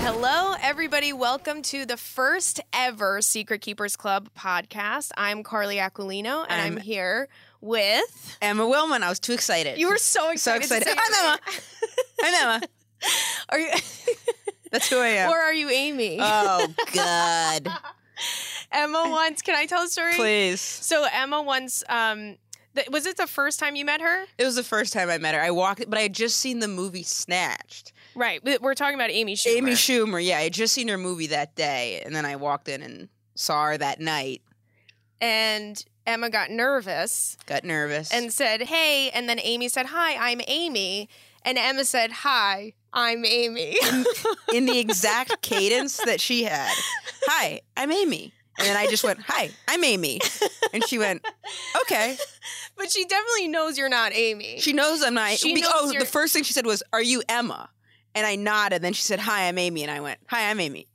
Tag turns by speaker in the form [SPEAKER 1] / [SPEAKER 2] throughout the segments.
[SPEAKER 1] Hello, everybody. Welcome to the first ever Secret Keepers Club podcast. I'm Carly Aquilino, and I'm,
[SPEAKER 2] I'm-
[SPEAKER 1] here with.
[SPEAKER 2] Emma Wilman. I was too excited.
[SPEAKER 1] You were so
[SPEAKER 2] So
[SPEAKER 1] excited.
[SPEAKER 2] excited.
[SPEAKER 1] To say your
[SPEAKER 2] I'm
[SPEAKER 1] name.
[SPEAKER 2] I'm Emma.
[SPEAKER 1] Are you?
[SPEAKER 2] That's who I am.
[SPEAKER 1] Or are you Amy?
[SPEAKER 2] oh God!
[SPEAKER 1] Emma once. Can I tell a story?
[SPEAKER 2] Please.
[SPEAKER 1] So Emma once. Um, th- was it the first time you met her?
[SPEAKER 2] It was the first time I met her. I walked, but I had just seen the movie Snatched.
[SPEAKER 1] Right. we- We're talking about Amy Schumer.
[SPEAKER 2] Amy Schumer. Yeah, I had just seen her movie that day, and then I walked in and saw her that night.
[SPEAKER 1] and Emma got nervous
[SPEAKER 2] Got nervous.
[SPEAKER 1] and said, "Hey," and then Amy said, "Hi, I'm Amy," and Emma said, "Hi, I'm Amy."
[SPEAKER 2] in the exact cadence that she had. Hi, I'm Amy. And then I just went, "Hi, I'm Amy," and she went, "Okay."
[SPEAKER 1] but she definitely knows you're not Amy.
[SPEAKER 2] She knows I'm not.
[SPEAKER 1] She
[SPEAKER 2] be-
[SPEAKER 1] knows
[SPEAKER 2] oh,
[SPEAKER 1] you're-
[SPEAKER 2] the first thing she said was, "Are you Emma?" And I nodded. Then she said, "Hi, I'm Amy." And I went, "Hi, I'm Amy."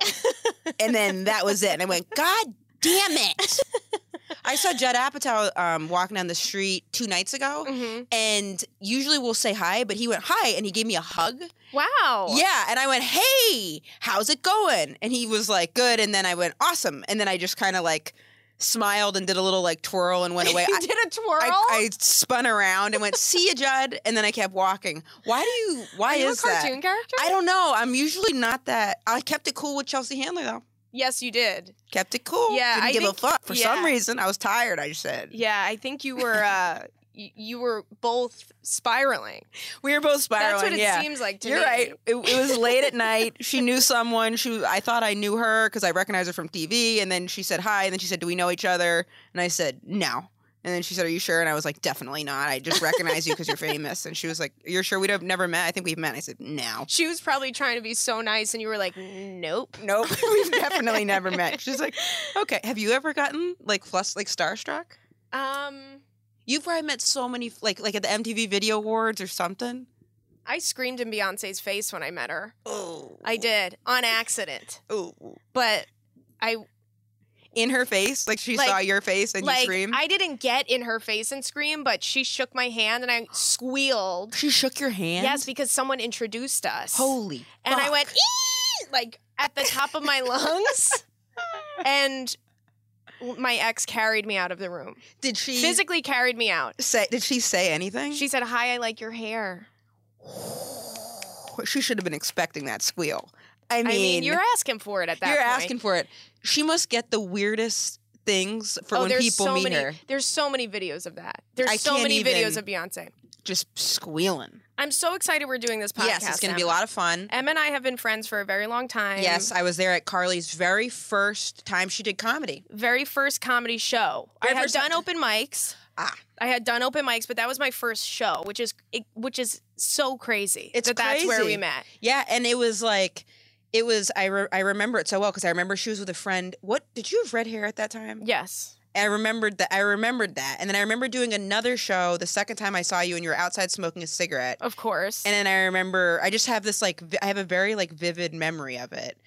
[SPEAKER 2] and then that was it. And I went, "God damn it!" I saw Judd Apatow um, walking down the street two nights ago,
[SPEAKER 1] Mhm.
[SPEAKER 2] and usually we'll say hi, but he went hi, and he gave me a hug.
[SPEAKER 1] Wow.
[SPEAKER 2] Yeah, and I went, "Hey, how's it going?" And he was like, "Good." And then I went, "Awesome." And then I just kind of like smiled and did a little like twirl and went away.
[SPEAKER 1] you
[SPEAKER 2] I-
[SPEAKER 1] did a twirl.
[SPEAKER 2] I, I spun around and went, "See you, Judd," and then I kept walking. Why do you? Why
[SPEAKER 1] Are you a
[SPEAKER 2] is that?
[SPEAKER 1] cartoon character?
[SPEAKER 2] I don't know. I'm usually not that. I kept it cool with Chelsea Handler though.
[SPEAKER 1] yes, you did.
[SPEAKER 2] Kept it cool.
[SPEAKER 1] Yeah,
[SPEAKER 2] didn't
[SPEAKER 1] I
[SPEAKER 2] give
[SPEAKER 1] think-
[SPEAKER 2] a fuck. For
[SPEAKER 1] yeah.
[SPEAKER 2] some reason, I was tired. I just said
[SPEAKER 1] Yeah, I think you were. Uh, y- you were both spiraling.
[SPEAKER 2] we were both spiraling.
[SPEAKER 1] That's what it
[SPEAKER 2] yeah.
[SPEAKER 1] seems like to
[SPEAKER 2] You're
[SPEAKER 1] me.
[SPEAKER 2] right. It, it was late at night. She knew someone. She, was- I thought I knew her because I recognized her from TV. And then she said hi. And then she said, "Do we know each other?" And I said, "No." And then she said, "Are you sure?" And I was like, "Definitely not. I just recognize you because you're famous." And she was like, "You're sure we'd have never met? I think we've met." And I said, "No."
[SPEAKER 1] She was probably trying to be so nice, and you were like, "Nope."
[SPEAKER 2] Nope, we've definitely never met. She's like, okay. Have you ever gotten like flus like starstruck?
[SPEAKER 1] Um,
[SPEAKER 2] You've probably met so many like like at the MTV Video Awards or something.
[SPEAKER 1] I screamed in Beyonce's face when I met her.
[SPEAKER 2] Oh,
[SPEAKER 1] I did on accident,
[SPEAKER 2] Oh,
[SPEAKER 1] but I
[SPEAKER 2] in her face, like she
[SPEAKER 1] Like-
[SPEAKER 2] saw your face and you
[SPEAKER 1] like
[SPEAKER 2] screamed.
[SPEAKER 1] I didn't get in her face and scream, but she shook my hand and I squealed.
[SPEAKER 2] she shook your hand.
[SPEAKER 1] Yes, because someone introduced us.
[SPEAKER 2] Holy.
[SPEAKER 1] and I
[SPEAKER 2] fuck.
[SPEAKER 1] went "Ee!" like at the top of my lungs, and my ex carried me out of the room.
[SPEAKER 2] Did she
[SPEAKER 1] Physically carried me out.
[SPEAKER 2] say? Did she say anything?
[SPEAKER 1] She said, "Hi, I like your hair."
[SPEAKER 2] she should have been expecting that squeal. I
[SPEAKER 1] I
[SPEAKER 2] mean,
[SPEAKER 1] mean, you're asking for it at that.
[SPEAKER 2] you're
[SPEAKER 1] point.
[SPEAKER 2] asking for it. She must get the weirdest things for
[SPEAKER 1] oh,
[SPEAKER 2] when
[SPEAKER 1] there's
[SPEAKER 2] people
[SPEAKER 1] so
[SPEAKER 2] meet
[SPEAKER 1] many.
[SPEAKER 2] her.
[SPEAKER 1] There's so many videos of that. There's
[SPEAKER 2] I
[SPEAKER 1] so
[SPEAKER 2] can't
[SPEAKER 1] many videos
[SPEAKER 2] even-
[SPEAKER 1] of Beyonce.
[SPEAKER 2] Just squealing.
[SPEAKER 1] I'm so excited we're doing this podcast.
[SPEAKER 2] yes, it's going to be a
[SPEAKER 1] Emma.
[SPEAKER 2] lot of fun.
[SPEAKER 1] Em and I have been friends for a very long time.
[SPEAKER 2] Yes, I was there at Carly's very first time she did comedy.
[SPEAKER 1] very first comedy show.
[SPEAKER 2] Very
[SPEAKER 1] I had
[SPEAKER 2] first-
[SPEAKER 1] done open mics.
[SPEAKER 2] Ah.
[SPEAKER 1] I had done open mics, but that was my first show, which is it, which is so crazy.
[SPEAKER 2] It's
[SPEAKER 1] that that's where we
[SPEAKER 2] crazy.
[SPEAKER 1] met.
[SPEAKER 2] Yeah, and it was like, it was. I re- I remember it so well because I remember she was with a friend. What did you have red hair at that time?
[SPEAKER 1] Yes.
[SPEAKER 2] I remembered that. I remembered that, and then I remember doing another show the second time I saw you, and you were outside smoking a cigarette.
[SPEAKER 1] Of course.
[SPEAKER 2] And then I remember, I just have this like, vi- I have a very like vivid memory of it.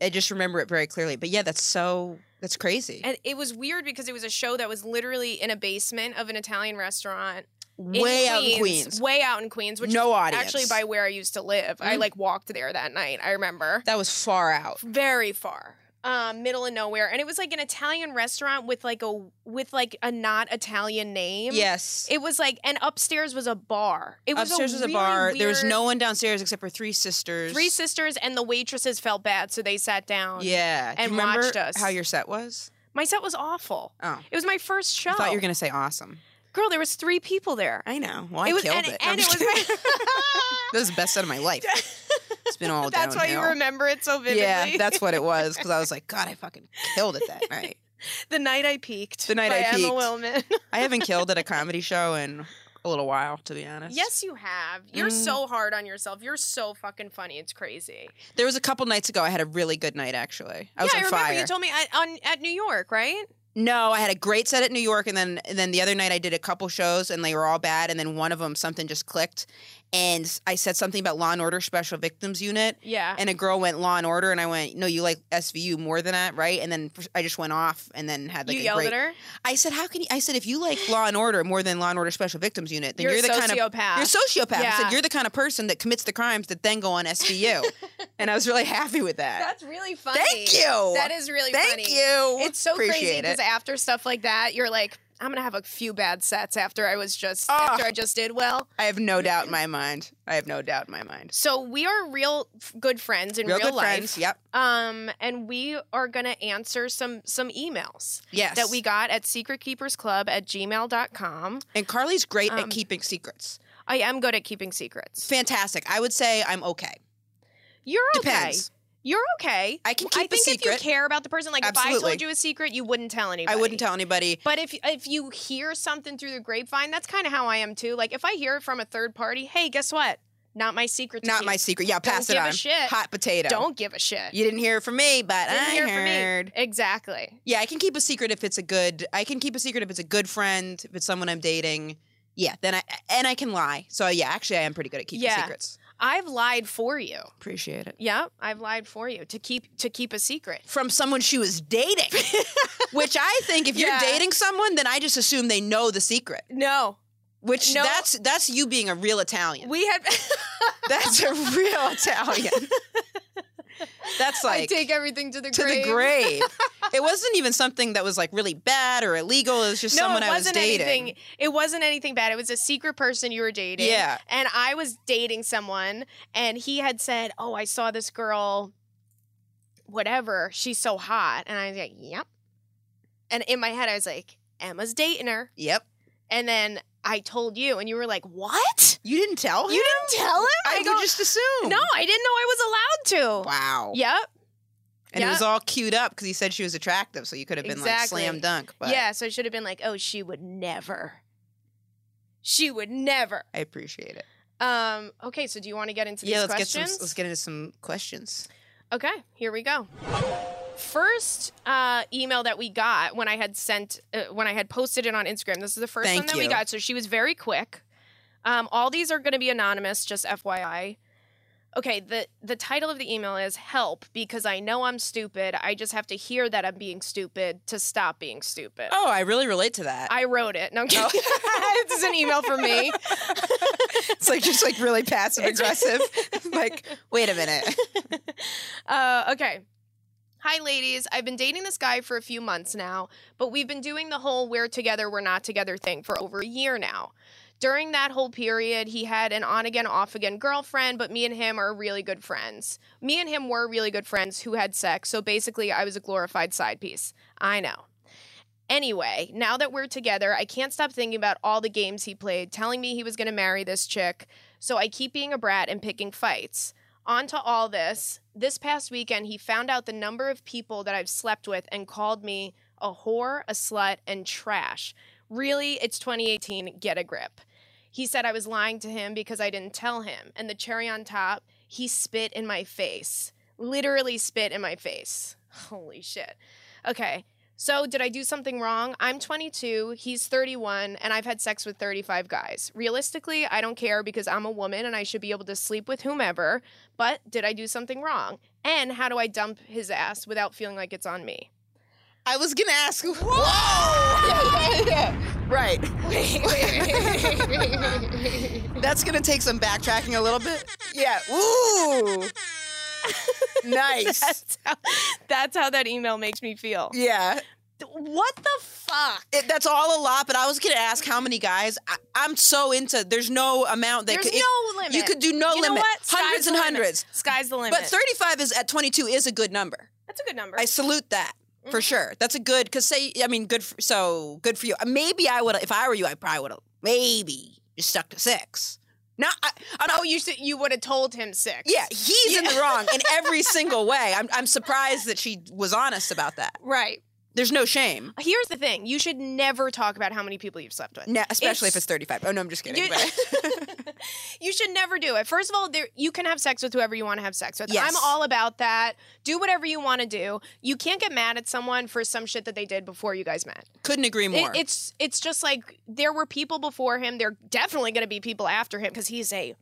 [SPEAKER 2] I just remember it very clearly. But yeah, that's so that's crazy.
[SPEAKER 1] and it was weird because it was a show that was literally in a basement of an Italian restaurant in
[SPEAKER 2] Way out in Queens,
[SPEAKER 1] Way out in Queens, which
[SPEAKER 2] no
[SPEAKER 1] is
[SPEAKER 2] audience.
[SPEAKER 1] actually by where I used to live. I
[SPEAKER 2] Mhm.
[SPEAKER 1] like walked there that night, I remember.
[SPEAKER 2] that was far out.
[SPEAKER 1] very far um middle of nowhere and it was like an italian restaurant with like a with like a not italian name
[SPEAKER 2] Yes,
[SPEAKER 1] it was like and upstairs was a bar it was
[SPEAKER 2] upstairs
[SPEAKER 1] a
[SPEAKER 2] was a
[SPEAKER 1] really
[SPEAKER 2] bar. There was
[SPEAKER 1] weird-
[SPEAKER 2] no one downstairs except for three sisters.
[SPEAKER 1] three sisters and the waitresses felt bad so they sat down
[SPEAKER 2] Yeah, Do you
[SPEAKER 1] and
[SPEAKER 2] remember
[SPEAKER 1] watched us.
[SPEAKER 2] How your set was?
[SPEAKER 1] my set was awful
[SPEAKER 2] Oh,
[SPEAKER 1] it was my first show
[SPEAKER 2] I thought you were gonna say awesome.
[SPEAKER 1] girl there was three people there
[SPEAKER 2] I know. Well, I
[SPEAKER 1] it was
[SPEAKER 2] killed
[SPEAKER 1] and,
[SPEAKER 2] it.
[SPEAKER 1] and
[SPEAKER 2] No, I'm
[SPEAKER 1] it
[SPEAKER 2] just
[SPEAKER 1] was
[SPEAKER 2] kidding.
[SPEAKER 1] my-
[SPEAKER 2] that was the best set of my life. It's been all
[SPEAKER 1] that's why you
[SPEAKER 2] downhill.
[SPEAKER 1] remember it so vividly
[SPEAKER 2] Yeah, that's what it was. Because I was like, God, I fucking killed it that night.
[SPEAKER 1] the night i peaked
[SPEAKER 2] The night
[SPEAKER 1] by
[SPEAKER 2] I
[SPEAKER 1] emma
[SPEAKER 2] peaked.
[SPEAKER 1] wilman
[SPEAKER 2] I haven't killed at a comedy show in a little while, to be honest.
[SPEAKER 1] yes you have you're
[SPEAKER 2] Mm.
[SPEAKER 1] so hard on yourself you're so fucking funny it's crazy
[SPEAKER 2] There was a couple nights ago I had a really good night actually. I was
[SPEAKER 1] yeah,
[SPEAKER 2] on
[SPEAKER 1] I remember
[SPEAKER 2] fire.
[SPEAKER 1] you told me at, on at New York, right?
[SPEAKER 2] No, I had a great set at New York, and then and then the other night I did a couple shows, and they were all bad. And then one of them, something just clicked, and I said something about Law and Order Special Victims Unit,
[SPEAKER 1] Yeah.
[SPEAKER 2] and a girl went Law and Order, and I went, "No, you like SVU more than that, right?" And then I just went off, and then had like
[SPEAKER 1] you
[SPEAKER 2] a
[SPEAKER 1] yelled
[SPEAKER 2] great.
[SPEAKER 1] at her.
[SPEAKER 2] I said, "How can you?" I said, "If you like Law and Order more than Law and Order Special Victims Unit, then
[SPEAKER 1] You're,
[SPEAKER 2] you're,
[SPEAKER 1] a
[SPEAKER 2] the kind of
[SPEAKER 1] sociopath.
[SPEAKER 2] you're a sociopath." I
[SPEAKER 1] Yeah.
[SPEAKER 2] said, "You're the kind of person that commits the crimes that then go on SVU," and I was really happy with that.
[SPEAKER 1] That's really funny.
[SPEAKER 2] Thank you.
[SPEAKER 1] That is really
[SPEAKER 2] Thank
[SPEAKER 1] funny.
[SPEAKER 2] you.
[SPEAKER 1] It's so crazy
[SPEAKER 2] Appreciate
[SPEAKER 1] because
[SPEAKER 2] it.
[SPEAKER 1] after stuff like that, you're like, I'm gonna have a few bad sets after I was just
[SPEAKER 2] Ah.
[SPEAKER 1] after I just did well.
[SPEAKER 2] I have no doubt in my mind. I have no doubt in my mind.
[SPEAKER 1] So we are real f- good friends in real,
[SPEAKER 2] good
[SPEAKER 1] life.
[SPEAKER 2] friends. Yep.
[SPEAKER 1] Um, and we are gonna answer some some emails
[SPEAKER 2] Yes.
[SPEAKER 1] that we got at secretkeepersclub at gmail.com.
[SPEAKER 2] and Carly's great
[SPEAKER 1] Um,
[SPEAKER 2] at keeping secrets.
[SPEAKER 1] I am good at keeping secrets.
[SPEAKER 2] Fantastic. I would say I'm okay.
[SPEAKER 1] You're okay.
[SPEAKER 2] Depends.
[SPEAKER 1] You're okay.
[SPEAKER 2] I can
[SPEAKER 1] I
[SPEAKER 2] keep a
[SPEAKER 1] think
[SPEAKER 2] secret.
[SPEAKER 1] if you care about the person, like if I
[SPEAKER 2] Absolutely.
[SPEAKER 1] told you a secret, you wouldn't tell anybody.
[SPEAKER 2] I wouldn't tell anybody.
[SPEAKER 1] But if if you hear something through the grapevine, that's kind of how I am too. Like if I hear it from a third party, hey, guess what? Not my secret. to
[SPEAKER 2] Not
[SPEAKER 1] keep.
[SPEAKER 2] my secret. Yeah, pass
[SPEAKER 1] give
[SPEAKER 2] it
[SPEAKER 1] a
[SPEAKER 2] on.
[SPEAKER 1] shit.
[SPEAKER 2] Hot potato.
[SPEAKER 1] Don't give a shit.
[SPEAKER 2] You didn't hear it from me, but
[SPEAKER 1] Didn't
[SPEAKER 2] I
[SPEAKER 1] hear it from me.
[SPEAKER 2] heard.
[SPEAKER 1] Exactly.
[SPEAKER 2] Yeah, I can keep a secret if it's a good. I can keep a secret if it's a good friend. If it's someone I'm dating. Yeah, then I and I can lie. So yeah, actually, I am pretty good at keeping
[SPEAKER 1] Yeah.
[SPEAKER 2] secrets.
[SPEAKER 1] I've lied for you.
[SPEAKER 2] Appreciate it.
[SPEAKER 1] Yeah, I've lied for you to keep to keep a secret.
[SPEAKER 2] From someone she was dating, which I think if
[SPEAKER 1] Yeah.
[SPEAKER 2] you're dating someone, then I just assume they know the secret.
[SPEAKER 1] No,
[SPEAKER 2] Which
[SPEAKER 1] No.
[SPEAKER 2] that's that's you being a real Italian.
[SPEAKER 1] we had.
[SPEAKER 2] That's a real Italian. That's
[SPEAKER 1] I
[SPEAKER 2] like
[SPEAKER 1] take everything to the
[SPEAKER 2] to
[SPEAKER 1] grave.
[SPEAKER 2] the grave. It wasn't even something that was like really bad or illegal. It was just
[SPEAKER 1] No,
[SPEAKER 2] someone
[SPEAKER 1] it
[SPEAKER 2] I was
[SPEAKER 1] wasn't
[SPEAKER 2] dating.
[SPEAKER 1] anything. It wasn't anything bad. It was a secret person you were dating.
[SPEAKER 2] Yeah.
[SPEAKER 1] and I was dating someone, and he had said, "Oh, I saw this girl, whatever. She's so hot," and I was like, "Yep." And in my head, I was like, "Emma's dating her,"
[SPEAKER 2] Yep.
[SPEAKER 1] and then I told you, and you were like, "What?
[SPEAKER 2] You didn't tell him?
[SPEAKER 1] You didn't tell him?"
[SPEAKER 2] Oh, I,
[SPEAKER 1] go,
[SPEAKER 2] would just assume.
[SPEAKER 1] "No, I didn't know I was allowed to."
[SPEAKER 2] Wow.
[SPEAKER 1] Yep.
[SPEAKER 2] And
[SPEAKER 1] yeah.
[SPEAKER 2] it was all queued up because he said she was attractive, so you could have been like
[SPEAKER 1] Exactly.
[SPEAKER 2] slam dunk. But
[SPEAKER 1] Yeah. So I should have been like, "Oh, she would never. She would never."
[SPEAKER 2] I appreciate it.
[SPEAKER 1] Um. Okay. So do you want to get into these
[SPEAKER 2] yeah, let's
[SPEAKER 1] questions?
[SPEAKER 2] get some let's get into some questions.
[SPEAKER 1] Okay, here we go. First uh, email that we got when I had sent uh, when I had posted it on Instagram. This is the first
[SPEAKER 2] Thank
[SPEAKER 1] one that we
[SPEAKER 2] you.
[SPEAKER 1] got, so she was very quick. Um, all these are going to be anonymous, just FYI. Okay, the the title of the email is "Help because I know I'm stupid. I just have to hear that I'm being stupid to stop being stupid."
[SPEAKER 2] Oh, I really relate to that.
[SPEAKER 1] I wrote it. No, I'm
[SPEAKER 2] Oh.
[SPEAKER 1] kidding. this is an email from me.
[SPEAKER 2] it's like just like really passive aggressive. like, wait a minute.
[SPEAKER 1] uh, okay. Hi, ladies. I've been dating this guy for a few months now, but we've been doing the whole we're together, we're not together thing for over a year now. During that whole period, he had an on again, off again girlfriend, but me and him are really good friends. Me and him were really good friends who had sex, so basically, I was a glorified side piece. I know. Anyway, now that we're together, I can't stop thinking about all the games he played, telling me he was going to marry this chick, so I keep being a brat and picking fights. On to all this, this past weekend, he found out the number of people that I've slept with and called me a whore, a slut, and trash. Really, it's 2018, get a grip. He said I was lying to him because I didn't tell him. And the cherry on top, he spit in my face. Literally spit in my face. Holy shit. Okay. So, did I do something wrong? I'm 22, he's 31, and I've had sex with 35 guys. Realistically, I don't care because I'm a woman and I should be able to sleep with whomever but did I do something wrong? And how do I dump his ass without feeling like it's on me?
[SPEAKER 2] I was gonna ask. Whoa! Right. That's gonna take some backtracking a little bit. Yeah. Ooh. nice.
[SPEAKER 1] That's how, that's how that email makes me feel.
[SPEAKER 2] Yeah.
[SPEAKER 1] What the fuck?
[SPEAKER 2] It, that's all a lot, but I was gonna ask how many guys. I, I'm so into. There's no amount that
[SPEAKER 1] There's
[SPEAKER 2] could. it-
[SPEAKER 1] no limit.
[SPEAKER 2] You could do no
[SPEAKER 1] You know
[SPEAKER 2] limit.
[SPEAKER 1] what? Sky's
[SPEAKER 2] Hundreds
[SPEAKER 1] the
[SPEAKER 2] and
[SPEAKER 1] limit.
[SPEAKER 2] hundreds.
[SPEAKER 1] Sky's the limit.
[SPEAKER 2] But 35 is at 22 is a good number.
[SPEAKER 1] that's a good number.
[SPEAKER 2] I salute that. For
[SPEAKER 1] Mhm.
[SPEAKER 2] sure, that's a good because say I mean good for, so good for you. Maybe I would if I were you, I probably would have maybe just stuck to six. No, I, I know
[SPEAKER 1] oh, you said you would have told him six.
[SPEAKER 2] Yeah, he's in the wrong in every single way. I'm, I'm surprised that she was honest about that.
[SPEAKER 1] Right.
[SPEAKER 2] There's no shame,
[SPEAKER 1] Here's the thing: you should never talk about how many people you've slept with.
[SPEAKER 2] no, especially
[SPEAKER 1] It's-
[SPEAKER 2] if it's 35. Oh no, I'm just kidding.
[SPEAKER 1] You-
[SPEAKER 2] but-
[SPEAKER 1] You should never do it. First of all, there you can have sex with whoever you want to have sex with.
[SPEAKER 2] Yes.
[SPEAKER 1] I'm all about that. Do whatever you want to do. You can't get mad at someone for some shit that they did before you guys met.
[SPEAKER 2] Couldn't agree
[SPEAKER 1] It-
[SPEAKER 2] more.
[SPEAKER 1] it's it's just like there were people before him. There are definitely going to be people after him because he's a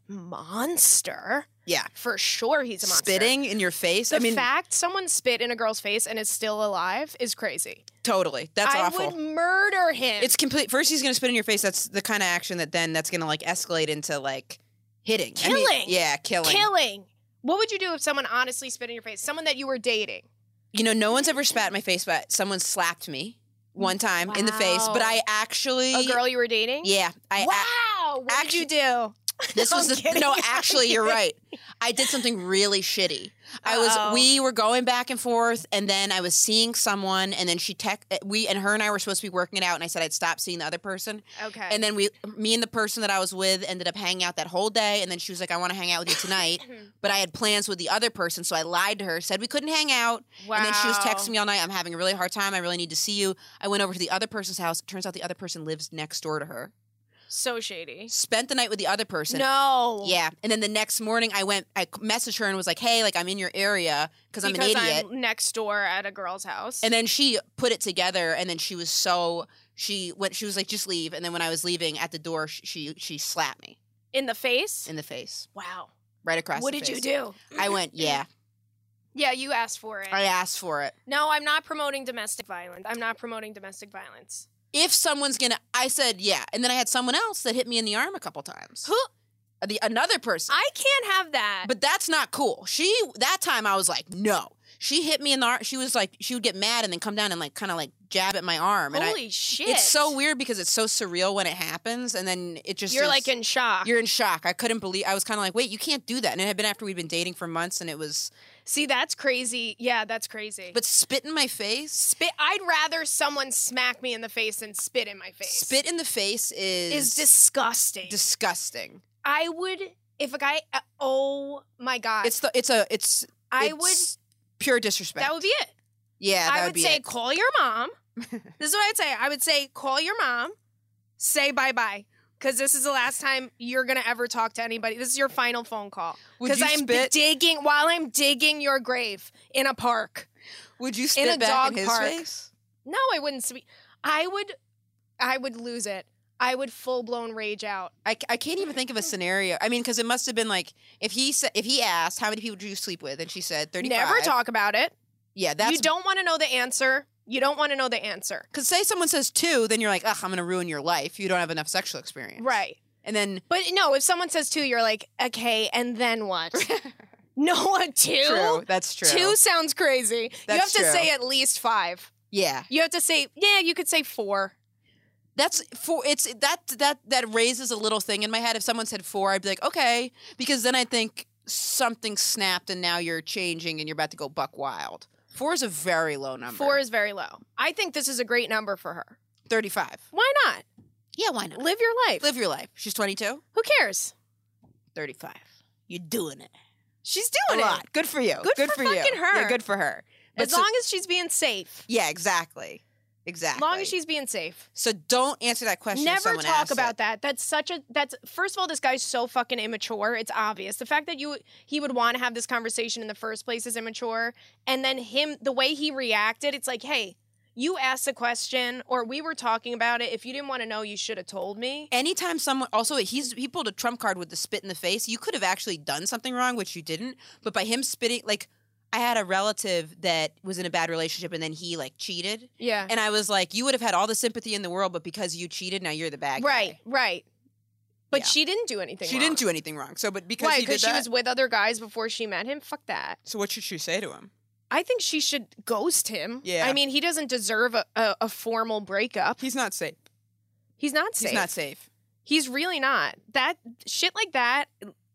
[SPEAKER 1] monster.
[SPEAKER 2] yeah.
[SPEAKER 1] For sure, he's a monster.
[SPEAKER 2] Spitting in your face.
[SPEAKER 1] The
[SPEAKER 2] I mean,
[SPEAKER 1] fact someone spit in a girl's face and is still alive is crazy.
[SPEAKER 2] totally. That's
[SPEAKER 1] I
[SPEAKER 2] awful.
[SPEAKER 1] would murder him.
[SPEAKER 2] It's complete. First, he's going to spit in your face. That's the kind of action that then that's going to like escalate into like hitting, I mean,
[SPEAKER 1] Killing.
[SPEAKER 2] yeah, killing.
[SPEAKER 1] killing. What would you do if someone honestly spit in your face? Someone that you were dating.
[SPEAKER 2] You know, no one's ever spat in my face, but someone slapped me one time in the face. But
[SPEAKER 1] Wow.
[SPEAKER 2] I actually,
[SPEAKER 1] A girl you were dating?
[SPEAKER 2] yeah, I. a-
[SPEAKER 1] wow. What
[SPEAKER 2] actu-
[SPEAKER 1] did you do?
[SPEAKER 2] This was
[SPEAKER 1] I'm
[SPEAKER 2] the
[SPEAKER 1] kidding.
[SPEAKER 2] no.
[SPEAKER 1] I'm
[SPEAKER 2] Actually, you're
[SPEAKER 1] kidding.
[SPEAKER 2] right. I did something really shitty. I
[SPEAKER 1] Uh-oh.
[SPEAKER 2] was. We were going back and forth, and then I was seeing someone, and then she tech. We and her and I were supposed to be working it out, and I said I'd stop seeing the other person,
[SPEAKER 1] Okay.
[SPEAKER 2] and then we, me and the person that I was with, ended up hanging out that whole day, and then she was like, I want to hang out with you tonight, but I had plans with the other person, so I lied to her, said we couldn't hang out,
[SPEAKER 1] wow.
[SPEAKER 2] and then she was texting me all night. I'm having a really hard time. I really need to see you. I went over to the other person's house. It turns out the other person lives next door to her.
[SPEAKER 1] So shady.
[SPEAKER 2] Spent the night with the other person.
[SPEAKER 1] No.
[SPEAKER 2] Yeah. And then the next morning, I went, I messaged her and was like, hey, like, I'm in your area because I'm an
[SPEAKER 1] Because
[SPEAKER 2] idiot.
[SPEAKER 1] I'm next door at a girl's house.
[SPEAKER 2] And then she put it together. And then she was so, she went, she was like, just leave. And then when I was leaving at the door, sh- she, she slapped me
[SPEAKER 1] in the face?
[SPEAKER 2] in the face,
[SPEAKER 1] wow.
[SPEAKER 2] right across
[SPEAKER 1] What
[SPEAKER 2] the
[SPEAKER 1] did you
[SPEAKER 2] face.
[SPEAKER 1] do?
[SPEAKER 2] I went, yeah.
[SPEAKER 1] Yeah, you asked for it.
[SPEAKER 2] I asked for it.
[SPEAKER 1] no, I'm not promoting domestic violence. I'm not promoting domestic violence.
[SPEAKER 2] If someone's going to, I said, yeah. And then I had someone else that hit me in the arm a couple times. Uh,
[SPEAKER 1] Who?
[SPEAKER 2] The, another person.
[SPEAKER 1] I can't have that.
[SPEAKER 2] But that's not cool. She that time I was like, no. She hit me in the arm. She was like, she would get mad and then come down and like kind of like jab at my arm. And I,
[SPEAKER 1] Holy shit.
[SPEAKER 2] it's so weird because it's so surreal when it happens, and then it just
[SPEAKER 1] You're
[SPEAKER 2] is-
[SPEAKER 1] like in shock.
[SPEAKER 2] you're in shock. I couldn't believe. I was kind of like, wait, you can't do that. And it had been after we'd been dating for months, and it was
[SPEAKER 1] See, that's crazy. Yeah, that's crazy.
[SPEAKER 2] but spit in my face.
[SPEAKER 1] spit I'd rather someone smack me in the face than spit in my face.
[SPEAKER 2] Spit in the face is
[SPEAKER 1] is disgusting.
[SPEAKER 2] disgusting.
[SPEAKER 1] I would if a guy uh, oh my god.
[SPEAKER 2] It's the it's a it's
[SPEAKER 1] I
[SPEAKER 2] it's
[SPEAKER 1] would
[SPEAKER 2] pure disrespect.
[SPEAKER 1] that would be it.
[SPEAKER 2] yeah, that
[SPEAKER 1] I
[SPEAKER 2] would,
[SPEAKER 1] would
[SPEAKER 2] be
[SPEAKER 1] say
[SPEAKER 2] it.
[SPEAKER 1] call your mom. this is what I'd say. I would say call your mom. Say bye-bye cuz this is the last time you're going to ever talk to anybody. This is your final phone call
[SPEAKER 2] Would
[SPEAKER 1] cuz
[SPEAKER 2] you
[SPEAKER 1] I'm
[SPEAKER 2] spit?
[SPEAKER 1] digging while I'm digging your grave in a park.
[SPEAKER 2] would you spit
[SPEAKER 1] a
[SPEAKER 2] back
[SPEAKER 1] dog
[SPEAKER 2] in his
[SPEAKER 1] park.
[SPEAKER 2] face?
[SPEAKER 1] No, I wouldn't. Spe- I would. I would lose it. I would full blown rage out.
[SPEAKER 2] I, c- I can't even think of a scenario. I mean, because it must have been like if he sa- if he asked how many people do you sleep with, and she said thirty five.
[SPEAKER 1] Never talk about it.
[SPEAKER 2] Yeah, that's
[SPEAKER 1] you don't want to know the answer. You don't want to know the answer.
[SPEAKER 2] because say someone says two, then you're like, ugh, I'm gonna ruin your life. You don't have enough sexual experience,
[SPEAKER 1] Right.
[SPEAKER 2] And then
[SPEAKER 1] But no, if someone says two, you're like, okay, and then what? no one two.
[SPEAKER 2] true, that's true.
[SPEAKER 1] Two sounds crazy. you have
[SPEAKER 2] That's
[SPEAKER 1] to
[SPEAKER 2] true.
[SPEAKER 1] say at least five.
[SPEAKER 2] yeah,
[SPEAKER 1] You have to say, yeah, you could say four.
[SPEAKER 2] that's four. It's that that that raises a little thing in my head. If someone said four, I'd be like, okay, because then I think something snapped, and now you're changing, and you're about to go buck wild. Four is a very low number.
[SPEAKER 1] Four is very low. I think this is a great number for her.
[SPEAKER 2] thirty-five.
[SPEAKER 1] Why not?
[SPEAKER 2] Yeah, why not?
[SPEAKER 1] Live your life.
[SPEAKER 2] Live your life. She's twenty-two.
[SPEAKER 1] Who cares?
[SPEAKER 2] 35. You're doing it.
[SPEAKER 1] She's
[SPEAKER 2] A
[SPEAKER 1] doing it.
[SPEAKER 2] lot. Good for you.
[SPEAKER 1] Good for
[SPEAKER 2] you.
[SPEAKER 1] fucking her.
[SPEAKER 2] Yeah, good for her. But
[SPEAKER 1] As
[SPEAKER 2] so-
[SPEAKER 1] long as she's being safe.
[SPEAKER 2] yeah, exactly.
[SPEAKER 1] As
[SPEAKER 2] Exactly.
[SPEAKER 1] long as she's being safe.
[SPEAKER 2] So don't answer that question. if
[SPEAKER 1] Never
[SPEAKER 2] someone
[SPEAKER 1] talk
[SPEAKER 2] asks
[SPEAKER 1] about
[SPEAKER 2] it.
[SPEAKER 1] that. That's such a that's first of all, this guy's so fucking immature. It's obvious. The fact that you he would want to have this conversation in the first place is immature. And then him the way he reacted, it's like, hey, you asked a question or we were talking about it. If you didn't want to know, you should have told me.
[SPEAKER 2] Anytime someone also he's he pulled a trump card with the spit in the face. You could have actually done something wrong, which you didn't. But by him spitting, like I had a relative that was in a bad relationship and then he like cheated,
[SPEAKER 1] Yeah.
[SPEAKER 2] and I was like, you would have had all the sympathy in the world, but because you cheated, now you're the bad guy.
[SPEAKER 1] Right, right. But
[SPEAKER 2] Yeah.
[SPEAKER 1] she didn't do anything.
[SPEAKER 2] She didn't do anything wrong. So, but because
[SPEAKER 1] Why?
[SPEAKER 2] he did
[SPEAKER 1] Because she
[SPEAKER 2] that-
[SPEAKER 1] was with other guys before she met him? Fuck that.
[SPEAKER 2] so what should she say to him?
[SPEAKER 1] I think she should ghost him.
[SPEAKER 2] Yeah.
[SPEAKER 1] I mean, he doesn't deserve a, a, a formal breakup.
[SPEAKER 2] He's not safe.
[SPEAKER 1] He's not safe.
[SPEAKER 2] He's not safe.
[SPEAKER 1] He's really not. That shit like that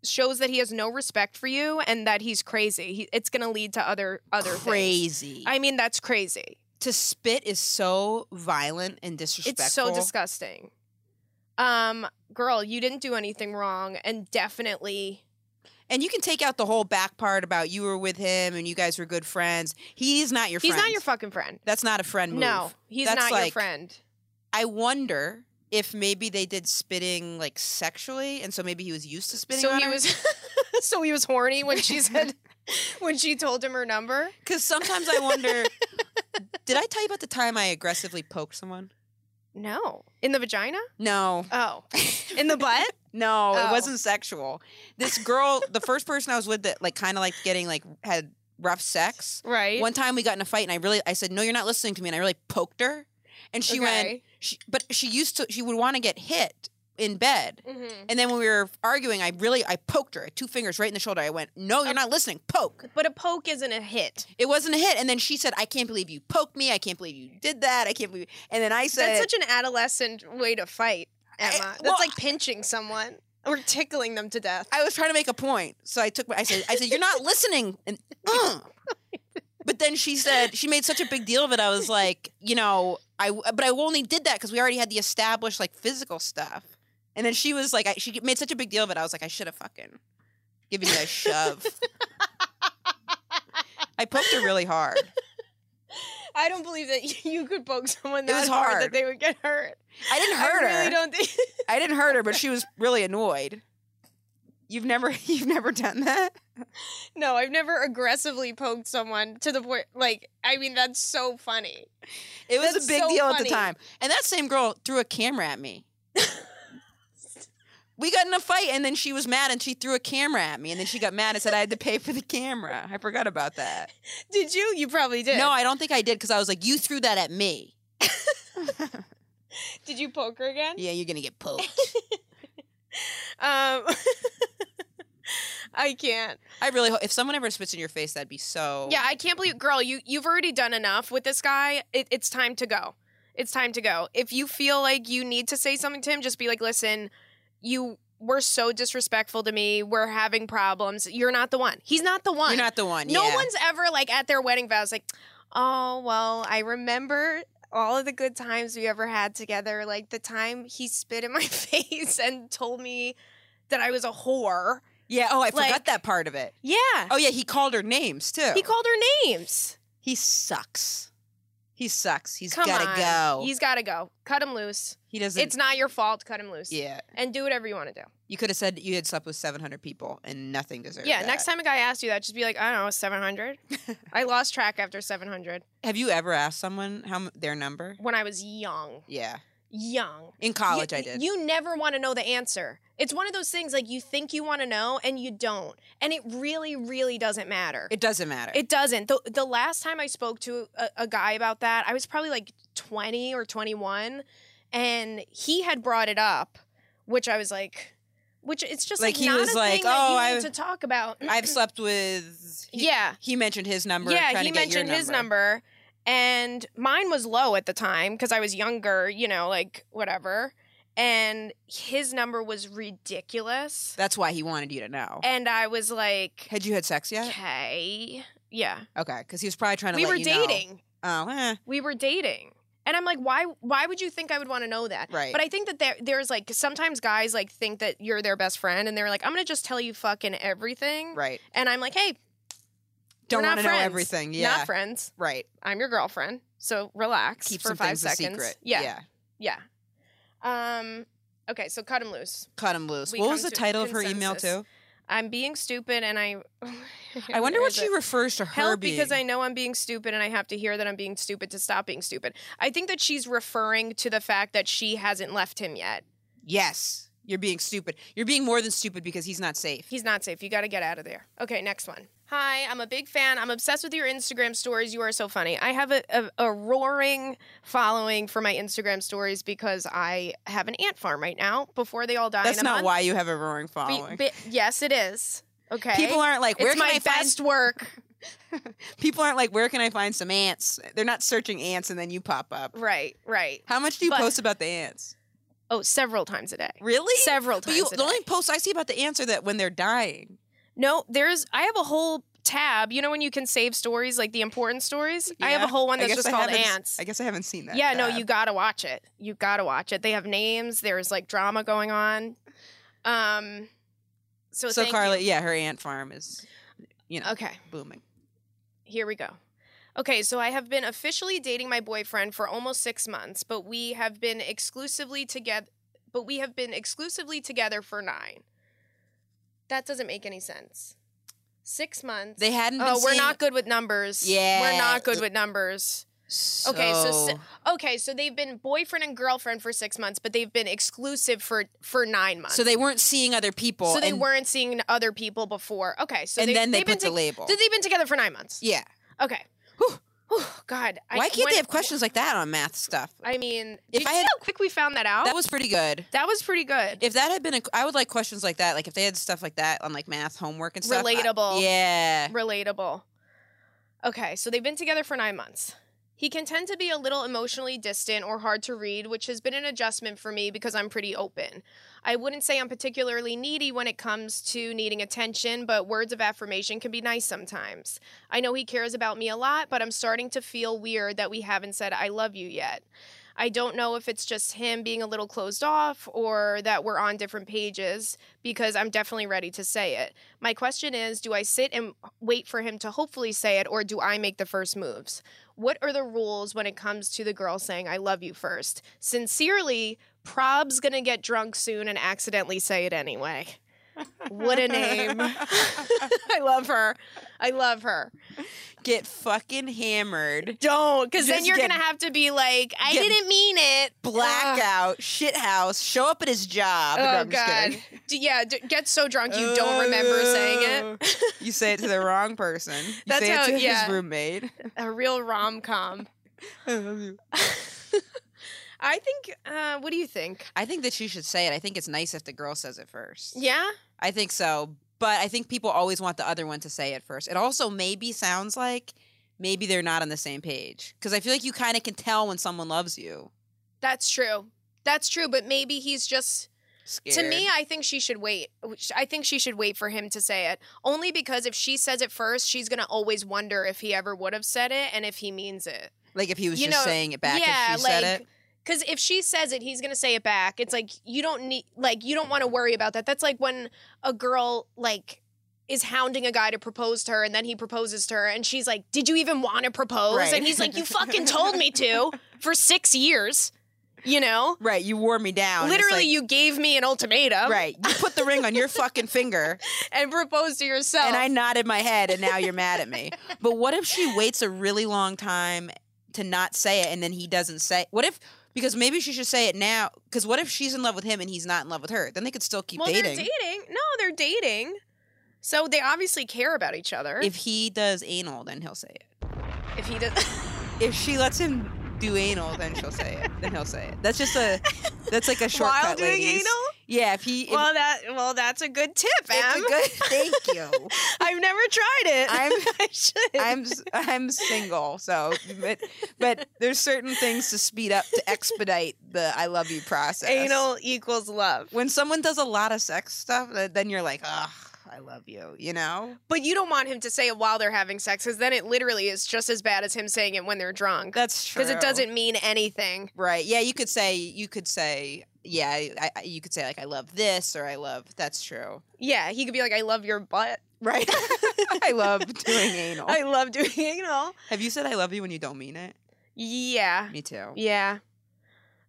[SPEAKER 1] shows that he has no respect for you and that he's crazy. He, it's going to lead to other other things.
[SPEAKER 2] crazy.
[SPEAKER 1] I mean, that's crazy.
[SPEAKER 2] to spit is so violent and disrespectful.
[SPEAKER 1] It's so disgusting. Um, girl, you didn't do anything wrong and definitely
[SPEAKER 2] And you can take out the whole back part about you were with him and you guys were good friends. He's not your
[SPEAKER 1] He's
[SPEAKER 2] friend.
[SPEAKER 1] not your fucking friend.
[SPEAKER 2] That's not a friend move.
[SPEAKER 1] No, he's
[SPEAKER 2] That's
[SPEAKER 1] not your
[SPEAKER 2] like-
[SPEAKER 1] friend.
[SPEAKER 2] I wonder if maybe they did spitting like sexually, and so maybe he was used to spitting.
[SPEAKER 1] so
[SPEAKER 2] on
[SPEAKER 1] he
[SPEAKER 2] her.
[SPEAKER 1] was so he was horny when she said when she told him her number.
[SPEAKER 2] Because sometimes I wonder, did I tell you about the time I aggressively poked someone?
[SPEAKER 1] No, in the vagina.
[SPEAKER 2] No,
[SPEAKER 1] Oh, in the butt.
[SPEAKER 2] no,
[SPEAKER 1] Oh.
[SPEAKER 2] it wasn't sexual. This girl, the first person I was with that like kind of like getting like had rough sex.
[SPEAKER 1] Right.
[SPEAKER 2] One time we got in a fight, and I really, I said, "No, you're not listening to me," and I really poked her, and she went, she, but she used to, she would want to get hit in bed.
[SPEAKER 1] hmm
[SPEAKER 2] And then when we were arguing, I really I poked her, two fingers right in the shoulder. I went, "No, you're not listening. Poke."
[SPEAKER 1] But a poke isn't a hit.
[SPEAKER 2] It wasn't a hit. And then she said, "I can't believe you poked me. I can't believe you did that. I can't believe." And then I said,
[SPEAKER 1] That's such an adolescent way to fight, Emma. That's
[SPEAKER 2] well,
[SPEAKER 1] like pinching someone or tickling them to death.
[SPEAKER 2] I was trying to make a point, so I took. my- I said, "I said you're not listening." And, "Ugh." but then she said she made such a big deal of it. I was like, you know, I but I only did that because we already had the established like physical stuff. And then she was like, I, she made such a big deal of it. I was like, I should have fucking given you a shove. I poked her really hard.
[SPEAKER 1] I don't believe that you could poke someone that
[SPEAKER 2] was
[SPEAKER 1] hard that
[SPEAKER 2] hard.
[SPEAKER 1] they would get hurt.
[SPEAKER 2] I didn't hurt
[SPEAKER 1] I really
[SPEAKER 2] her.
[SPEAKER 1] don't think.
[SPEAKER 2] I didn't hurt her, but she was really annoyed. You've never, you've never done that.
[SPEAKER 1] No, I've never aggressively poked someone to the point. Like, I mean, that's so funny.
[SPEAKER 2] It was
[SPEAKER 1] That's
[SPEAKER 2] a big
[SPEAKER 1] so
[SPEAKER 2] deal at
[SPEAKER 1] funny.
[SPEAKER 2] the time. And that same girl threw a camera at me. we got in a fight and then she was mad and she threw a camera at me and then she got mad and said I had to pay for the camera. I forgot about that.
[SPEAKER 1] Did you? You probably did.
[SPEAKER 2] No, I don't think I did because I was like, you threw that at me.
[SPEAKER 1] did you poke her again?
[SPEAKER 2] Yeah, you're gonna get poked.
[SPEAKER 1] Um, I can't.
[SPEAKER 2] I really hope if someone ever spits in your face, that'd be so.
[SPEAKER 1] Yeah, I can't believe, girl. You you've already done enough with this guy. It, it's time to go. It's time to go. If you feel like you need to say something to him, just be like, listen, you were so disrespectful to me. We're having problems. You're not the one. He's not the one.
[SPEAKER 2] you're not the one.
[SPEAKER 1] No
[SPEAKER 2] yeah.
[SPEAKER 1] one's ever like at their wedding vows like, oh well, I remember all of the good times we ever had together. Like the time he spit in my face and told me that I was a whore.
[SPEAKER 2] Yeah. Oh, I forgot
[SPEAKER 1] like-
[SPEAKER 2] that part of it.
[SPEAKER 1] Yeah,
[SPEAKER 2] Oh yeah, he called her names too.
[SPEAKER 1] he called her names.
[SPEAKER 2] He sucks. He sucks. He's
[SPEAKER 1] Come
[SPEAKER 2] gotta
[SPEAKER 1] on,
[SPEAKER 2] go.
[SPEAKER 1] He's gotta go. Cut him loose.
[SPEAKER 2] he doesn't.
[SPEAKER 1] It's not your fault. Cut him loose.
[SPEAKER 2] yeah.
[SPEAKER 1] And do whatever you want to do.
[SPEAKER 2] You could have said you had slept with 700 people and nothing deserved.
[SPEAKER 1] yeah.
[SPEAKER 2] that.
[SPEAKER 1] Next time a guy asks you that, just be like, I don't know, seven hundred. I lost track after seven hundred
[SPEAKER 2] Have you ever asked someone how m- their number?
[SPEAKER 1] when I was young.
[SPEAKER 2] Yeah.
[SPEAKER 1] Young.
[SPEAKER 2] In college,
[SPEAKER 1] you,
[SPEAKER 2] I did.
[SPEAKER 1] You never want to know the answer. It's one of those things like you think you want to know and you don't. And it really, really doesn't matter. It,
[SPEAKER 2] it doesn't matter.
[SPEAKER 1] doesn't. The, the last time I spoke to a, a guy about that, I was probably like 20 or 21. And he had brought it up, which I was like, which it's just like,
[SPEAKER 2] Like, he
[SPEAKER 1] not
[SPEAKER 2] was
[SPEAKER 1] a
[SPEAKER 2] like,
[SPEAKER 1] thing that you
[SPEAKER 2] "Oh,
[SPEAKER 1] need
[SPEAKER 2] I've-
[SPEAKER 1] to talk about.
[SPEAKER 2] I've slept with. He,
[SPEAKER 1] yeah.
[SPEAKER 2] He mentioned his number.
[SPEAKER 1] Yeah,
[SPEAKER 2] trying
[SPEAKER 1] he
[SPEAKER 2] to get your
[SPEAKER 1] mentioned his number, and mine was low at the time because I was younger, you know, like whatever. And his number was ridiculous,
[SPEAKER 2] That's why he wanted you to know.
[SPEAKER 1] and I was like,
[SPEAKER 2] had you had sex yet?
[SPEAKER 1] okay, yeah,
[SPEAKER 2] Okay, because he was probably trying to.
[SPEAKER 1] we
[SPEAKER 2] let
[SPEAKER 1] were
[SPEAKER 2] you know.
[SPEAKER 1] dating,
[SPEAKER 2] Oh, eh,
[SPEAKER 1] we were dating, and I'm like, why, why would you think I would want to know that?
[SPEAKER 2] right.
[SPEAKER 1] But I think that there, there's like sometimes guys like think that you're their best friend, and they're like, I'm gonna just tell you fucking everything,
[SPEAKER 2] right.
[SPEAKER 1] and I'm like, hey,
[SPEAKER 2] Don't
[SPEAKER 1] not
[SPEAKER 2] want to know
[SPEAKER 1] friends.
[SPEAKER 2] everything. Yeah.
[SPEAKER 1] not friends.
[SPEAKER 2] right.
[SPEAKER 1] I'm your girlfriend, so relax
[SPEAKER 2] Keep
[SPEAKER 1] for
[SPEAKER 2] some
[SPEAKER 1] five
[SPEAKER 2] things
[SPEAKER 1] seconds.
[SPEAKER 2] a secret.
[SPEAKER 1] yeah, yeah. Um, okay, so cut him loose.
[SPEAKER 2] Cut him loose.
[SPEAKER 1] We
[SPEAKER 2] what
[SPEAKER 1] come
[SPEAKER 2] was the
[SPEAKER 1] to
[SPEAKER 2] title of her email
[SPEAKER 1] consensus.
[SPEAKER 2] too?
[SPEAKER 1] I'm being stupid, and I.
[SPEAKER 2] I wonder what
[SPEAKER 1] There's
[SPEAKER 2] she
[SPEAKER 1] a-
[SPEAKER 2] refers to her
[SPEAKER 1] Help
[SPEAKER 2] being.
[SPEAKER 1] because I know I'm being stupid, and I have to hear that I'm being stupid to stop being stupid. I think that she's referring to the fact that she hasn't left him yet.
[SPEAKER 2] Yes, you're being stupid. You're being more than stupid because he's not safe.
[SPEAKER 1] He's not safe. You got to get out of there. Okay, next one. Hi, I'm a big fan. I'm obsessed with your Instagram stories. You are so funny. I have a, a, a roaring following for my Instagram stories because I have an ant farm right now before they all die.
[SPEAKER 2] That's
[SPEAKER 1] in a
[SPEAKER 2] not
[SPEAKER 1] month.
[SPEAKER 2] why you have a roaring
[SPEAKER 1] Be-
[SPEAKER 2] following.
[SPEAKER 1] be- yes, it is. Okay.
[SPEAKER 2] People aren't like where
[SPEAKER 1] it's
[SPEAKER 2] can
[SPEAKER 1] my
[SPEAKER 2] I
[SPEAKER 1] best work.
[SPEAKER 2] find people aren't like where can I find some ants? They're not searching ants and then you pop up.
[SPEAKER 1] Right, right.
[SPEAKER 2] How much do you
[SPEAKER 1] But-
[SPEAKER 2] post about the ants?
[SPEAKER 1] Oh, several times a day.
[SPEAKER 2] Really?
[SPEAKER 1] Several times
[SPEAKER 2] But you,
[SPEAKER 1] a
[SPEAKER 2] the
[SPEAKER 1] day.
[SPEAKER 2] only posts I see about the ants are that when they're dying.
[SPEAKER 1] No, there's I have a whole tab. You know when you can save stories like the important stories? I have a
[SPEAKER 2] Yeah.
[SPEAKER 1] whole one that's
[SPEAKER 2] guess
[SPEAKER 1] just
[SPEAKER 2] I
[SPEAKER 1] called
[SPEAKER 2] haven't-
[SPEAKER 1] ants.
[SPEAKER 2] I guess I haven't seen that. uh,
[SPEAKER 1] Yeah, no,
[SPEAKER 2] tab.
[SPEAKER 1] you gotta watch it. You gotta watch it. They have names. There's like drama going on. Um, so,
[SPEAKER 2] So
[SPEAKER 1] thank
[SPEAKER 2] Carly,
[SPEAKER 1] you.
[SPEAKER 2] yeah, her ant farm is, you know,
[SPEAKER 1] Okay,
[SPEAKER 2] booming.
[SPEAKER 1] here we go. Okay, so I have been officially dating my boyfriend for almost six months, but we have been exclusively together. But we have been exclusively together for nine. That doesn't make any sense. Six months.
[SPEAKER 2] They hadn't been
[SPEAKER 1] oh, we're
[SPEAKER 2] seeing-
[SPEAKER 1] not good with numbers.
[SPEAKER 2] Yeah.
[SPEAKER 1] we're not good with numbers. Okay, so
[SPEAKER 2] So-
[SPEAKER 1] si- Okay, so they've been boyfriend and girlfriend for six months, but they've been exclusive for for nine months.
[SPEAKER 2] so they weren't seeing other people
[SPEAKER 1] So they
[SPEAKER 2] and,
[SPEAKER 1] weren't seeing other people before. Okay, so
[SPEAKER 2] and
[SPEAKER 1] they,
[SPEAKER 2] then they
[SPEAKER 1] they've been
[SPEAKER 2] put the
[SPEAKER 1] to-
[SPEAKER 2] label.
[SPEAKER 1] so they've been together for nine months.
[SPEAKER 2] yeah.
[SPEAKER 1] Okay.
[SPEAKER 2] Whew.
[SPEAKER 1] Whew, God. I-
[SPEAKER 2] Why can't
[SPEAKER 1] when-
[SPEAKER 2] they have questions like that on math stuff?
[SPEAKER 1] I mean,
[SPEAKER 2] If
[SPEAKER 1] did you
[SPEAKER 2] I
[SPEAKER 1] see
[SPEAKER 2] had-
[SPEAKER 1] how quick we found that out?
[SPEAKER 2] That
[SPEAKER 1] That,
[SPEAKER 2] was pretty good.
[SPEAKER 1] was pretty good.
[SPEAKER 2] If that had been a, I would like questions like that. Like if they had stuff like that on like math homework and stuff. I-
[SPEAKER 1] Relatable.
[SPEAKER 2] yeah.
[SPEAKER 1] Relatable. Okay, so they've been together for nine months. He can tend to be a little emotionally distant or hard to read, which has been an adjustment for me because I'm pretty open. I wouldn't say I'm particularly needy when it comes to needing attention, but words of affirmation can be nice sometimes. I know he cares about me a lot, but I'm starting to feel weird that we haven't said I love you yet. I don't know if it's just him being a little closed off or that we're on different pages because I'm definitely ready to say it. My question is do I sit and wait for him to hopefully say it or do I make the first moves? What are the rules when it comes to the girl saying I love you first? Sincerely, Prob's gonna get drunk soon and accidentally say it anyway. What a name. I love her. I love her.
[SPEAKER 2] Get fucking hammered.
[SPEAKER 1] Don't, because then
[SPEAKER 2] Just
[SPEAKER 1] you're
[SPEAKER 2] get-
[SPEAKER 1] gonna have to be like, I
[SPEAKER 2] get
[SPEAKER 1] didn't mean it. Ugh.
[SPEAKER 2] Blackout. Shit house. Show up at his job. No,
[SPEAKER 1] Oh
[SPEAKER 2] I'm just
[SPEAKER 1] God!
[SPEAKER 2] kidding.
[SPEAKER 1] D- yeah, d- get so drunk you don't remember
[SPEAKER 2] Oh.
[SPEAKER 1] saying it.
[SPEAKER 2] you say it to the wrong person. You
[SPEAKER 1] That's
[SPEAKER 2] say
[SPEAKER 1] how-
[SPEAKER 2] it to
[SPEAKER 1] yeah.
[SPEAKER 2] his roommate.
[SPEAKER 1] A real rom com. I think. Uh, what do you think?
[SPEAKER 2] I think that she should say it. I think it's nice if the girl says it first.
[SPEAKER 1] Yeah.
[SPEAKER 2] I think so. But I think people always want the other one to say it first. It also maybe sounds like maybe they're not on the same page. Because I feel like you kind of can tell when someone loves you.
[SPEAKER 1] That's true. That's true, but maybe he's just.
[SPEAKER 2] Scared.
[SPEAKER 1] To me, I think she should wait. I think she should wait for him to say it. Only because if she says it first, she's going to always wonder if he ever would have said it and if he means it.
[SPEAKER 2] like if he was
[SPEAKER 1] you
[SPEAKER 2] just
[SPEAKER 1] know,
[SPEAKER 2] saying it back if she said it.
[SPEAKER 1] Because if she says it, he's gonna say it back. It's like you don't need, like you don't want to worry about that. That's like when a girl like is hounding a guy to propose to her, and then he proposes to her, and she's like, "Did you even want to propose?"
[SPEAKER 2] Right.
[SPEAKER 1] And he's like, "You fucking told me to for six years, you know."
[SPEAKER 2] Right, you wore me down. It's
[SPEAKER 1] Literally,
[SPEAKER 2] like-
[SPEAKER 1] you gave me an ultimatum
[SPEAKER 2] Right, you put the ring on your fucking finger,
[SPEAKER 1] and proposed to yourself.
[SPEAKER 2] and I nodded my head, and now you're mad at me. But what if she waits a really long time to not say it, and then he doesn't say? What if? Because maybe she should say it now. Because what if she's in love with him and he's not in love with her? Then they could still keep
[SPEAKER 1] well,
[SPEAKER 2] dating.
[SPEAKER 1] they're dating. No, they're dating. So they obviously care about each other.
[SPEAKER 2] If he does anal, then he'll say it.
[SPEAKER 1] if he does.
[SPEAKER 2] If she lets him do anal, then she'll say it. Then he'll say it. That's just a. That's like a shortcut,
[SPEAKER 1] While doing
[SPEAKER 2] ladies.
[SPEAKER 1] anal,
[SPEAKER 2] Yeah, if he. if-
[SPEAKER 1] well, that well, that's a good tip,
[SPEAKER 2] it's a
[SPEAKER 1] Em.
[SPEAKER 2] good. Thank you.
[SPEAKER 1] I've never tried it.
[SPEAKER 2] I'm-
[SPEAKER 1] I should.
[SPEAKER 2] I'm s- I'm single, so but but there's certain things to speed up to expedite the I love you process.
[SPEAKER 1] Anal equals love,
[SPEAKER 2] When someone does a lot of sex stuff, th- then you're like, ugh, I love you. You know,
[SPEAKER 1] but you don't want him to say it while they're having sex, because then it literally is just as bad as him saying it when they're drunk,
[SPEAKER 2] that's true.
[SPEAKER 1] because it doesn't mean anything.
[SPEAKER 2] Right? Yeah, you could say you could say yeah. I, I, you could say like I love this or I love. That's true.
[SPEAKER 1] Yeah, he could be like, "I love your butt.
[SPEAKER 2] Right. I love doing anal.
[SPEAKER 1] I love doing anal."
[SPEAKER 2] Have you said I love you when you don't mean it?
[SPEAKER 1] Yeah,
[SPEAKER 2] Me too.
[SPEAKER 1] yeah,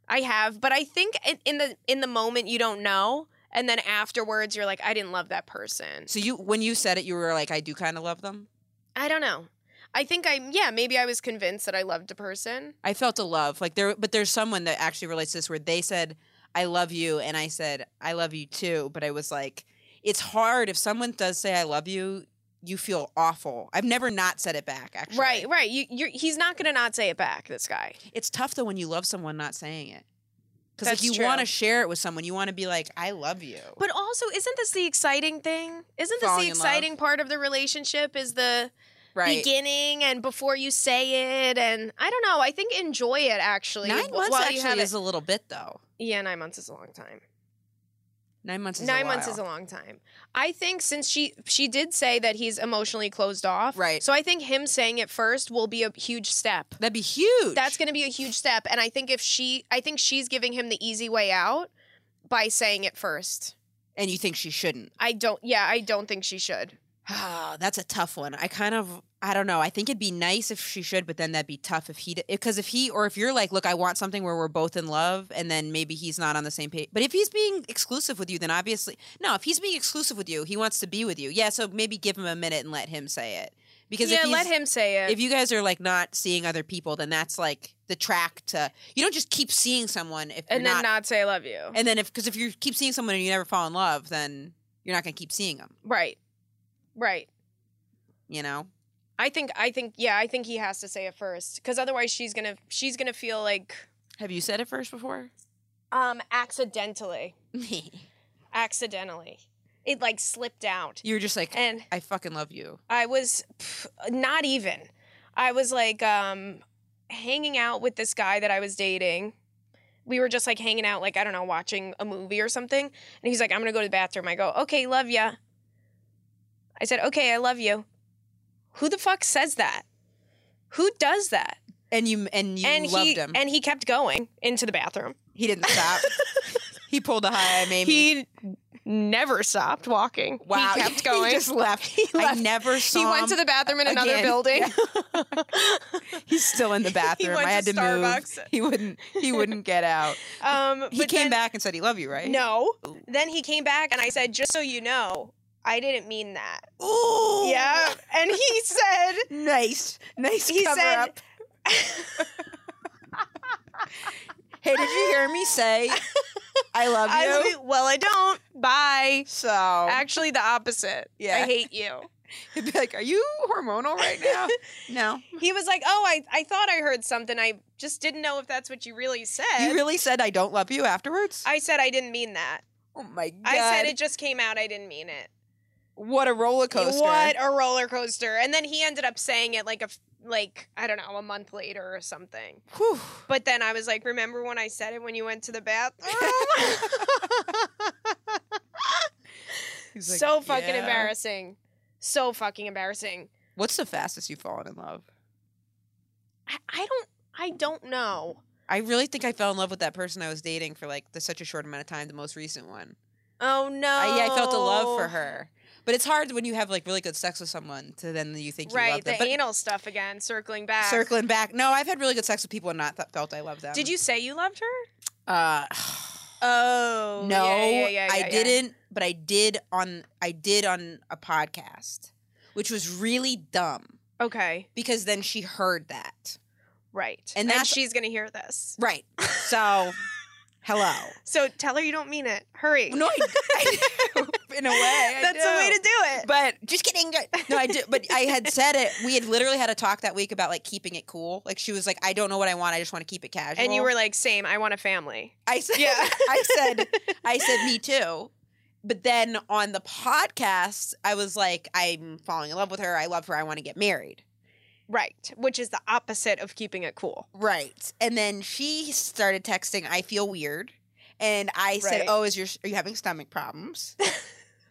[SPEAKER 1] I have, but I think in, in the in the moment you don't know, and then afterwards you're like, "I didn't love that person."
[SPEAKER 2] So you when you said it, you were like, I do kind of love them.
[SPEAKER 1] I don't know. I think I yeah maybe I was convinced that I loved a person.
[SPEAKER 2] I felt a love. Like there but there's someone that actually relates to this where they said, I love you and I said, I love you too. But I was like, it's hard if someone does say I love you, you feel awful. I've never not said it back, actually.
[SPEAKER 1] Right, right. You, you're, he's not going to not say it back. This guy.
[SPEAKER 2] It's tough though when you love someone not saying it. Because like
[SPEAKER 1] That's
[SPEAKER 2] you
[SPEAKER 1] true.
[SPEAKER 2] want to share it with someone. You want to be like, I love you.
[SPEAKER 1] But also, isn't this the exciting thing? Isn't this
[SPEAKER 2] Falling
[SPEAKER 1] the
[SPEAKER 2] in love.
[SPEAKER 1] exciting part of the relationship? Is the
[SPEAKER 2] right.
[SPEAKER 1] beginning and before you say it, and I don't know. I think enjoy it actually.
[SPEAKER 2] Nine
[SPEAKER 1] wh-
[SPEAKER 2] months
[SPEAKER 1] while you have
[SPEAKER 2] actually
[SPEAKER 1] it.
[SPEAKER 2] is a little bit though.
[SPEAKER 1] yeah, nine months is a long time.
[SPEAKER 2] Nine months is
[SPEAKER 1] Nine
[SPEAKER 2] a
[SPEAKER 1] months
[SPEAKER 2] while.
[SPEAKER 1] is a long time. I think since she she did say that he's emotionally closed off,
[SPEAKER 2] Right.
[SPEAKER 1] So I think him saying it first will be a huge step.
[SPEAKER 2] That'd be huge.
[SPEAKER 1] That's going to be a huge step, and I think if she, I think she's giving him the easy way out by saying it first.
[SPEAKER 2] and you think she shouldn't.
[SPEAKER 1] I don't. Yeah, I don't think she should.
[SPEAKER 2] Oh, that's a tough one. I kind of, I don't know. I think it'd be nice if she should, but then that'd be tough if he, because if he, or if you're like, look, I want something where we're both in love, and then maybe he's not on the same page. But if he's being exclusive with you, then obviously, no, if he's being exclusive with you, he wants to be with you. Yeah, so maybe give him a minute and let him say it. Because
[SPEAKER 1] yeah,
[SPEAKER 2] if he's,
[SPEAKER 1] let him say it.
[SPEAKER 2] if you guys are like not seeing other people, then that's like the track to, you don't just keep seeing someone if
[SPEAKER 1] and
[SPEAKER 2] you're
[SPEAKER 1] then
[SPEAKER 2] not,
[SPEAKER 1] not, say I love you.
[SPEAKER 2] and then if, because if you keep seeing someone and you never fall in love, then you're not going to keep seeing them,
[SPEAKER 1] right. Right.
[SPEAKER 2] you know?
[SPEAKER 1] I think I think yeah, I think he has to say it first cuz otherwise she's going to she's going to feel like
[SPEAKER 2] Have you said it first before?
[SPEAKER 1] um accidentally, accidentally. It like slipped out.
[SPEAKER 2] you were just like,
[SPEAKER 1] And
[SPEAKER 2] I fucking love you.
[SPEAKER 1] I was pff, not even. I was like um hanging out with this guy that I was dating. We were just like hanging out, like I don't know, watching a movie or something. And he's like, "I'm gonna go to the bathroom." I go, "Okay, love ya." I said, "Okay, I love you." Who the fuck says that? Who does that?
[SPEAKER 2] And you and you
[SPEAKER 1] and
[SPEAKER 2] loved
[SPEAKER 1] he
[SPEAKER 2] him.
[SPEAKER 1] and he kept going into the bathroom.
[SPEAKER 2] he didn't stop. he pulled a high, maybe.
[SPEAKER 1] He never stopped walking.
[SPEAKER 2] wow,
[SPEAKER 1] he kept going.
[SPEAKER 2] he just left. I
[SPEAKER 1] left.
[SPEAKER 2] never saw.
[SPEAKER 1] he went to
[SPEAKER 2] him
[SPEAKER 1] the bathroom in another
[SPEAKER 2] again.
[SPEAKER 1] building.
[SPEAKER 2] He's still in the bathroom.
[SPEAKER 1] went
[SPEAKER 2] I had
[SPEAKER 1] to
[SPEAKER 2] to,
[SPEAKER 1] Starbucks.
[SPEAKER 2] move. He wouldn't. He wouldn't get out.
[SPEAKER 1] um,
[SPEAKER 2] He
[SPEAKER 1] but
[SPEAKER 2] came
[SPEAKER 1] then-
[SPEAKER 2] back and said, "He love you, right?"
[SPEAKER 1] No. Then he came back and I said, just so you know, I didn't mean that.
[SPEAKER 2] Ooh.
[SPEAKER 1] Yeah. And he said,
[SPEAKER 2] Nice. Nice
[SPEAKER 1] He
[SPEAKER 2] cover
[SPEAKER 1] said-
[SPEAKER 2] up. hey, did you hear me say, "I love you"?
[SPEAKER 1] I love you. Well, I don't. Bye.
[SPEAKER 2] so
[SPEAKER 1] Actually, the opposite. I
[SPEAKER 2] Yeah.
[SPEAKER 1] hate you.
[SPEAKER 2] he'd be like, "Are you hormonal right now?" no.
[SPEAKER 1] He was like, oh, I, I thought I heard something. I just didn't know if that's what you really said.
[SPEAKER 2] You really said I don't love you afterwards?
[SPEAKER 1] I said I didn't mean that.
[SPEAKER 2] oh my god.
[SPEAKER 1] I said it just came out. I didn't mean it.
[SPEAKER 2] What a roller coaster.
[SPEAKER 1] What a roller coaster! And then he ended up saying it like a f- like I don't know a month later or something.
[SPEAKER 2] Whew.
[SPEAKER 1] But then I was like, remember when I said it when you went to the bathroom?
[SPEAKER 2] He's like,
[SPEAKER 1] so fucking
[SPEAKER 2] "Yeah."
[SPEAKER 1] embarrassing. So fucking embarrassing.
[SPEAKER 2] What's the fastest you've fallen in love?
[SPEAKER 1] I, I don't I don't know.
[SPEAKER 2] I really think I fell in love with that person I was dating for like the, such a short amount of time, the most recent one.
[SPEAKER 1] Oh no.
[SPEAKER 2] I, yeah, I felt a love
[SPEAKER 1] Oh.
[SPEAKER 2] for her. But it's hard when you have like really good sex with someone to then you think you
[SPEAKER 1] Right,
[SPEAKER 2] love
[SPEAKER 1] the
[SPEAKER 2] them. But
[SPEAKER 1] anal stuff again, circling back.
[SPEAKER 2] circling back. No, I've had really good sex with people and not th- felt I loved them.
[SPEAKER 1] Did you say you loved her?
[SPEAKER 2] Uh,
[SPEAKER 1] Oh.
[SPEAKER 2] no,
[SPEAKER 1] yeah, yeah, yeah, yeah,
[SPEAKER 2] I
[SPEAKER 1] yeah.
[SPEAKER 2] didn't. But I did on I did on a podcast, which was really dumb
[SPEAKER 1] Okay.
[SPEAKER 2] because then she heard that.
[SPEAKER 1] Right.
[SPEAKER 2] And
[SPEAKER 1] And,
[SPEAKER 2] that's-
[SPEAKER 1] she's going to hear this.
[SPEAKER 2] Right. So, hello.
[SPEAKER 1] So tell her you don't mean it. Hurry.
[SPEAKER 2] No, I, I do. in a way. I
[SPEAKER 1] That's the way
[SPEAKER 2] do.
[SPEAKER 1] to do it.
[SPEAKER 2] But just kidding. No, I did. But I had said it. We had literally had a talk that week about like keeping it cool. Like she was like, I don't know what I want. I just want to keep it casual.
[SPEAKER 1] and you were like, same, I want a family.
[SPEAKER 2] I said.
[SPEAKER 1] Yeah.
[SPEAKER 2] I said. I said me too. But then on the podcast, I was like, I'm falling in love with her. I love her. I want to get married.
[SPEAKER 1] Right. Which is the opposite of keeping it cool.
[SPEAKER 2] Right. And then she started texting, I feel weird. And I said,
[SPEAKER 1] Right.
[SPEAKER 2] Oh, is your are you having stomach problems?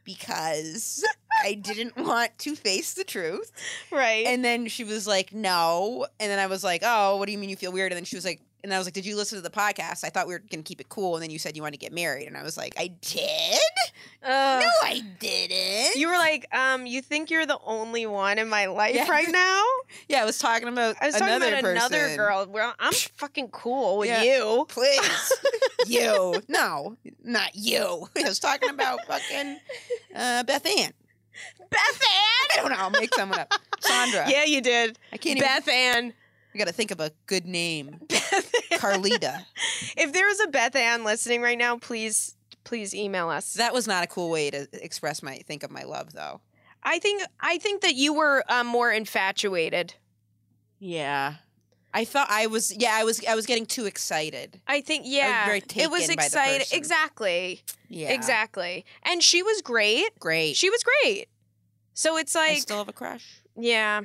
[SPEAKER 2] because I didn't want to face the truth.
[SPEAKER 1] Right.
[SPEAKER 2] And then she was like, No. And then I was like, Oh, what do you mean you feel weird? And then she was like, and I was like, Did you listen to the podcast? I thought we were gonna keep it cool. And then you said you wanted to get married. And I was like, I did?
[SPEAKER 1] Ugh.
[SPEAKER 2] No, I didn't.
[SPEAKER 1] You were like, um, you think you're the only one in my life
[SPEAKER 2] Yeah.
[SPEAKER 1] right now?
[SPEAKER 2] yeah, I was talking about
[SPEAKER 1] I was
[SPEAKER 2] another
[SPEAKER 1] talking about another
[SPEAKER 2] person.
[SPEAKER 1] girl. Well, I'm fucking cool with
[SPEAKER 2] Yeah.
[SPEAKER 1] you.
[SPEAKER 2] please. you. No, not you. I was talking about fucking uh, Beth Ann.
[SPEAKER 1] Beth
[SPEAKER 2] I don't know. I'll make someone up. Sandra.
[SPEAKER 1] Ann. Yeah, you did.
[SPEAKER 2] I can't even.
[SPEAKER 1] Beth Ann.
[SPEAKER 2] I got to think of a good name.
[SPEAKER 1] Beth Ann.
[SPEAKER 2] Carlita.
[SPEAKER 1] If there is a Beth Ann listening right now, please, please email us.
[SPEAKER 2] that was not a cool way to express my think of my love, though.
[SPEAKER 1] I think, I think that you were um, more infatuated.
[SPEAKER 2] Yeah. I felt I was. Yeah, I was. I was getting too excited.
[SPEAKER 1] I think, yeah,
[SPEAKER 2] very
[SPEAKER 1] it was
[SPEAKER 2] taken by the
[SPEAKER 1] exciting.
[SPEAKER 2] person.
[SPEAKER 1] Exactly,
[SPEAKER 2] Yeah.
[SPEAKER 1] exactly. And she was great.
[SPEAKER 2] Great.
[SPEAKER 1] She was great. So it's
[SPEAKER 2] I
[SPEAKER 1] like,
[SPEAKER 2] still have a crush.
[SPEAKER 1] yeah.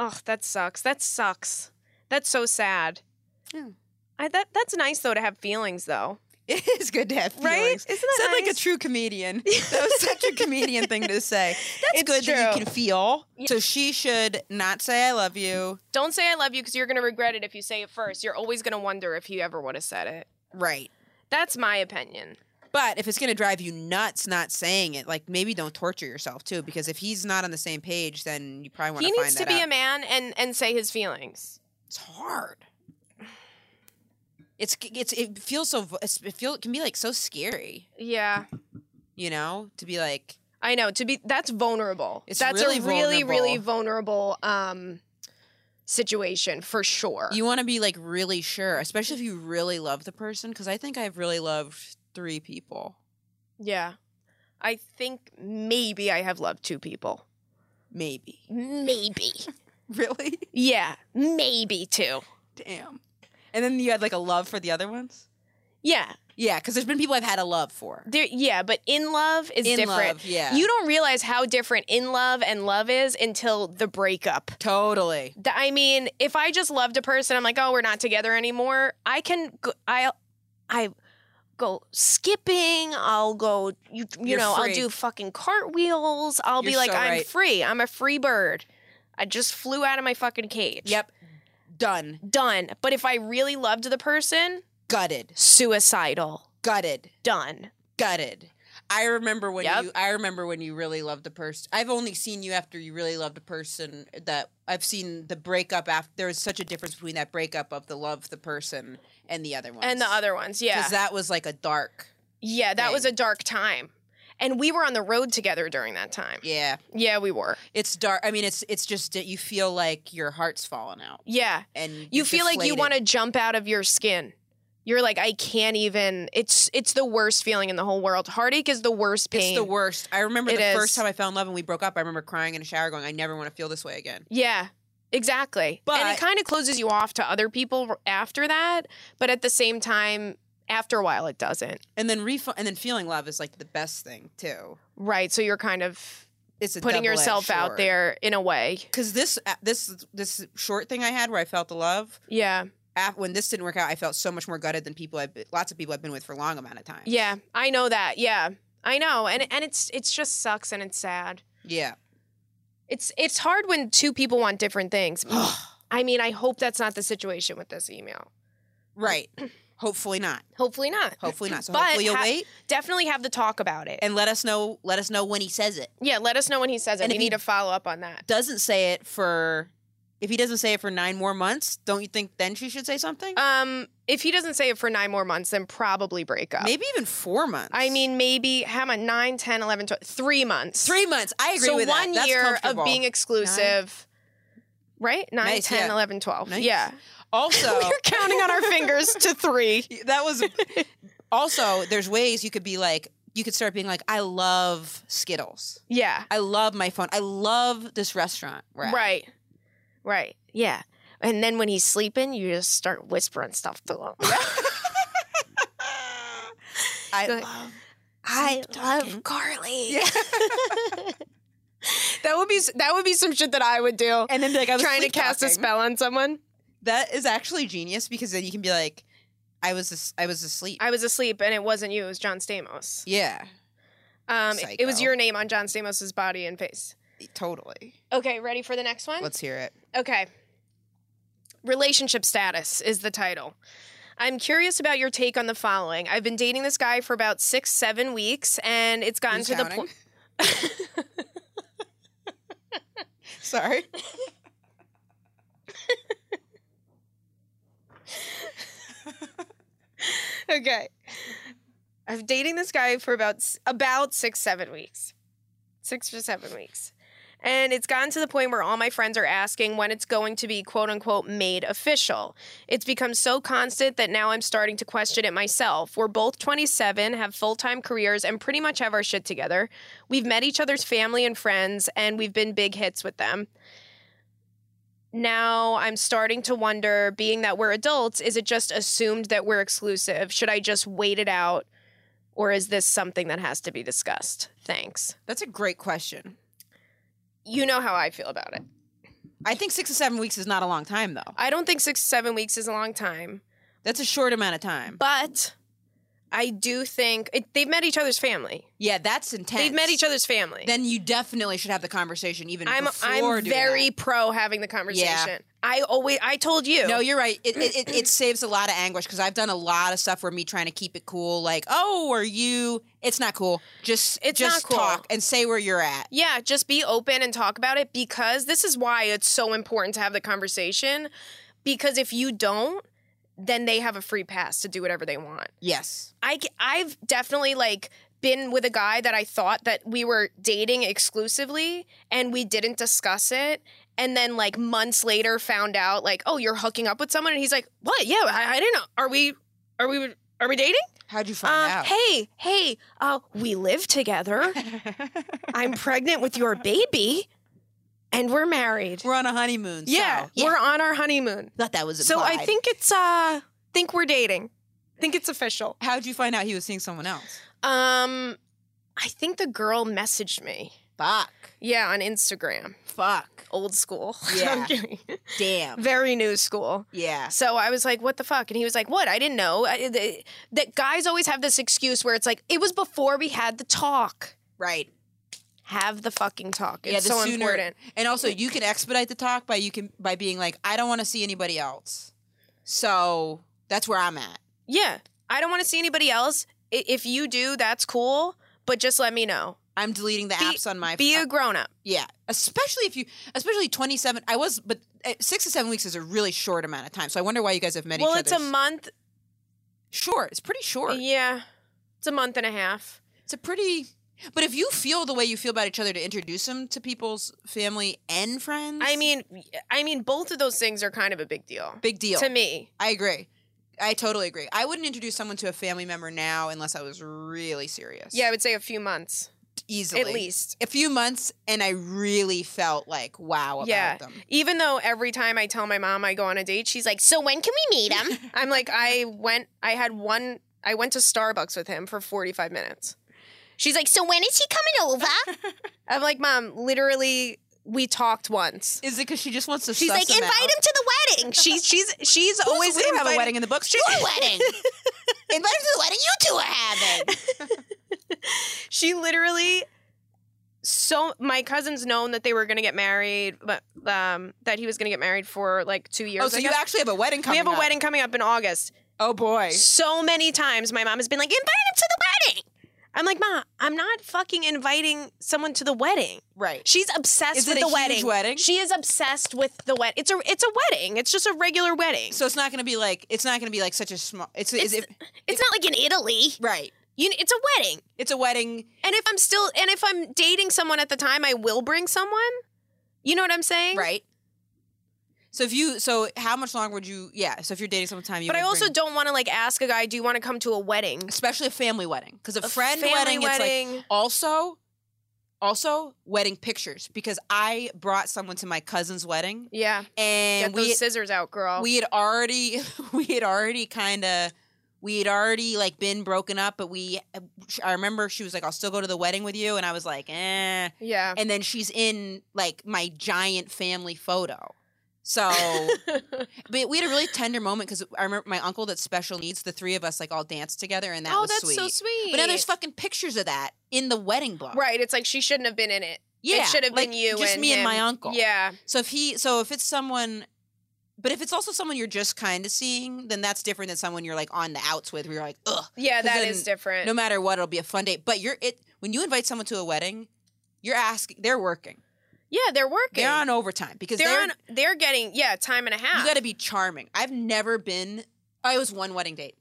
[SPEAKER 1] Oh, that sucks. That sucks. That's so sad.
[SPEAKER 2] Yeah.
[SPEAKER 1] I that that's nice though to have feelings though,
[SPEAKER 2] It is good to have
[SPEAKER 1] right?
[SPEAKER 2] feelings.
[SPEAKER 1] Isn't that
[SPEAKER 2] Sound like a
[SPEAKER 1] nice?
[SPEAKER 2] true comedian. That was such a comedian thing to say.
[SPEAKER 1] It's
[SPEAKER 2] That's good that
[SPEAKER 1] true.
[SPEAKER 2] you can feel.
[SPEAKER 1] Yeah.
[SPEAKER 2] So she should not say I love you.
[SPEAKER 1] Don't say I love you because you're gonna regret it if you say it first. You're always gonna wonder if you ever would have said it.
[SPEAKER 2] Right.
[SPEAKER 1] That's my opinion.
[SPEAKER 2] But if it's going to drive you nuts not saying it, like maybe don't torture yourself too, because if he's not on the same page, then you probably want
[SPEAKER 1] He
[SPEAKER 2] to find
[SPEAKER 1] needs to
[SPEAKER 2] that
[SPEAKER 1] be
[SPEAKER 2] out.
[SPEAKER 1] a man and and say his feelings.
[SPEAKER 2] it's hard. It's it's it feels so vo- it's- it feel it can be like so scary,
[SPEAKER 1] Yeah,
[SPEAKER 2] you know, to be like
[SPEAKER 1] I know. To be that's vulnerable.
[SPEAKER 2] It's
[SPEAKER 1] that's
[SPEAKER 2] really
[SPEAKER 1] a really really vulnerable um situation for sure.
[SPEAKER 2] you want to be like really sure, especially if you really love the person. Because I think I've really loved three people,
[SPEAKER 1] yeah, I think maybe I have loved two people.
[SPEAKER 2] maybe.
[SPEAKER 1] Maybe.
[SPEAKER 2] Really?
[SPEAKER 1] yeah, maybe two.
[SPEAKER 2] Damn. And then you had like a love for the other ones.
[SPEAKER 1] Yeah,
[SPEAKER 2] Yeah, because there's been people I've had a love for.
[SPEAKER 1] there. Yeah, but in love is
[SPEAKER 2] In
[SPEAKER 1] different.
[SPEAKER 2] love, yeah.
[SPEAKER 1] You don't realize how different in love and love is until the breakup.
[SPEAKER 2] totally.
[SPEAKER 1] Th- I mean, if I just loved a person, I'm like, oh, we're not together anymore. I can, go, I'll, I go skipping. I'll go, you, you
[SPEAKER 2] You're
[SPEAKER 1] know,
[SPEAKER 2] free.
[SPEAKER 1] I'll do fucking cartwheels. I'll be
[SPEAKER 2] You're
[SPEAKER 1] like,
[SPEAKER 2] so
[SPEAKER 1] I'm
[SPEAKER 2] right.
[SPEAKER 1] free. I'm a free bird. I just flew out of my fucking cage.
[SPEAKER 2] Yep. Done.
[SPEAKER 1] Done. But if I really loved the person,
[SPEAKER 2] Gutted.
[SPEAKER 1] suicidal.
[SPEAKER 2] Gutted.
[SPEAKER 1] Done.
[SPEAKER 2] Gutted. I remember when
[SPEAKER 1] Yep.
[SPEAKER 2] you. I remember when you really loved the person. I've only seen you after you really loved a person. That I've seen the breakup after. There was such a difference between that breakup of the love the person and the other one.
[SPEAKER 1] And the other ones, yeah.
[SPEAKER 2] because that was like a dark.
[SPEAKER 1] yeah, that was
[SPEAKER 2] thing.
[SPEAKER 1] a dark time. And we were on the road together during that time.
[SPEAKER 2] Yeah,
[SPEAKER 1] Yeah, we were.
[SPEAKER 2] it's dark. I mean, it's it's just that you feel like your heart's falling out
[SPEAKER 1] Yeah.
[SPEAKER 2] and
[SPEAKER 1] you
[SPEAKER 2] you're
[SPEAKER 1] feel like you
[SPEAKER 2] deflated.
[SPEAKER 1] want to jump out of your skin you're like i can't even it's it's the worst feeling in the whole world heartache is the worst pain
[SPEAKER 2] It's the worst. I remember
[SPEAKER 1] It
[SPEAKER 2] the
[SPEAKER 1] is.
[SPEAKER 2] first time I fell in love and we broke up. I remember crying in a shower, going, "I never want to feel this way again."
[SPEAKER 1] yeah exactly and
[SPEAKER 2] But-
[SPEAKER 1] it kind of closes you off to other people after that but at the same time after a while it doesn't
[SPEAKER 2] And then refu- and then feeling love is like the best thing too.
[SPEAKER 1] right so you're kind of
[SPEAKER 2] It's a
[SPEAKER 1] putting yourself out there in a way
[SPEAKER 2] because this uh, this this short thing I had where I felt the love.
[SPEAKER 1] yeah
[SPEAKER 2] af- When this didn't work out, I felt so much more gutted than people. I've been, lots of people I've been with for a long amount of time.
[SPEAKER 1] yeah i know that yeah i know and and it's it's just sucks and it's sad
[SPEAKER 2] yeah.
[SPEAKER 1] it's it's hard when two people want different things i mean i hope that's not the situation with this email
[SPEAKER 2] right. Hopefully not.
[SPEAKER 1] Hopefully not.
[SPEAKER 2] Hopefully not. So
[SPEAKER 1] But
[SPEAKER 2] hopefully you'll
[SPEAKER 1] ha-
[SPEAKER 2] wait
[SPEAKER 1] Definitely have the talk about it.
[SPEAKER 2] and let us know. Let us know when he says it.
[SPEAKER 1] yeah, let us know when he says it.
[SPEAKER 2] And
[SPEAKER 1] we
[SPEAKER 2] if he-
[SPEAKER 1] need to follow up on that.
[SPEAKER 2] Doesn't say it for. If he doesn't say it for nine more months, don't you think then she should say something?
[SPEAKER 1] Um, if he doesn't say it for nine more months, then probably break up.
[SPEAKER 2] Maybe even four months.
[SPEAKER 1] I mean, maybe how much? Nine, ten, eleven, twelve, three months.
[SPEAKER 2] three months. I agree
[SPEAKER 1] so
[SPEAKER 2] with that.
[SPEAKER 1] one
[SPEAKER 2] That's
[SPEAKER 1] year of
[SPEAKER 2] comfortable.
[SPEAKER 1] being exclusive. Right? Nine,
[SPEAKER 2] Nice,
[SPEAKER 1] ten,
[SPEAKER 2] yeah.
[SPEAKER 1] eleven, twelve.
[SPEAKER 2] Nice.
[SPEAKER 1] Yeah.
[SPEAKER 2] also
[SPEAKER 1] We're counting on our fingers to three.
[SPEAKER 2] that was also there's ways you could be like you could start being like I love Skittles.
[SPEAKER 1] Yeah.
[SPEAKER 2] I love my phone. I love this restaurant. we're at."
[SPEAKER 1] Right. Right. Yeah. And then when he's sleeping, you just start whispering stuff to him.
[SPEAKER 2] I
[SPEAKER 1] You're like,
[SPEAKER 2] love.
[SPEAKER 1] I love Carly. that would be that would be some shit that I would do.
[SPEAKER 2] And then be like I was
[SPEAKER 1] Trying to cast a
[SPEAKER 2] sleepwalking.
[SPEAKER 1] spell on someone.
[SPEAKER 2] That is actually genius because then you can be like, I was as- I was asleep.
[SPEAKER 1] I was asleep and it wasn't you. It was John Stamos.
[SPEAKER 2] yeah,
[SPEAKER 1] Um, it, it was
[SPEAKER 2] Psycho.
[SPEAKER 1] your name on John Stamos's body and face.
[SPEAKER 2] totally.
[SPEAKER 1] Okay, ready for the next one?
[SPEAKER 2] Let's hear it.
[SPEAKER 1] Okay. Relationship status is the title. I'm curious about your take on the following. I've been dating this guy for about six, seven weeks, and it's gotten
[SPEAKER 2] Who's
[SPEAKER 1] to the
[SPEAKER 2] counting?
[SPEAKER 1] point.
[SPEAKER 2] Sorry.
[SPEAKER 1] okay. I'm dating this guy for about s- about six, seven weeks, six to seven weeks, and it's gotten to the point where all my friends are asking when it's going to be quote unquote made official. It's become so constant that now I'm starting to question it myself. We're both 27, have full time careers, and pretty much have our shit together. We've met each other's family and friends, and we've been big hits with them now I'm starting to wonder, being that we're adults, is it just assumed that we're exclusive? Should I just wait it out? Or is this something that has to be discussed? Thanks.
[SPEAKER 2] That's a great question.
[SPEAKER 1] You know how I feel about it.
[SPEAKER 2] I think six to seven weeks is not a long time though.
[SPEAKER 1] I don't think six to seven weeks is a long time,
[SPEAKER 2] That's a short amount of time.
[SPEAKER 1] but I do think it, they've met each other's family.
[SPEAKER 2] Yeah, that's intense.
[SPEAKER 1] They've met each other's family.
[SPEAKER 2] Then you definitely should have the conversation even
[SPEAKER 1] I'm
[SPEAKER 2] before
[SPEAKER 1] I'm
[SPEAKER 2] doing
[SPEAKER 1] very
[SPEAKER 2] that.
[SPEAKER 1] pro having the conversation. I always I told you.
[SPEAKER 2] No, you're right. It, it, it, it saves a lot of anguish because I've done a lot of stuff where me trying to keep it cool, like, oh, are you? It's not cool. Just
[SPEAKER 1] It's
[SPEAKER 2] just
[SPEAKER 1] not cool.
[SPEAKER 2] talk and say where you're at.
[SPEAKER 1] Yeah, just be open and talk about it because this is why it's so important to have the conversation. Because if you don't, then they have a free pass to do whatever they want.
[SPEAKER 2] Yes.
[SPEAKER 1] I, have definitely like been with a guy that I thought that we were dating exclusively and we didn't discuss it. And then like months later found out like, oh, you're hooking up with someone. And he's like, what? Yeah, I, I didn't know. Are we, are we, are we dating?
[SPEAKER 2] How'd you find
[SPEAKER 1] Uh,
[SPEAKER 2] out?
[SPEAKER 1] hey, hey, uh, we live together. I'm pregnant with your baby, and we're married.
[SPEAKER 2] we're on a honeymoon.
[SPEAKER 1] yeah,
[SPEAKER 2] so, yeah.
[SPEAKER 1] we're on our honeymoon.
[SPEAKER 2] thought that was
[SPEAKER 1] So I
[SPEAKER 2] implied.
[SPEAKER 1] think it's uh, think we're dating. Think it's official.
[SPEAKER 2] How'd you find out he was seeing someone else?
[SPEAKER 1] Um, I think the girl messaged me.
[SPEAKER 2] Fuck.
[SPEAKER 1] Yeah, on Instagram.
[SPEAKER 2] Fuck.
[SPEAKER 1] Old school.
[SPEAKER 2] Yeah.
[SPEAKER 1] I'm kidding.
[SPEAKER 2] Damn.
[SPEAKER 1] Very new school.
[SPEAKER 2] Yeah.
[SPEAKER 1] So I was like, what the fuck? And he was like, what? I didn't know. I, the, that guys always have this excuse where it's like, it was before we had the talk.
[SPEAKER 2] Right.
[SPEAKER 1] Have the fucking talk. It's
[SPEAKER 2] yeah. the
[SPEAKER 1] so
[SPEAKER 2] sooner,
[SPEAKER 1] important.
[SPEAKER 2] and also you can expedite the talk by you can by being like, I don't want to see anybody else. So that's where I'm at.
[SPEAKER 1] Yeah. I don't want to see anybody else. I- If you do, that's cool, but just let me know.
[SPEAKER 2] I'm deleting the
[SPEAKER 1] Be-
[SPEAKER 2] apps on my
[SPEAKER 1] Be
[SPEAKER 2] phone.
[SPEAKER 1] a grown up.
[SPEAKER 2] Yeah, especially if you, especially 27. I was, but uh, six to seven weeks is a really short amount of time. So I wonder why you guys have met
[SPEAKER 1] Well,
[SPEAKER 2] each
[SPEAKER 1] it's
[SPEAKER 2] other.
[SPEAKER 1] a month.
[SPEAKER 2] short. It's pretty short.
[SPEAKER 1] Yeah. It's a month and a half.
[SPEAKER 2] It's a pretty. But if you feel the way you feel about each other to introduce them to people's family and friends,
[SPEAKER 1] I mean, I mean, both of those things are kind of a big deal
[SPEAKER 2] big deal.
[SPEAKER 1] to me.
[SPEAKER 2] I agree. I totally agree. I wouldn't introduce someone to a family member now unless I was really serious.
[SPEAKER 1] Yeah, I would say a few months
[SPEAKER 2] easily
[SPEAKER 1] at least.
[SPEAKER 2] a few months, and I really felt like wow about
[SPEAKER 1] Yeah.
[SPEAKER 2] them.
[SPEAKER 1] Even though every time I tell my mom I go on a date, she's like, "So when can we meet him?" I'm like, "I went. I had one. I went to Starbucks with him for 45 minutes." She's like, "So when is he coming over?" I'm like, "Mom, literally, we talked once."
[SPEAKER 2] Is it because she just wants to?
[SPEAKER 1] She's
[SPEAKER 2] suss
[SPEAKER 1] like,
[SPEAKER 2] them
[SPEAKER 1] "Invite
[SPEAKER 2] out?
[SPEAKER 1] him to the wedding." She's she's she's
[SPEAKER 2] Who's-
[SPEAKER 1] always
[SPEAKER 2] we don't have a
[SPEAKER 1] inviting-
[SPEAKER 2] wedding in the books.
[SPEAKER 3] Your wedding. Invite him to the wedding you two are
[SPEAKER 2] Oh,
[SPEAKER 3] having.
[SPEAKER 1] She literally. So my cousin's known that they were gonna get married, but um, that he was gonna get married for like two years.
[SPEAKER 2] Oh, so
[SPEAKER 1] I
[SPEAKER 2] you
[SPEAKER 1] guess.
[SPEAKER 2] actually have a wedding
[SPEAKER 1] we
[SPEAKER 2] coming
[SPEAKER 1] have a
[SPEAKER 2] up.
[SPEAKER 1] wedding coming up in August.
[SPEAKER 2] Oh boy.
[SPEAKER 1] so many times my mom has been like, invite him to the wedding. I'm like, Ma, I'm not fucking inviting someone to the wedding.
[SPEAKER 2] Right.
[SPEAKER 1] She's obsessed
[SPEAKER 2] Is
[SPEAKER 1] with
[SPEAKER 2] it
[SPEAKER 1] the
[SPEAKER 2] a huge
[SPEAKER 1] wedding.
[SPEAKER 2] wedding?
[SPEAKER 1] She is obsessed with the wedding. It's a it's a wedding. It's just a regular wedding.
[SPEAKER 2] So it's not going to be like it's not going to be like such a small. It's, is
[SPEAKER 1] It's-
[SPEAKER 2] it,
[SPEAKER 1] it's not like in Italy.
[SPEAKER 2] right.
[SPEAKER 1] You, it's a wedding.
[SPEAKER 2] It's a wedding.
[SPEAKER 1] And if I'm still and if I'm dating someone at the time, I will bring someone. You know what I'm saying?
[SPEAKER 2] Right. So if you so how much longer would you yeah so if you're dating someone time you
[SPEAKER 1] But I
[SPEAKER 2] would
[SPEAKER 1] also
[SPEAKER 2] bring-
[SPEAKER 1] don't want to like ask a guy, do you want to come to a wedding?
[SPEAKER 2] especially a family wedding because a,
[SPEAKER 1] A
[SPEAKER 2] friend
[SPEAKER 1] family
[SPEAKER 2] wedding, it's
[SPEAKER 1] wedding.
[SPEAKER 2] like also also wedding pictures because I brought someone to my cousin's wedding
[SPEAKER 1] Yeah. Get
[SPEAKER 2] and we
[SPEAKER 1] those scissors out, girl.
[SPEAKER 2] we had already we had already kind of we had already like been broken up but we i remember she was like i'll still go to the wedding with you and i was like eh
[SPEAKER 1] yeah.
[SPEAKER 2] and then she's in like my giant family photo so but we had a really tender moment because i remember my uncle that's special needs the three of us like all danced together and that
[SPEAKER 1] oh,
[SPEAKER 2] was
[SPEAKER 1] that's
[SPEAKER 2] sweet.
[SPEAKER 1] so sweet.
[SPEAKER 2] but now there's fucking pictures of that in the wedding book
[SPEAKER 1] Right. It's like she shouldn't have been in it.
[SPEAKER 2] Uh, yeah
[SPEAKER 1] It should have
[SPEAKER 2] like,
[SPEAKER 1] been you
[SPEAKER 2] just
[SPEAKER 1] and
[SPEAKER 2] me and my
[SPEAKER 1] him.
[SPEAKER 2] uncle
[SPEAKER 1] Yeah.
[SPEAKER 2] so if he, so if it's someone, but if it's also someone you're just kind of seeing, then that's different than someone you're like on the outs with. Where you're like, ugh.
[SPEAKER 1] Yeah,
[SPEAKER 2] 'Cause
[SPEAKER 1] that
[SPEAKER 2] then
[SPEAKER 1] is different.
[SPEAKER 2] No matter what, it'll be a fun date. But you're it when you invite someone to a wedding, you're asking. They're working.
[SPEAKER 1] yeah, they're working.
[SPEAKER 2] They're on overtime because
[SPEAKER 1] They're,
[SPEAKER 2] they're,
[SPEAKER 1] on they're getting yeah, time and a half.
[SPEAKER 2] you got to be charming. I've never been. I was one wedding date,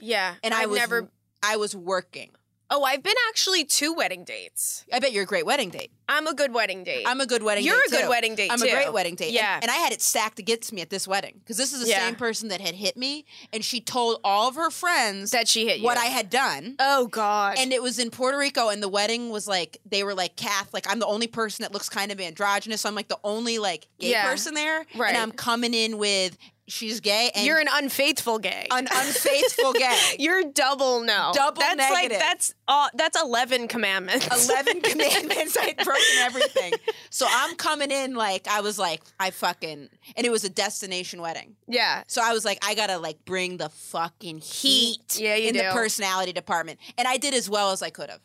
[SPEAKER 1] yeah.
[SPEAKER 2] and I
[SPEAKER 1] I've
[SPEAKER 2] was
[SPEAKER 1] never
[SPEAKER 2] I was working.
[SPEAKER 1] Oh, I've been actually two wedding dates.
[SPEAKER 2] I bet you're a great wedding date.
[SPEAKER 1] I'm a good wedding date.
[SPEAKER 2] I'm a good wedding.
[SPEAKER 1] You're
[SPEAKER 2] date
[SPEAKER 1] a good
[SPEAKER 2] too.
[SPEAKER 1] wedding date
[SPEAKER 2] I'm
[SPEAKER 1] too.
[SPEAKER 2] a great wedding date. And-
[SPEAKER 1] Yeah.
[SPEAKER 2] And, I had it stacked against me at this wedding because this is the
[SPEAKER 1] Yeah.
[SPEAKER 2] same person that had hit me, and she told all of her friends
[SPEAKER 1] that she hit you.
[SPEAKER 2] what I had done.
[SPEAKER 1] Oh god.
[SPEAKER 2] And it was in Puerto Rico, and the wedding was like they were like Catholic. I'm the only person that looks kind of androgynous, so I'm like the only like gay
[SPEAKER 1] Yeah.
[SPEAKER 2] person there,
[SPEAKER 1] Right.
[SPEAKER 2] and I'm coming in with she's gay and
[SPEAKER 1] You're an unfaithful gay.
[SPEAKER 2] an unfaithful gay.
[SPEAKER 1] You're double no.
[SPEAKER 2] Double
[SPEAKER 1] that's
[SPEAKER 2] negative.
[SPEAKER 1] like that's all that's eleven commandments.
[SPEAKER 2] 11 commandments. I'd broken everything. So I'm coming in like, I was like, I fucking, and it was a destination wedding.
[SPEAKER 1] yeah.
[SPEAKER 2] So I was like, I gotta like bring the fucking heat
[SPEAKER 1] Yeah, you
[SPEAKER 2] in the
[SPEAKER 1] do.
[SPEAKER 2] personality department. And I did as well as I could have.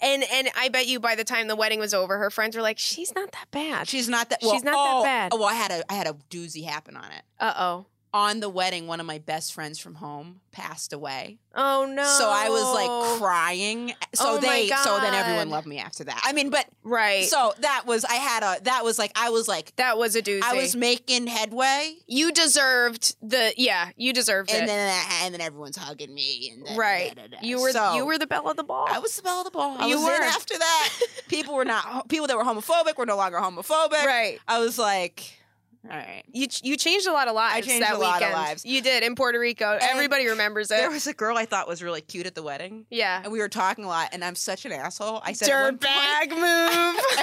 [SPEAKER 1] And and I bet you by the time the wedding was over, her friends were like, She's not that bad.
[SPEAKER 2] She's not that
[SPEAKER 1] She's not that
[SPEAKER 2] oh,
[SPEAKER 1] bad.
[SPEAKER 2] Oh, well, I had a I had a doozy happen on it.
[SPEAKER 1] Uh oh.
[SPEAKER 2] On the wedding, one of my best friends from home passed away.
[SPEAKER 1] Oh no.
[SPEAKER 2] So I was like crying. So
[SPEAKER 1] Oh, my
[SPEAKER 2] they so then everyone
[SPEAKER 1] God.
[SPEAKER 2] loved me after that. I mean, but
[SPEAKER 1] Right.
[SPEAKER 2] so that was I had a that was like I was like
[SPEAKER 1] that was a doozy.
[SPEAKER 2] I was making headway.
[SPEAKER 1] you deserved the yeah, you deserved
[SPEAKER 2] And
[SPEAKER 1] it.
[SPEAKER 2] then I- and then everyone's hugging me and da- da-
[SPEAKER 1] right.
[SPEAKER 2] da- da- da.
[SPEAKER 1] You were
[SPEAKER 2] So-
[SPEAKER 1] you were the belle of the ball.
[SPEAKER 2] I was the belle of the ball. I
[SPEAKER 1] You
[SPEAKER 2] was in
[SPEAKER 1] were.
[SPEAKER 2] after that. People were not people that were homophobic were no longer homophobic.
[SPEAKER 1] right.
[SPEAKER 2] I was like, all right.
[SPEAKER 1] You ch- you changed a lot of lives
[SPEAKER 2] changed
[SPEAKER 1] that
[SPEAKER 2] a lot of
[SPEAKER 1] weekend.
[SPEAKER 2] lives.
[SPEAKER 1] You did in Puerto Rico. Everybody remembers it.
[SPEAKER 2] There was a girl I thought was really cute at the wedding,
[SPEAKER 1] yeah.
[SPEAKER 2] and we were talking a lot. And I'm such an asshole. I said at one, point,
[SPEAKER 1] Dirtbag move.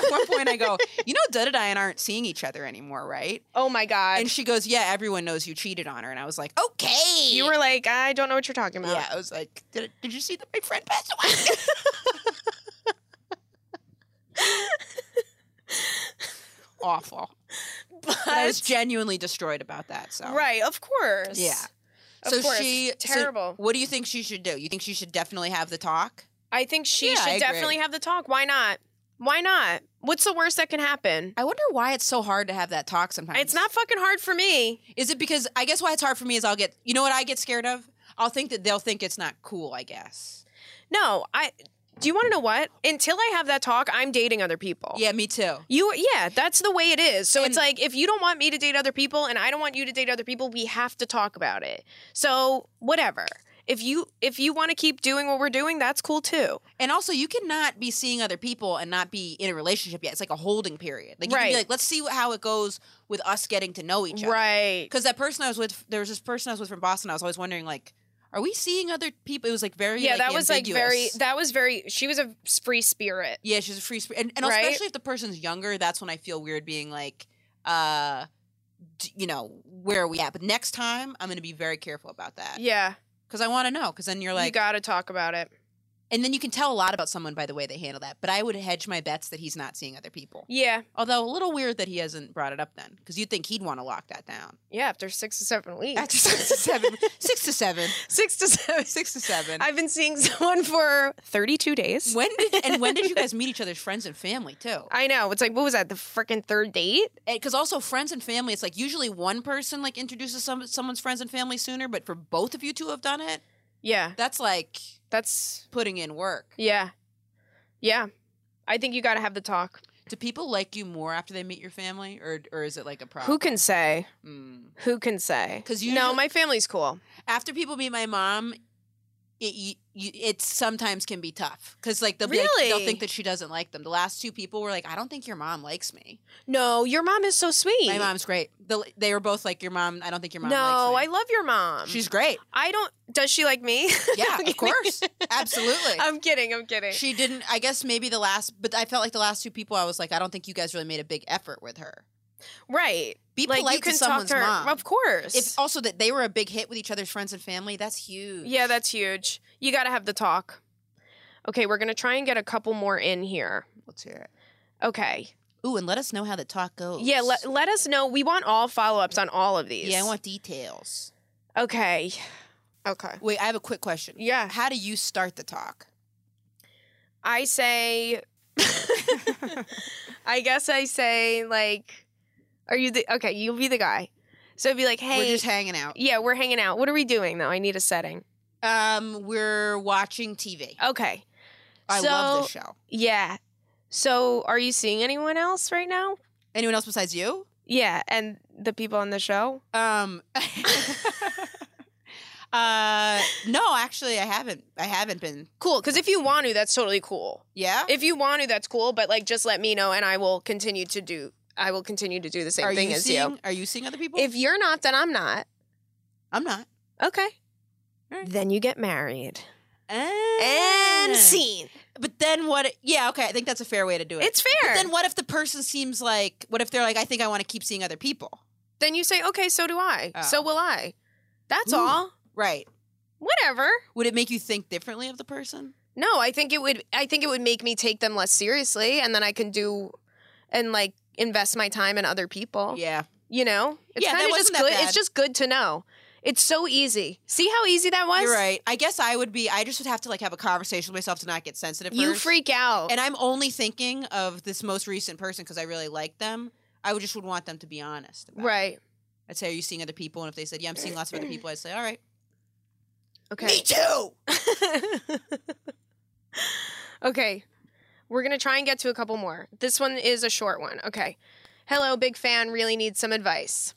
[SPEAKER 2] at one point, I go, "You know, Dud and I aren't seeing each other anymore, right?"
[SPEAKER 1] Oh my god.
[SPEAKER 2] And she goes, "Yeah, everyone knows you cheated on her." And I was like, "Okay."
[SPEAKER 3] Okay.
[SPEAKER 1] you were like, I don't know what you're talking about.
[SPEAKER 2] Yeah, I was like, "Did, did you see that my friend passed away?" Awful.
[SPEAKER 1] But,
[SPEAKER 2] But I was genuinely destroyed about that. So
[SPEAKER 1] right, of course.
[SPEAKER 2] Yeah.
[SPEAKER 1] Of
[SPEAKER 2] so
[SPEAKER 1] course.
[SPEAKER 2] she so
[SPEAKER 1] terrible.
[SPEAKER 2] what do you think she should do? You think she should definitely have the talk?
[SPEAKER 1] I think she
[SPEAKER 2] Yeah, I
[SPEAKER 1] should
[SPEAKER 2] agree.
[SPEAKER 1] definitely have the talk. Why not? Why not? What's the worst that can happen?
[SPEAKER 2] I wonder why it's so hard to have that talk sometimes.
[SPEAKER 1] It's not fucking hard for me.
[SPEAKER 2] Is it because I guess why it's hard for me is I'll get. You know what I get scared of? I'll think that they'll think it's not cool. I guess.
[SPEAKER 1] No, I do you want to know what? Until I have that talk, I'm dating other people.
[SPEAKER 2] Yeah, me too.
[SPEAKER 1] You yeah, that's the way it is. So
[SPEAKER 2] And-
[SPEAKER 1] it's like if you don't want me to date other people and I don't want you to date other people, we have to talk about it. So, whatever. If you if you want to keep doing what we're doing, that's cool too.
[SPEAKER 2] And also, you cannot be seeing other people and not be in a relationship yet. It's like a holding period. Like you can
[SPEAKER 1] Right.
[SPEAKER 2] be like, let's see what, how it goes with us getting to know each other.
[SPEAKER 1] Right.
[SPEAKER 2] Because that person I was with, there was this person I was with from Boston. I was always wondering, like, are we seeing other people? It was like very
[SPEAKER 1] Yeah,
[SPEAKER 2] like,
[SPEAKER 1] that was like very
[SPEAKER 2] ambiguous.
[SPEAKER 1] that was very she was a free spirit.
[SPEAKER 2] Yeah, she's a free spirit, and, and
[SPEAKER 1] Right?
[SPEAKER 2] especially if the person's younger, that's when I feel weird being like, uh, d- you know, where are we at? But next time, I'm gonna be very careful about that
[SPEAKER 1] Yeah.
[SPEAKER 2] because I want to know. Because then you're
[SPEAKER 1] you
[SPEAKER 2] like,
[SPEAKER 1] got to talk about it.
[SPEAKER 2] and then you can tell a lot about someone by the way they handle that. But I would hedge my bets that he's not seeing other people.
[SPEAKER 1] Yeah.
[SPEAKER 2] Although a little weird that he hasn't brought it up then, because you'd think he'd want to lock that down.
[SPEAKER 1] Yeah, after 6 to 7 weeks.
[SPEAKER 2] After six to seven, six to seven,
[SPEAKER 1] 6 to 7.
[SPEAKER 2] six to seven.
[SPEAKER 1] I've been seeing someone for 32 days.
[SPEAKER 2] when did and when did you guys meet each other's friends and family too?
[SPEAKER 1] I know. It's like what was that? The freaking third date?
[SPEAKER 2] because also friends and family it's like usually one person like introduces some someone's friends and family sooner but for both of you to have done it
[SPEAKER 1] Yeah.
[SPEAKER 2] that's like
[SPEAKER 1] That's
[SPEAKER 2] putting in work
[SPEAKER 1] yeah. Yeah. I think you got to have the talk.
[SPEAKER 2] do people like you more after they meet your family or or is it like a problem Hmm.
[SPEAKER 1] Who can say? Who can say?
[SPEAKER 2] 'Cause
[SPEAKER 1] No,
[SPEAKER 2] usually-
[SPEAKER 1] my family's cool.
[SPEAKER 2] after people meet my mom it you, you, it sometimes can be tough because like they'll be like- they'll
[SPEAKER 1] Really?
[SPEAKER 2] think that she doesn't like them the last two people were like i don't think your mom likes me
[SPEAKER 1] No, your mom is so sweet.
[SPEAKER 2] my mom's great the, they were both like your mom i don't think your mom
[SPEAKER 1] No, I
[SPEAKER 2] likes me
[SPEAKER 1] love your mom.
[SPEAKER 2] she's great
[SPEAKER 1] I don't does she like me?
[SPEAKER 2] yeah of course absolutely
[SPEAKER 1] I'm kidding. I'm kidding.
[SPEAKER 2] She didn't. I guess maybe the last, but I felt like the last two people. I was like, I don't think you guys really made a big effort with her.
[SPEAKER 1] right.
[SPEAKER 2] Be
[SPEAKER 1] like
[SPEAKER 2] polite
[SPEAKER 1] you can
[SPEAKER 2] to
[SPEAKER 1] talk
[SPEAKER 2] someone's
[SPEAKER 1] to her.
[SPEAKER 2] mom.
[SPEAKER 1] Of course.
[SPEAKER 2] If also that they were a big hit with each other's friends and family, that's huge.
[SPEAKER 1] Yeah, that's huge. You got to have the talk. Okay, we're going to try and get a couple more in here.
[SPEAKER 2] Let's hear it.
[SPEAKER 1] Okay.
[SPEAKER 2] Ooh, and let us know how the talk goes.
[SPEAKER 1] Yeah, let, let us know. We want all follow ups on all of these.
[SPEAKER 2] yeah, I want details.
[SPEAKER 1] Okay. Okay.
[SPEAKER 2] Wait, I have a quick question.
[SPEAKER 1] Yeah.
[SPEAKER 2] How do you start the talk?
[SPEAKER 1] I say, I guess I say, like, are you the, okay, you'll be the guy. So be like,
[SPEAKER 2] We're
[SPEAKER 1] hey,
[SPEAKER 2] just hanging out.
[SPEAKER 1] yeah, we're hanging out. What are we doing though? I need a setting.
[SPEAKER 2] Um, we're watching TV.
[SPEAKER 1] Okay.
[SPEAKER 2] I
[SPEAKER 1] so,
[SPEAKER 2] love this show.
[SPEAKER 1] Yeah. So are you seeing anyone else right now?
[SPEAKER 2] Anyone else besides you?
[SPEAKER 1] Yeah. And the people on the show?
[SPEAKER 2] Um. uh, no, actually, I haven't. I haven't been.
[SPEAKER 1] Cool, because if you want to, that's totally cool.
[SPEAKER 2] Yeah.
[SPEAKER 1] If you want to, that's cool. But like, just let me know, and I will continue to do. I will continue to do the same
[SPEAKER 2] are
[SPEAKER 1] thing
[SPEAKER 2] you
[SPEAKER 1] as
[SPEAKER 2] seeing,
[SPEAKER 1] you.
[SPEAKER 2] Are you seeing other people?
[SPEAKER 1] If you're not, then I'm not.
[SPEAKER 2] I'm not.
[SPEAKER 1] Okay.
[SPEAKER 2] All right.
[SPEAKER 1] Then you get married
[SPEAKER 2] Ah.
[SPEAKER 1] and scene.
[SPEAKER 2] But then what? Yeah, okay. I think that's a fair way to do it.
[SPEAKER 1] It's fair.
[SPEAKER 2] But then what if the person seems like? What if they're like? I think I want to keep seeing other people.
[SPEAKER 1] Then you say, okay, so do I.
[SPEAKER 2] Oh.
[SPEAKER 1] So will I. That's
[SPEAKER 2] Ooh.
[SPEAKER 1] all.
[SPEAKER 2] Right.
[SPEAKER 1] Whatever.
[SPEAKER 2] Would it make you think differently of the person?
[SPEAKER 1] No, I think it would I think it would make me take them less seriously and then I can do and like invest my time in other people.
[SPEAKER 2] Yeah.
[SPEAKER 1] You know? It's
[SPEAKER 2] Yeah, that
[SPEAKER 1] kind of just
[SPEAKER 2] wasn't that
[SPEAKER 1] good.
[SPEAKER 2] bad.
[SPEAKER 1] It's just good to know. It's so easy. See how easy that was?
[SPEAKER 2] You're right. I guess I would be. I just would have to like have a conversation with myself to not get sensitive.
[SPEAKER 1] You
[SPEAKER 2] first.
[SPEAKER 1] freak out.
[SPEAKER 2] And I'm only thinking of this most recent person because I really like them. I would just would want them to be honest. about it.
[SPEAKER 1] right.
[SPEAKER 2] I'd say, "Are you seeing other people?" And if they said, "Yeah, I'm seeing lots of other people," I'd say, "All right."
[SPEAKER 1] Okay.
[SPEAKER 3] too.
[SPEAKER 1] okay. We're going to try and get to a couple more. This one is a short one. Okay. Hello, big fan. Really need some advice.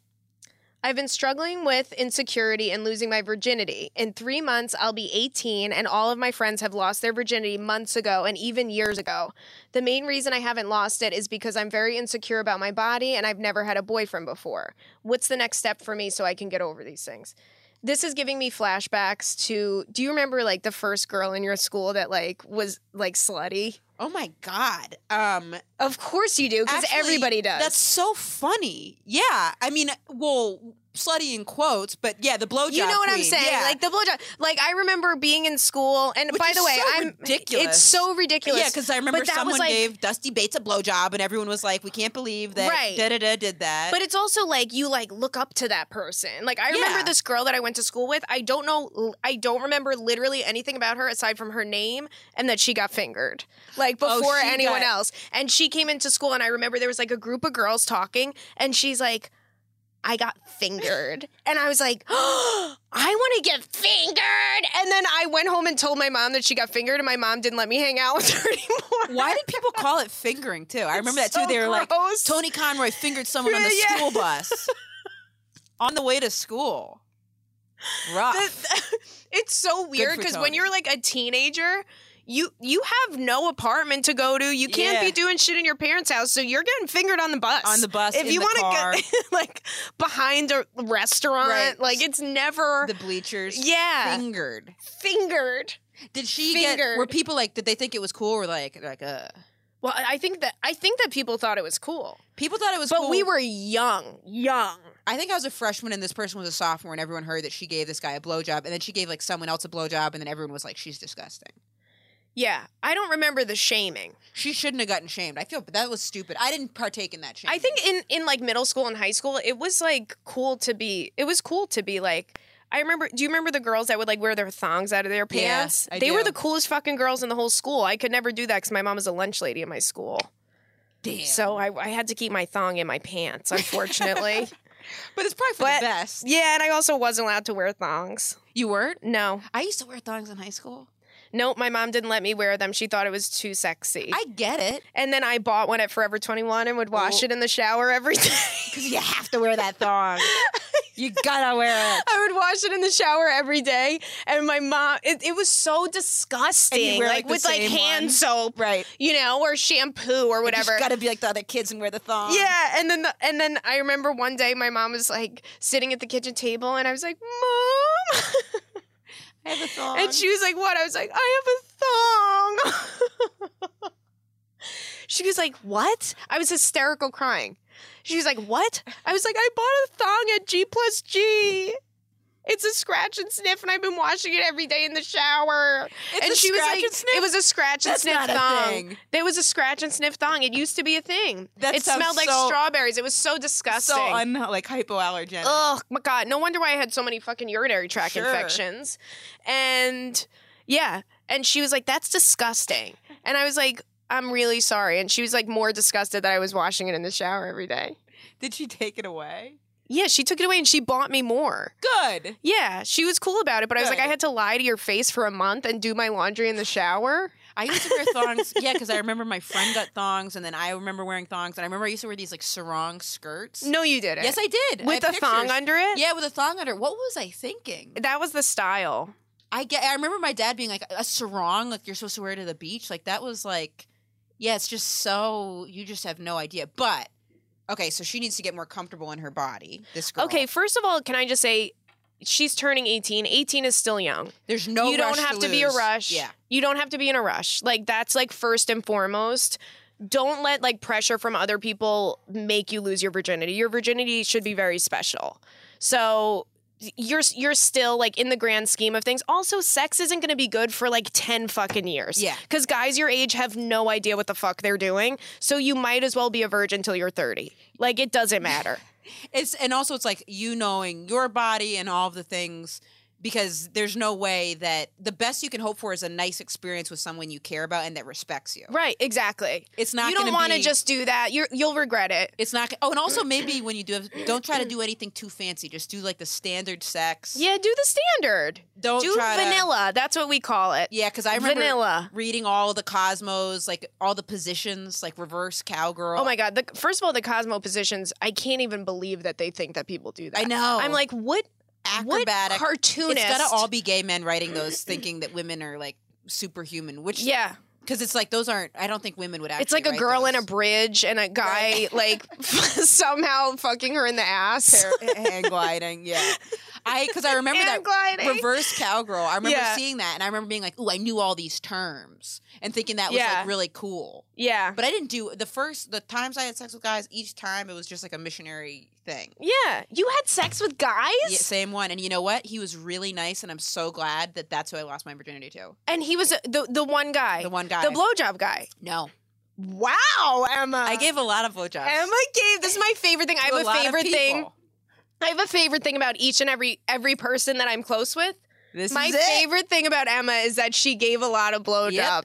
[SPEAKER 1] I've been struggling with insecurity and losing my virginity. In three months, I'll be 18, and all of my friends have lost their virginity months ago and even years ago. The main reason I haven't lost it is because I'm very insecure about my body and I've never had a boyfriend before. What's the next step for me so I can get over these things? this is giving me flashbacks to do you remember like the first girl in your school that like was like slutty
[SPEAKER 2] Oh my god. Um,
[SPEAKER 1] of course you do because
[SPEAKER 2] Actually,
[SPEAKER 1] everybody does
[SPEAKER 2] that's so funny. Yeah, I mean, well, slutty in quotes, but yeah, the blowjob.
[SPEAKER 1] you know what I'm
[SPEAKER 2] queen.
[SPEAKER 1] saying?
[SPEAKER 2] Yeah.
[SPEAKER 1] Like the blowjob. Like I remember being in school, and
[SPEAKER 2] Which
[SPEAKER 1] by
[SPEAKER 2] is
[SPEAKER 1] the way,
[SPEAKER 2] so
[SPEAKER 1] I'm
[SPEAKER 2] ridiculous.
[SPEAKER 1] It's so ridiculous.
[SPEAKER 2] Yeah, because I remember
[SPEAKER 1] But that was,
[SPEAKER 2] someone
[SPEAKER 1] like-
[SPEAKER 2] gave Dusty Bates a blowjob, and everyone was like, "We can't believe that."
[SPEAKER 1] Right.
[SPEAKER 2] Da da da did that.
[SPEAKER 1] But it's also like you like look up to that person. Like I
[SPEAKER 2] Yeah.
[SPEAKER 1] remember this girl that I went to school with. I don't know. I don't remember literally anything about her aside from her name and that she got fingered like
[SPEAKER 2] Oh,
[SPEAKER 1] before
[SPEAKER 2] she
[SPEAKER 1] anyone
[SPEAKER 2] got-
[SPEAKER 1] else. And she came into school, and I remember there was like a group of girls talking, and she's like. I got fingered. And I was like, oh, I want to get fingered. And then I went home and told my mom that she got fingered, and my mom didn't let me hang out with her anymore.
[SPEAKER 2] why did people call it fingering too? I remember that too.
[SPEAKER 1] So
[SPEAKER 2] They were like,
[SPEAKER 1] gross.
[SPEAKER 2] Tony Conroy fingered someone on the
[SPEAKER 1] Yeah.
[SPEAKER 2] school bus on the way to school. Rough.
[SPEAKER 1] Ah. The- it's so weird
[SPEAKER 2] for
[SPEAKER 1] because when
[SPEAKER 2] Tony.
[SPEAKER 1] you're like a teenager, you you have no apartment to go to. You can't
[SPEAKER 2] Yeah.
[SPEAKER 1] be doing shit in your parents' house, so you're getting fingered on the bus.
[SPEAKER 2] on the bus,
[SPEAKER 1] if
[SPEAKER 2] in
[SPEAKER 1] you
[SPEAKER 2] the
[SPEAKER 1] wanna
[SPEAKER 2] car,
[SPEAKER 1] get like behind a restaurant,
[SPEAKER 2] Right.
[SPEAKER 1] like it's never
[SPEAKER 2] the bleachers,
[SPEAKER 1] yeah
[SPEAKER 2] fingered.
[SPEAKER 1] fingered.
[SPEAKER 2] Did she get?
[SPEAKER 1] Fingered.
[SPEAKER 2] Were people like? Did they think it was cool? Or like, like uh,
[SPEAKER 1] Well, I I think that I think that people thought it was cool,
[SPEAKER 2] people thought it was.
[SPEAKER 1] but
[SPEAKER 2] cool.
[SPEAKER 1] we were young, young.
[SPEAKER 2] I think I was a freshman and this person was a sophomore, and everyone heard that she gave this guy a blowjob, and then she gave like someone else a blowjob, and then everyone was like, "She's disgusting.
[SPEAKER 1] Yeah, I don't remember the shaming.
[SPEAKER 2] She shouldn't have gotten shamed." I feel, but that was stupid. I didn't partake in that shame.
[SPEAKER 1] I think in in like middle school and high school, it was like cool to be. It was cool to be like. I remember. Do you remember the girls that would like wear their thongs out of their
[SPEAKER 2] Yeah,
[SPEAKER 1] pants?
[SPEAKER 2] I
[SPEAKER 1] they were
[SPEAKER 2] do.
[SPEAKER 1] the coolest fucking girls in the whole school. I could never do that because my mom was a lunch lady in my school,
[SPEAKER 2] Damn.
[SPEAKER 1] so I, I had to keep my thong in my pants. Unfortunately,
[SPEAKER 2] but it's probably for
[SPEAKER 1] But-
[SPEAKER 2] the best.
[SPEAKER 1] yeah, and I also wasn't allowed to wear thongs.
[SPEAKER 2] You weren't.
[SPEAKER 1] No,
[SPEAKER 2] I used to wear thongs in high school.
[SPEAKER 1] nope. My mom didn't let me wear them. She thought it was too sexy.
[SPEAKER 2] I get it
[SPEAKER 1] and then I bought one at Forever Twenty One and would wash
[SPEAKER 2] Oh.
[SPEAKER 1] it in the shower every day.
[SPEAKER 2] because you have to wear that thong. you gotta wear it.
[SPEAKER 1] I would wash it in the shower every day, and my mom. It, it was so disgusting,
[SPEAKER 2] And you wear, like, the
[SPEAKER 1] with like
[SPEAKER 2] same
[SPEAKER 1] hand
[SPEAKER 2] one?
[SPEAKER 1] soap,
[SPEAKER 2] Right.
[SPEAKER 1] you know, or shampoo or whatever.
[SPEAKER 2] You gotta be like the other kids and wear the thong.
[SPEAKER 1] yeah, and then the, and then I remember one day my mom was like sitting at the kitchen table, and I was like, "Mom,"
[SPEAKER 2] I have a thong.
[SPEAKER 1] and she was like, "What?" I was like, "I have a thong." she was like, "What?" I was hysterical crying. She was like, "What?" I was like, "I bought a thong at G plus G." It's a scratch and sniff, and I've been washing it every day in the shower.
[SPEAKER 2] It's
[SPEAKER 1] and
[SPEAKER 2] a
[SPEAKER 1] she was
[SPEAKER 2] scratch
[SPEAKER 1] like,
[SPEAKER 2] and sniff?
[SPEAKER 1] "It was a scratch and
[SPEAKER 2] That's
[SPEAKER 1] sniff
[SPEAKER 2] not a
[SPEAKER 1] thong.
[SPEAKER 2] thing.
[SPEAKER 1] There was a scratch and sniff thong. It used to be a thing.
[SPEAKER 2] That
[SPEAKER 1] it
[SPEAKER 2] sounds
[SPEAKER 1] smelled like
[SPEAKER 2] so-
[SPEAKER 1] strawberries. It was so disgusting.
[SPEAKER 2] so un like hypoallergenic.
[SPEAKER 1] Ugh, my God. No wonder why I had so many fucking urinary tract
[SPEAKER 2] Sure.
[SPEAKER 1] infections. And yeah. And she was like, that's disgusting. And I was like, I'm really sorry. And she was like, more disgusted that I was washing it in the shower every day.
[SPEAKER 2] Did she take it away?
[SPEAKER 1] Yeah, she took it away and she bought me more.
[SPEAKER 2] Good.
[SPEAKER 1] Yeah, she was cool about it, but I was like,
[SPEAKER 2] Good.
[SPEAKER 1] I had to lie to your face for a month and do my laundry in the shower.
[SPEAKER 2] I used to wear thongs. yeah, because I remember my friend got thongs, and then I remember wearing thongs, and I remember I used to wear these like sarong skirts.
[SPEAKER 1] No, you didn't.
[SPEAKER 2] Yes, I did. I
[SPEAKER 1] With
[SPEAKER 2] have
[SPEAKER 1] a thong
[SPEAKER 2] pictures.
[SPEAKER 1] under it?
[SPEAKER 2] Yeah, with a thong under. What was I thinking?
[SPEAKER 1] That was the style.
[SPEAKER 2] I get. I remember my dad being like a sarong, like you're supposed to wear to the beach. Like that was like, yeah, it's just so you just have no idea. But okay, so she needs to get more comfortable in her body. This girl.
[SPEAKER 1] Okay, first of all, can I just say she's turning 18. 18 is still young.
[SPEAKER 2] there's no.
[SPEAKER 1] you don't
[SPEAKER 2] rush
[SPEAKER 1] have to, be a
[SPEAKER 2] lose.
[SPEAKER 1] rush.
[SPEAKER 2] Yeah.
[SPEAKER 1] You don't have to be in a rush. Like that's like first and foremost. don't let like pressure from other people make you lose your virginity. Your virginity should be very special. So you're you're still like in the grand scheme of things. Also, sex isn't going to be good for like 10 fucking years.
[SPEAKER 2] Yeah.
[SPEAKER 1] Cuz guys your age have no idea what the fuck they're doing. So you might as well be a virgin until you're 30. Like it doesn't matter.
[SPEAKER 2] It's and also it's like you knowing your body and all of the things because there's no way that the best you can hope for is a nice experience with someone you care about and that respects you.
[SPEAKER 1] right, exactly.
[SPEAKER 2] It's not
[SPEAKER 1] you don't
[SPEAKER 2] gonna
[SPEAKER 1] want to
[SPEAKER 2] be-
[SPEAKER 1] just do that. You you'll regret it.
[SPEAKER 2] It's not. Oh, and also maybe when you do, have, don't try to do anything too fancy. Just do like the standard sex.
[SPEAKER 1] Yeah, do the standard.
[SPEAKER 2] Don't
[SPEAKER 1] do
[SPEAKER 2] try to-
[SPEAKER 1] vanilla. That's what we call it.
[SPEAKER 2] yeah, because I remember
[SPEAKER 1] vanilla.
[SPEAKER 2] reading all the Cosmos, like all the positions, like reverse cowgirl.
[SPEAKER 1] Oh my god! The, first of all, the Cosmo positions. I can't even believe that they think that people do that.
[SPEAKER 2] I know.
[SPEAKER 1] I'm like, what?
[SPEAKER 2] acrobatic.
[SPEAKER 1] What cartoonist?
[SPEAKER 2] It's gotta all be gay men writing those, thinking that women are like superhuman. Which
[SPEAKER 1] yeah,
[SPEAKER 2] because it's like those aren't. I don't think women would actually.
[SPEAKER 1] it's like a
[SPEAKER 2] write
[SPEAKER 1] girl in a
[SPEAKER 2] those.
[SPEAKER 1] bridge and a guy like somehow fucking her in the ass
[SPEAKER 2] Par- hang gliding. Yeah, I because I remember
[SPEAKER 1] and
[SPEAKER 2] that
[SPEAKER 1] gliding.
[SPEAKER 2] reverse cowgirl. I remember
[SPEAKER 1] Yeah.
[SPEAKER 2] seeing that, and I remember being like, "Ooh, I knew all these terms," and thinking that was
[SPEAKER 1] Yeah.
[SPEAKER 2] like really cool.
[SPEAKER 1] yeah,
[SPEAKER 2] But I didn't do the first the times I had sex with guys. Each time it was just like a missionary thing.
[SPEAKER 1] yeah. You had sex with guys,
[SPEAKER 2] Yeah, same one, and you know what? He was really nice, and I'm so glad that that's who I lost my virginity to.
[SPEAKER 1] and he was a, the the one guy,
[SPEAKER 2] The one guy.
[SPEAKER 1] the blowjob guy.
[SPEAKER 2] no,
[SPEAKER 1] Wow, Emma.
[SPEAKER 2] I gave a lot of blowjobs.
[SPEAKER 1] Uh, Emma gave. This is my favorite thing. I
[SPEAKER 2] to
[SPEAKER 1] have a,
[SPEAKER 2] lot of
[SPEAKER 1] favorite thing.
[SPEAKER 2] people.
[SPEAKER 1] I have a favorite thing about each and every every person that I'm close with.
[SPEAKER 2] This
[SPEAKER 1] My
[SPEAKER 2] is it.
[SPEAKER 1] favorite thing about Emma is that she gave a lot of
[SPEAKER 2] Yep,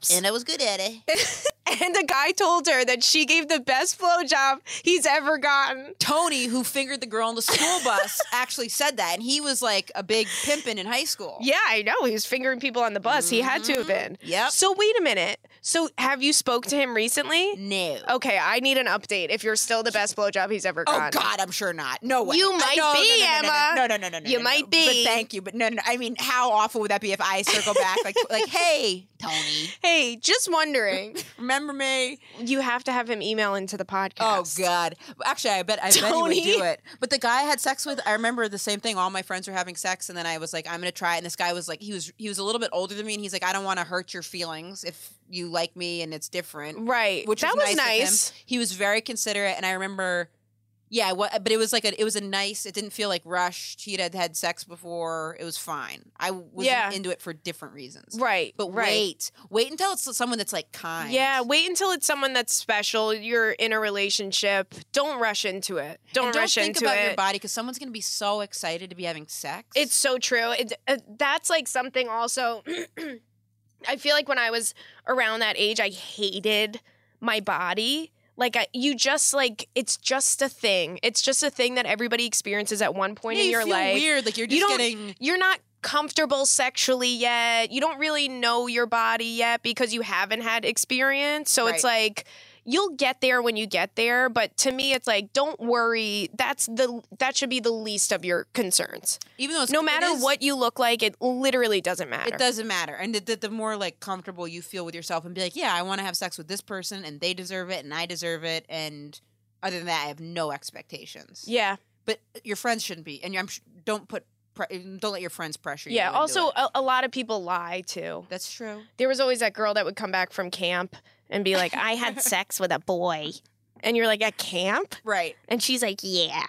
[SPEAKER 1] blowjobs.
[SPEAKER 3] And I was good at it.
[SPEAKER 1] And a guy told her that she gave the best blowjob he's ever gotten.
[SPEAKER 2] Tony, who fingered the girl on the school bus, actually said that, and he was like a big pimpin' in high school.
[SPEAKER 1] Yeah, I know. He was fingering people on the bus. He had to have been.
[SPEAKER 2] Mm-hmm. Yep.
[SPEAKER 1] So wait a minute. So have you spoke to him recently?
[SPEAKER 2] No.
[SPEAKER 1] Okay, I need an update if you're still the best blowjob he's ever
[SPEAKER 2] Oh
[SPEAKER 1] gotten.
[SPEAKER 2] God, I'm sure not. No way.
[SPEAKER 1] You
[SPEAKER 2] Uh,
[SPEAKER 1] might
[SPEAKER 2] no, no,
[SPEAKER 1] be,
[SPEAKER 2] no, no, no,
[SPEAKER 1] Emma.
[SPEAKER 2] No, no, no, no, no.
[SPEAKER 1] You
[SPEAKER 2] no,
[SPEAKER 1] might
[SPEAKER 2] no.
[SPEAKER 1] be.
[SPEAKER 2] But thank you. But no, no, no. I mean, how awful would that be if I circle back like, like, hey, Tony,
[SPEAKER 1] Hey, just wondering.
[SPEAKER 2] remember me?
[SPEAKER 1] you have to have him email into the podcast.
[SPEAKER 2] Oh God. Actually, I bet I bet
[SPEAKER 1] Tony.
[SPEAKER 2] he would do it. But the guy I had sex with, I remember the same thing. All my friends were having sex, and then I was like, I'm gonna try it. And this guy was like, he was he was a little bit older than me, and he's like, I don't want to hurt your feelings if you like me and it's different.
[SPEAKER 1] Right.
[SPEAKER 2] which
[SPEAKER 1] that was
[SPEAKER 2] nice. of him.
[SPEAKER 1] nice.
[SPEAKER 2] He was very considerate, and I remember, yeah, what, but it was like a, it was a nice. It didn't feel like rushed. He had had sex before. It was fine. I was
[SPEAKER 1] Yeah.
[SPEAKER 2] into it for different reasons.
[SPEAKER 1] Right.
[SPEAKER 2] But
[SPEAKER 1] right.
[SPEAKER 2] wait, wait until it's someone that's like kind.
[SPEAKER 1] Yeah, wait until it's someone that's special. You're in a relationship. Don't rush into it. Don't,
[SPEAKER 2] And
[SPEAKER 1] rush
[SPEAKER 2] think
[SPEAKER 1] into
[SPEAKER 2] about
[SPEAKER 1] it.
[SPEAKER 2] your body because someone's gonna be so excited to be having sex.
[SPEAKER 1] It's so true. It, uh, that's like something also. I feel like when I was around that age, I hated my body. Like I, you just like it's just a thing. It's just a thing that everybody experiences at one point
[SPEAKER 2] Yeah,
[SPEAKER 1] in
[SPEAKER 2] you
[SPEAKER 1] your
[SPEAKER 2] feel
[SPEAKER 1] life.
[SPEAKER 2] weird. Like you're
[SPEAKER 1] You
[SPEAKER 2] just
[SPEAKER 1] don't-
[SPEAKER 2] getting.
[SPEAKER 1] You're not comfortable sexually yet. You don't really know your body yet because you haven't had experience. So it's like you'll get there when you get there, but to me it's like don't worry. That's the that should be the least of your concerns.
[SPEAKER 2] Even though it's,
[SPEAKER 1] No
[SPEAKER 2] it
[SPEAKER 1] matter
[SPEAKER 2] is-
[SPEAKER 1] what you look like, it literally doesn't matter.
[SPEAKER 2] It doesn't matter. And the, the, the more like comfortable you feel with yourself and be like, yeah, I want to have sex with this person and they deserve it and I deserve it. And other than that, I have no expectations.
[SPEAKER 1] Yeah.
[SPEAKER 2] But uh, your friends shouldn't be. And I'm sh- don't put, pre- don't let your friends pressure you.
[SPEAKER 1] Yeah.
[SPEAKER 2] into
[SPEAKER 1] Also
[SPEAKER 2] it.
[SPEAKER 1] a, a lot of people lie too.
[SPEAKER 2] that's true.
[SPEAKER 1] There was always that girl that would come back from camp and be like, "I had sex with a boy." And you're like, "At camp?"
[SPEAKER 2] Right.
[SPEAKER 1] And she's like, "Yeah."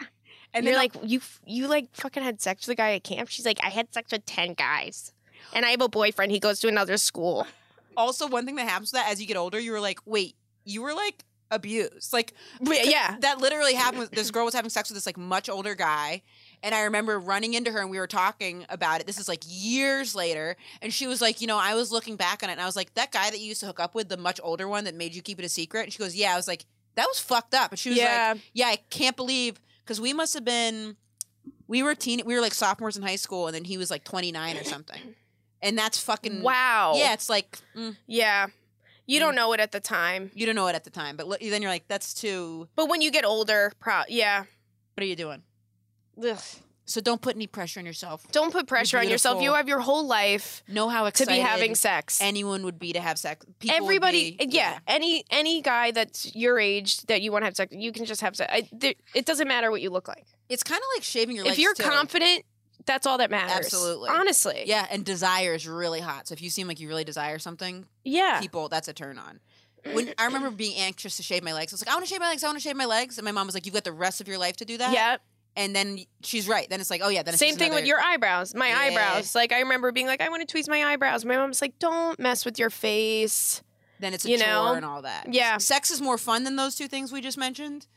[SPEAKER 1] And you're like, you f- you like fucking had sex with a guy at camp. She's like, I had sex with ten guys, and I have a boyfriend. He goes to another school.
[SPEAKER 2] also, one thing that happens to that as you get older, you were like, wait, you were like abused. Like,
[SPEAKER 1] yeah,
[SPEAKER 2] that literally happened. With, this girl was having sex with this like much older guy, and I remember running into her and we were talking about it. This is like years later, and she was like, you know, I was looking back on it and I was like, that guy that you used to hook up with, the much older one that made you keep it a secret. And she goes, yeah. I was like, that was fucked up. And she was
[SPEAKER 1] Yeah.
[SPEAKER 2] like, yeah, I can't believe because we must have been, we were teen, we were like sophomores in high school, and then he was like twenty nine or something, and that's fucking
[SPEAKER 1] wow.
[SPEAKER 2] Yeah, Mm. it's like mm,
[SPEAKER 1] yeah. You don't know it at the time,
[SPEAKER 2] you don't know it at the time, but look, then you're like, that's too.
[SPEAKER 1] but when you get older, pro- yeah.
[SPEAKER 2] What are you doing?
[SPEAKER 1] Ugh.
[SPEAKER 2] So don't put any pressure on yourself.
[SPEAKER 1] Don't put pressure on yourself.
[SPEAKER 2] beautiful.
[SPEAKER 1] You have your whole life
[SPEAKER 2] know how
[SPEAKER 1] to
[SPEAKER 2] excited
[SPEAKER 1] be having sex.
[SPEAKER 2] anyone would be to have sex. People would
[SPEAKER 1] Everybody,
[SPEAKER 2] be-
[SPEAKER 1] yeah, Any any guy that's your age that you want to have sex, you can just have sex. I, there, it doesn't matter what you look like.
[SPEAKER 2] It's kind of like shaving your legs.
[SPEAKER 1] if you're
[SPEAKER 2] too.
[SPEAKER 1] confident, that's all that matters.
[SPEAKER 2] Absolutely.
[SPEAKER 1] Honestly.
[SPEAKER 2] yeah, and desire is really hot. So if you seem like you really desire something,
[SPEAKER 1] Yeah.
[SPEAKER 2] people that's a turn on. When
[SPEAKER 1] When,
[SPEAKER 2] I remember being anxious to shave my legs, I was like, I want to shave my legs. I want to shave my legs, and my mom was like, You've got the rest of your life to do that.
[SPEAKER 1] yeah.
[SPEAKER 2] And then she's right. Then it's like, Oh yeah. Then it's
[SPEAKER 1] Same
[SPEAKER 2] just
[SPEAKER 1] thing with
[SPEAKER 2] another-
[SPEAKER 1] your eyebrows. My
[SPEAKER 2] Yeah.
[SPEAKER 1] eyebrows. Like I remember being like, I want to tweeze my eyebrows. My mom's like, don't mess with your face.
[SPEAKER 2] Then it's a
[SPEAKER 1] you
[SPEAKER 2] chore
[SPEAKER 1] know?
[SPEAKER 2] and all that.
[SPEAKER 1] Yeah.
[SPEAKER 2] Sex is more fun than those two things we just mentioned.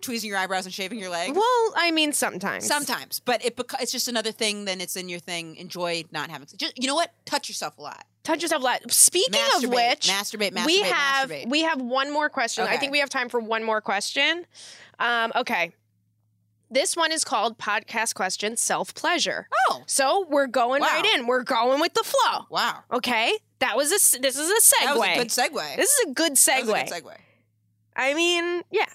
[SPEAKER 2] Tweezing your eyebrows and shaving your legs.
[SPEAKER 1] Well, I mean, sometimes.
[SPEAKER 2] Sometimes, but it beca- it's just another thing. Then it's in your thing. Enjoy not having. Just, you know what? Touch yourself a lot.
[SPEAKER 1] Touch yourself a lot. Speaking
[SPEAKER 2] masturbate,
[SPEAKER 1] of which,
[SPEAKER 2] masturbate, masturbate,
[SPEAKER 1] we have
[SPEAKER 2] masturbate.
[SPEAKER 1] we have one more question. I
[SPEAKER 2] Okay.
[SPEAKER 1] think we have time for one more question. Um, okay. This one is called podcast question self pleasure.
[SPEAKER 2] oh
[SPEAKER 1] So we're going
[SPEAKER 2] Wow.
[SPEAKER 1] right in. We're going with the flow.
[SPEAKER 2] wow,
[SPEAKER 1] Okay, that was a s- this is a segue.
[SPEAKER 2] that was a good segue.
[SPEAKER 1] this is a good
[SPEAKER 2] That
[SPEAKER 1] segue.
[SPEAKER 2] was a good segue.
[SPEAKER 1] I mean, yeah.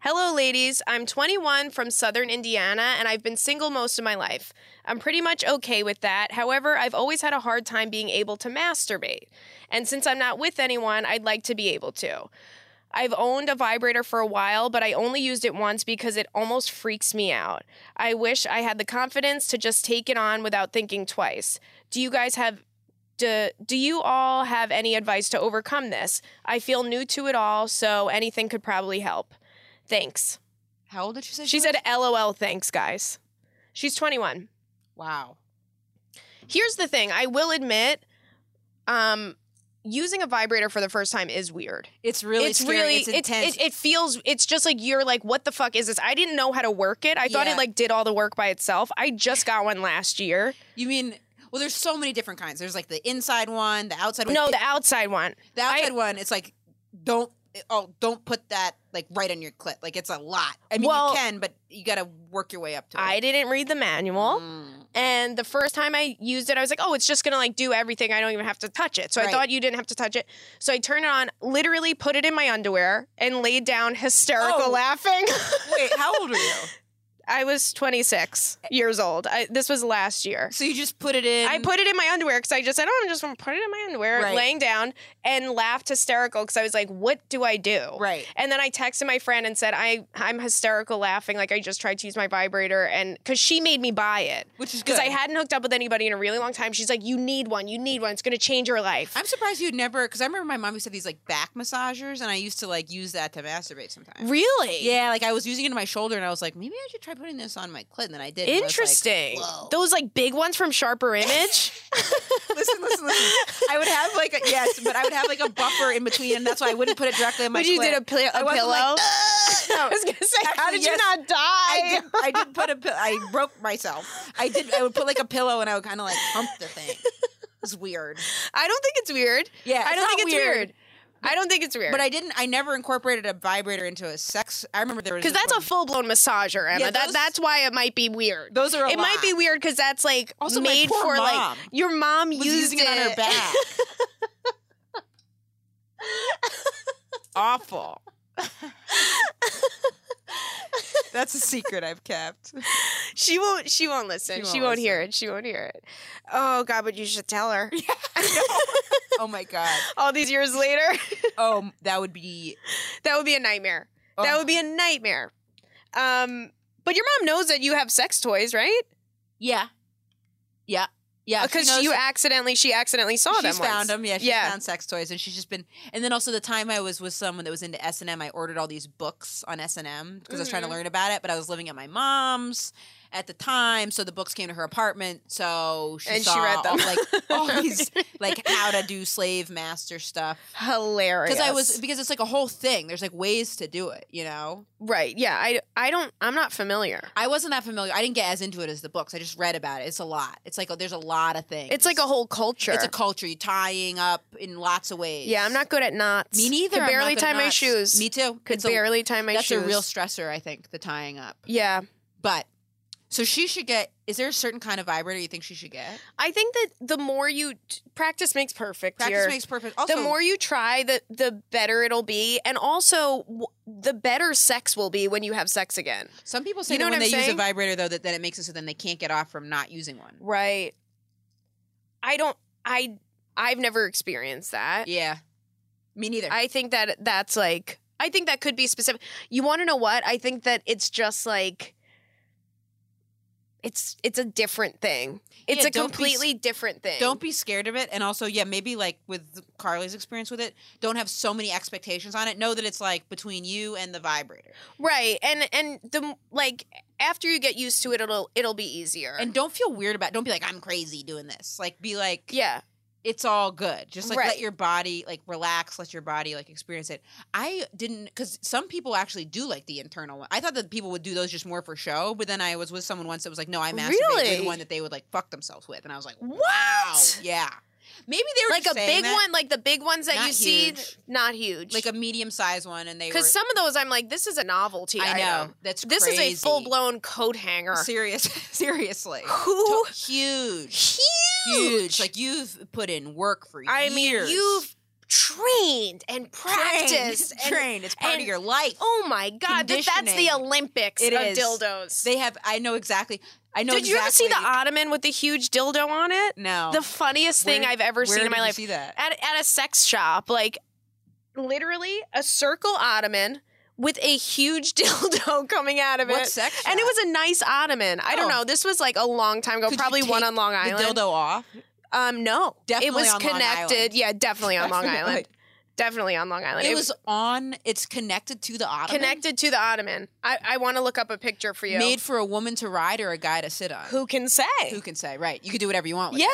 [SPEAKER 1] Hello, ladies. I'm 21 from Southern Indiana, and I've been single most of my life. I'm pretty much okay with that. However, I've always had a hard time being able to masturbate. And since I'm not with anyone, I'd like to be able to. I've owned a vibrator for a while, but I only used it once because it almost freaks me out. I wish I had the confidence to just take it on without thinking twice. Do you guys have do, do you all have any advice to overcome this? I feel new to it all, so anything could probably help. Thanks.
[SPEAKER 2] How old did she say?
[SPEAKER 1] She
[SPEAKER 2] was?
[SPEAKER 1] said, LOL, thanks, guys. She's 21.
[SPEAKER 2] "Wow,
[SPEAKER 1] Here's the thing I will admit, um, using a vibrator for the first time is weird.
[SPEAKER 2] it's really,
[SPEAKER 1] it's
[SPEAKER 2] scary.
[SPEAKER 1] really,
[SPEAKER 2] it's
[SPEAKER 1] it-
[SPEAKER 2] intense."
[SPEAKER 1] It, it feels, it's just like you're like, what the fuck is this? I didn't know how to work it. I thought
[SPEAKER 2] Yeah.
[SPEAKER 1] it like did all the work by itself. I just got one last year.
[SPEAKER 2] you mean? Well, there's so many different kinds. There's like the inside one, the outside one.
[SPEAKER 1] No, the outside one.
[SPEAKER 2] the outside one. It's like don't oh don't put that like right on your clit. Like it's a lot. I mean,
[SPEAKER 1] Well-
[SPEAKER 2] you can, but you got to work your way up to
[SPEAKER 1] I
[SPEAKER 2] it.
[SPEAKER 1] didn't read the manual.
[SPEAKER 2] Mm.
[SPEAKER 1] And the first time I used it, I was like, oh, it's just gonna like do everything. I don't even have to touch it. So I
[SPEAKER 2] Right.
[SPEAKER 1] thought you didn't have to touch it. So I turned it on, literally put it in my underwear, and laid down hysterical
[SPEAKER 2] Oh.
[SPEAKER 1] laughing.
[SPEAKER 2] Wait, how old are you?
[SPEAKER 1] I was 26 years old. I, this was last year.
[SPEAKER 2] So you just put it in.
[SPEAKER 1] I put it in my underwear because I just said, oh, I'm just gonna put it in my underwear,
[SPEAKER 2] Right.
[SPEAKER 1] laying down, and laughed hysterical because I was like, what do I do?
[SPEAKER 2] right.
[SPEAKER 1] And then I texted my friend and said, I, I'm hysterical laughing. Like, I just tried to use my vibrator. And because she made me buy it.
[SPEAKER 2] Which is good.
[SPEAKER 1] because I hadn't hooked up with anybody in a really long time. She's like, "You need one. You need one. It's going to change your life."
[SPEAKER 2] I'm surprised you'd never, because I remember my mom used to have these like back massagers, and I used to like use that to masturbate sometimes.
[SPEAKER 1] really?
[SPEAKER 2] Yeah, like I was using it on my shoulder, and I was like, maybe I should try putting this on my clit, and then I did. and I was like,
[SPEAKER 1] Interesting.
[SPEAKER 2] whoa.
[SPEAKER 1] Those like big ones from Sharper Image.
[SPEAKER 2] listen, listen, listen. I would have like a, yes, but I would have like a buffer in between, and that's why I wouldn't put it directly on my.
[SPEAKER 1] Would you
[SPEAKER 2] clit.
[SPEAKER 1] did a, pil- a
[SPEAKER 2] I wasn't
[SPEAKER 1] pillow?
[SPEAKER 2] like,
[SPEAKER 1] I was gonna say, how
[SPEAKER 2] Actually,
[SPEAKER 1] did
[SPEAKER 2] yes,
[SPEAKER 1] you not die?
[SPEAKER 2] I did, I did put a pill. I broke myself. I did. I would put like a pillow and I would kind of like hump the thing. It's weird.
[SPEAKER 1] I don't think it's weird.
[SPEAKER 2] Yeah,
[SPEAKER 1] I don't
[SPEAKER 2] not
[SPEAKER 1] think it's weird. I don't think it's weird.
[SPEAKER 2] But I didn't. I never incorporated a vibrator into a sex. I remember there was
[SPEAKER 1] because
[SPEAKER 2] this
[SPEAKER 1] that's a
[SPEAKER 2] one-
[SPEAKER 1] full blown massager, Emma.
[SPEAKER 2] Yeah,
[SPEAKER 1] that,
[SPEAKER 2] those-
[SPEAKER 1] that's why it might be weird.
[SPEAKER 2] those are. A
[SPEAKER 1] It might be
[SPEAKER 2] lot.
[SPEAKER 1] weird because that's like
[SPEAKER 2] Also, my
[SPEAKER 1] made
[SPEAKER 2] poor
[SPEAKER 1] for like
[SPEAKER 2] mom
[SPEAKER 1] your mom
[SPEAKER 2] Was
[SPEAKER 1] used
[SPEAKER 2] using it on her back. Awful. That's a secret I've kept.
[SPEAKER 1] She won't. She won't listen. She
[SPEAKER 2] She
[SPEAKER 1] won't,
[SPEAKER 2] won't
[SPEAKER 1] hear it. She won't hear it. Oh God! But you should tell her.
[SPEAKER 2] Oh my god.
[SPEAKER 1] All these years later,
[SPEAKER 2] Oh, that would be.
[SPEAKER 1] that would be a nightmare. That
[SPEAKER 2] oh.
[SPEAKER 1] would be a nightmare. Um, but your mom knows that you have sex toys, right?
[SPEAKER 2] Yeah. Yeah. Yeah. she
[SPEAKER 1] Because
[SPEAKER 2] knows-
[SPEAKER 1] you accidentally, she accidentally saw
[SPEAKER 2] she's
[SPEAKER 1] them. once.
[SPEAKER 2] found them. Yeah, she's
[SPEAKER 1] Oh, Yeah.
[SPEAKER 2] found sex toys, and she's just been. And then also the time I was with someone that was into S and M, I ordered all these books on S and M because I was trying to
[SPEAKER 1] Mhm.
[SPEAKER 2] learn about it. But I was living at my mom's at the time, so the books came to her apartment. So she
[SPEAKER 1] And she
[SPEAKER 2] saw
[SPEAKER 1] read them.
[SPEAKER 2] all, like all these like how to do slave master stuff.
[SPEAKER 1] Hilarious.
[SPEAKER 2] Because I was because it's like a whole thing. There's like ways to do it, you know.
[SPEAKER 1] right. Yeah. I. I don't. I'm not familiar.
[SPEAKER 2] I wasn't that familiar. I didn't get as into it as the books. I just read about it. It's a lot. It's like there's a lot of things.
[SPEAKER 1] It's like a whole culture.
[SPEAKER 2] It's a culture. You tying up in lots of ways.
[SPEAKER 1] yeah. I'm not good at knots.
[SPEAKER 2] Me neither.
[SPEAKER 1] Could
[SPEAKER 2] I'm not
[SPEAKER 1] barely
[SPEAKER 2] good
[SPEAKER 1] tie
[SPEAKER 2] at
[SPEAKER 1] my
[SPEAKER 2] knots.
[SPEAKER 1] shoes.
[SPEAKER 2] Me too.
[SPEAKER 1] Could
[SPEAKER 2] It's a-
[SPEAKER 1] barely tie my
[SPEAKER 2] That's
[SPEAKER 1] shoes.
[SPEAKER 2] a real stressor, I think, the tying up.
[SPEAKER 1] yeah.
[SPEAKER 2] But so she should get. Is there a certain kind of vibrator you think she should get?
[SPEAKER 1] I think that the more you t- practice makes perfect.
[SPEAKER 2] Practice
[SPEAKER 1] here.
[SPEAKER 2] makes perfect. Also,
[SPEAKER 1] the more you try, the the better it'll be, and also w- the better sex will be when you have sex again.
[SPEAKER 2] some people say
[SPEAKER 1] You know
[SPEAKER 2] that when
[SPEAKER 1] what I'm
[SPEAKER 2] they use a
[SPEAKER 1] saying?
[SPEAKER 2] vibrator though, that then it makes it so then they can't get off from not using one.
[SPEAKER 1] Right. I don't. I I've never experienced that.
[SPEAKER 2] Yeah. Me neither.
[SPEAKER 1] I think that that's like. I think that could be specific. You want to know what? I think that it's just like. It's it's a different thing. It's
[SPEAKER 2] Yeah,
[SPEAKER 1] a
[SPEAKER 2] don't be s-
[SPEAKER 1] completely different thing.
[SPEAKER 2] Don't be scared of it. And also, yeah, maybe like with Carly's experience with it, don't have so many expectations on it. Know that it's like between you and the vibrator.
[SPEAKER 1] right. And and the m- like after you get used to it, it'll it'll be easier.
[SPEAKER 2] And don't feel weird about Don't be like, I'm crazy doing this. Like, be like,
[SPEAKER 1] yeah,
[SPEAKER 2] it's all good. Just like
[SPEAKER 1] Right.
[SPEAKER 2] let your body like relax, let your body like experience it. I didn't because some people actually do like the internal one. I thought that people would do those just more for show, but then I was with someone once that was like, no, I masturbated with
[SPEAKER 1] Really?
[SPEAKER 2] one that they would like fuck themselves with, and I was like,
[SPEAKER 1] What?
[SPEAKER 2] wow, yeah, maybe they were
[SPEAKER 1] like a
[SPEAKER 2] just saying
[SPEAKER 1] big
[SPEAKER 2] that.
[SPEAKER 1] one, like the big ones that
[SPEAKER 2] Not
[SPEAKER 1] you see,
[SPEAKER 2] huge.
[SPEAKER 1] th- not huge.
[SPEAKER 2] like a medium sized one, and they were.
[SPEAKER 1] because some of those I'm like, this is a novelty.
[SPEAKER 2] I know
[SPEAKER 1] item.
[SPEAKER 2] that's
[SPEAKER 1] This
[SPEAKER 2] crazy.
[SPEAKER 1] is a full blown coat hanger.
[SPEAKER 2] serious seriously
[SPEAKER 1] Who?
[SPEAKER 2] To- huge
[SPEAKER 1] Huge.
[SPEAKER 2] huge like you've put in work for
[SPEAKER 1] I
[SPEAKER 2] years.
[SPEAKER 1] mean, you've trained and practiced.
[SPEAKER 2] trained,
[SPEAKER 1] and,
[SPEAKER 2] trained. it's part
[SPEAKER 1] and-
[SPEAKER 2] of your life
[SPEAKER 1] Oh my God, that- that's the
[SPEAKER 2] Conditioning.
[SPEAKER 1] Olympics
[SPEAKER 2] It
[SPEAKER 1] of
[SPEAKER 2] is.
[SPEAKER 1] dildos.
[SPEAKER 2] They have. I know exactly. I know.
[SPEAKER 1] Did you ever see the
[SPEAKER 2] exactly-
[SPEAKER 1] ottoman with the huge dildo on it?
[SPEAKER 2] No.
[SPEAKER 1] The funniest thing
[SPEAKER 2] Where-
[SPEAKER 1] I've ever
[SPEAKER 2] where
[SPEAKER 1] seen in
[SPEAKER 2] did
[SPEAKER 1] my
[SPEAKER 2] you
[SPEAKER 1] life.
[SPEAKER 2] See that?
[SPEAKER 1] At, at a sex shop, like literally a circle ottoman with a huge dildo coming out of
[SPEAKER 2] What
[SPEAKER 1] it.
[SPEAKER 2] sex?
[SPEAKER 1] And it
[SPEAKER 2] shop?
[SPEAKER 1] was a nice ottoman. I don't
[SPEAKER 2] Oh.
[SPEAKER 1] know. This was like a long time ago.
[SPEAKER 2] Could you
[SPEAKER 1] probably one
[SPEAKER 2] take
[SPEAKER 1] on Long Island.
[SPEAKER 2] the dildo off.
[SPEAKER 1] Um, no, it
[SPEAKER 2] Definitely
[SPEAKER 1] was
[SPEAKER 2] on Long
[SPEAKER 1] connected.
[SPEAKER 2] Island.
[SPEAKER 1] Yeah, definitely on Long
[SPEAKER 2] Definitely.
[SPEAKER 1] Island. Definitely on Long Island.
[SPEAKER 2] It was on. It's connected to the ottoman.
[SPEAKER 1] connected to the ottoman. I, I want to look up a picture for you.
[SPEAKER 2] Made for a woman to ride or a guy to sit on.
[SPEAKER 1] Who can say?
[SPEAKER 2] Who can say? Right. You could do whatever you want. With
[SPEAKER 1] yeah,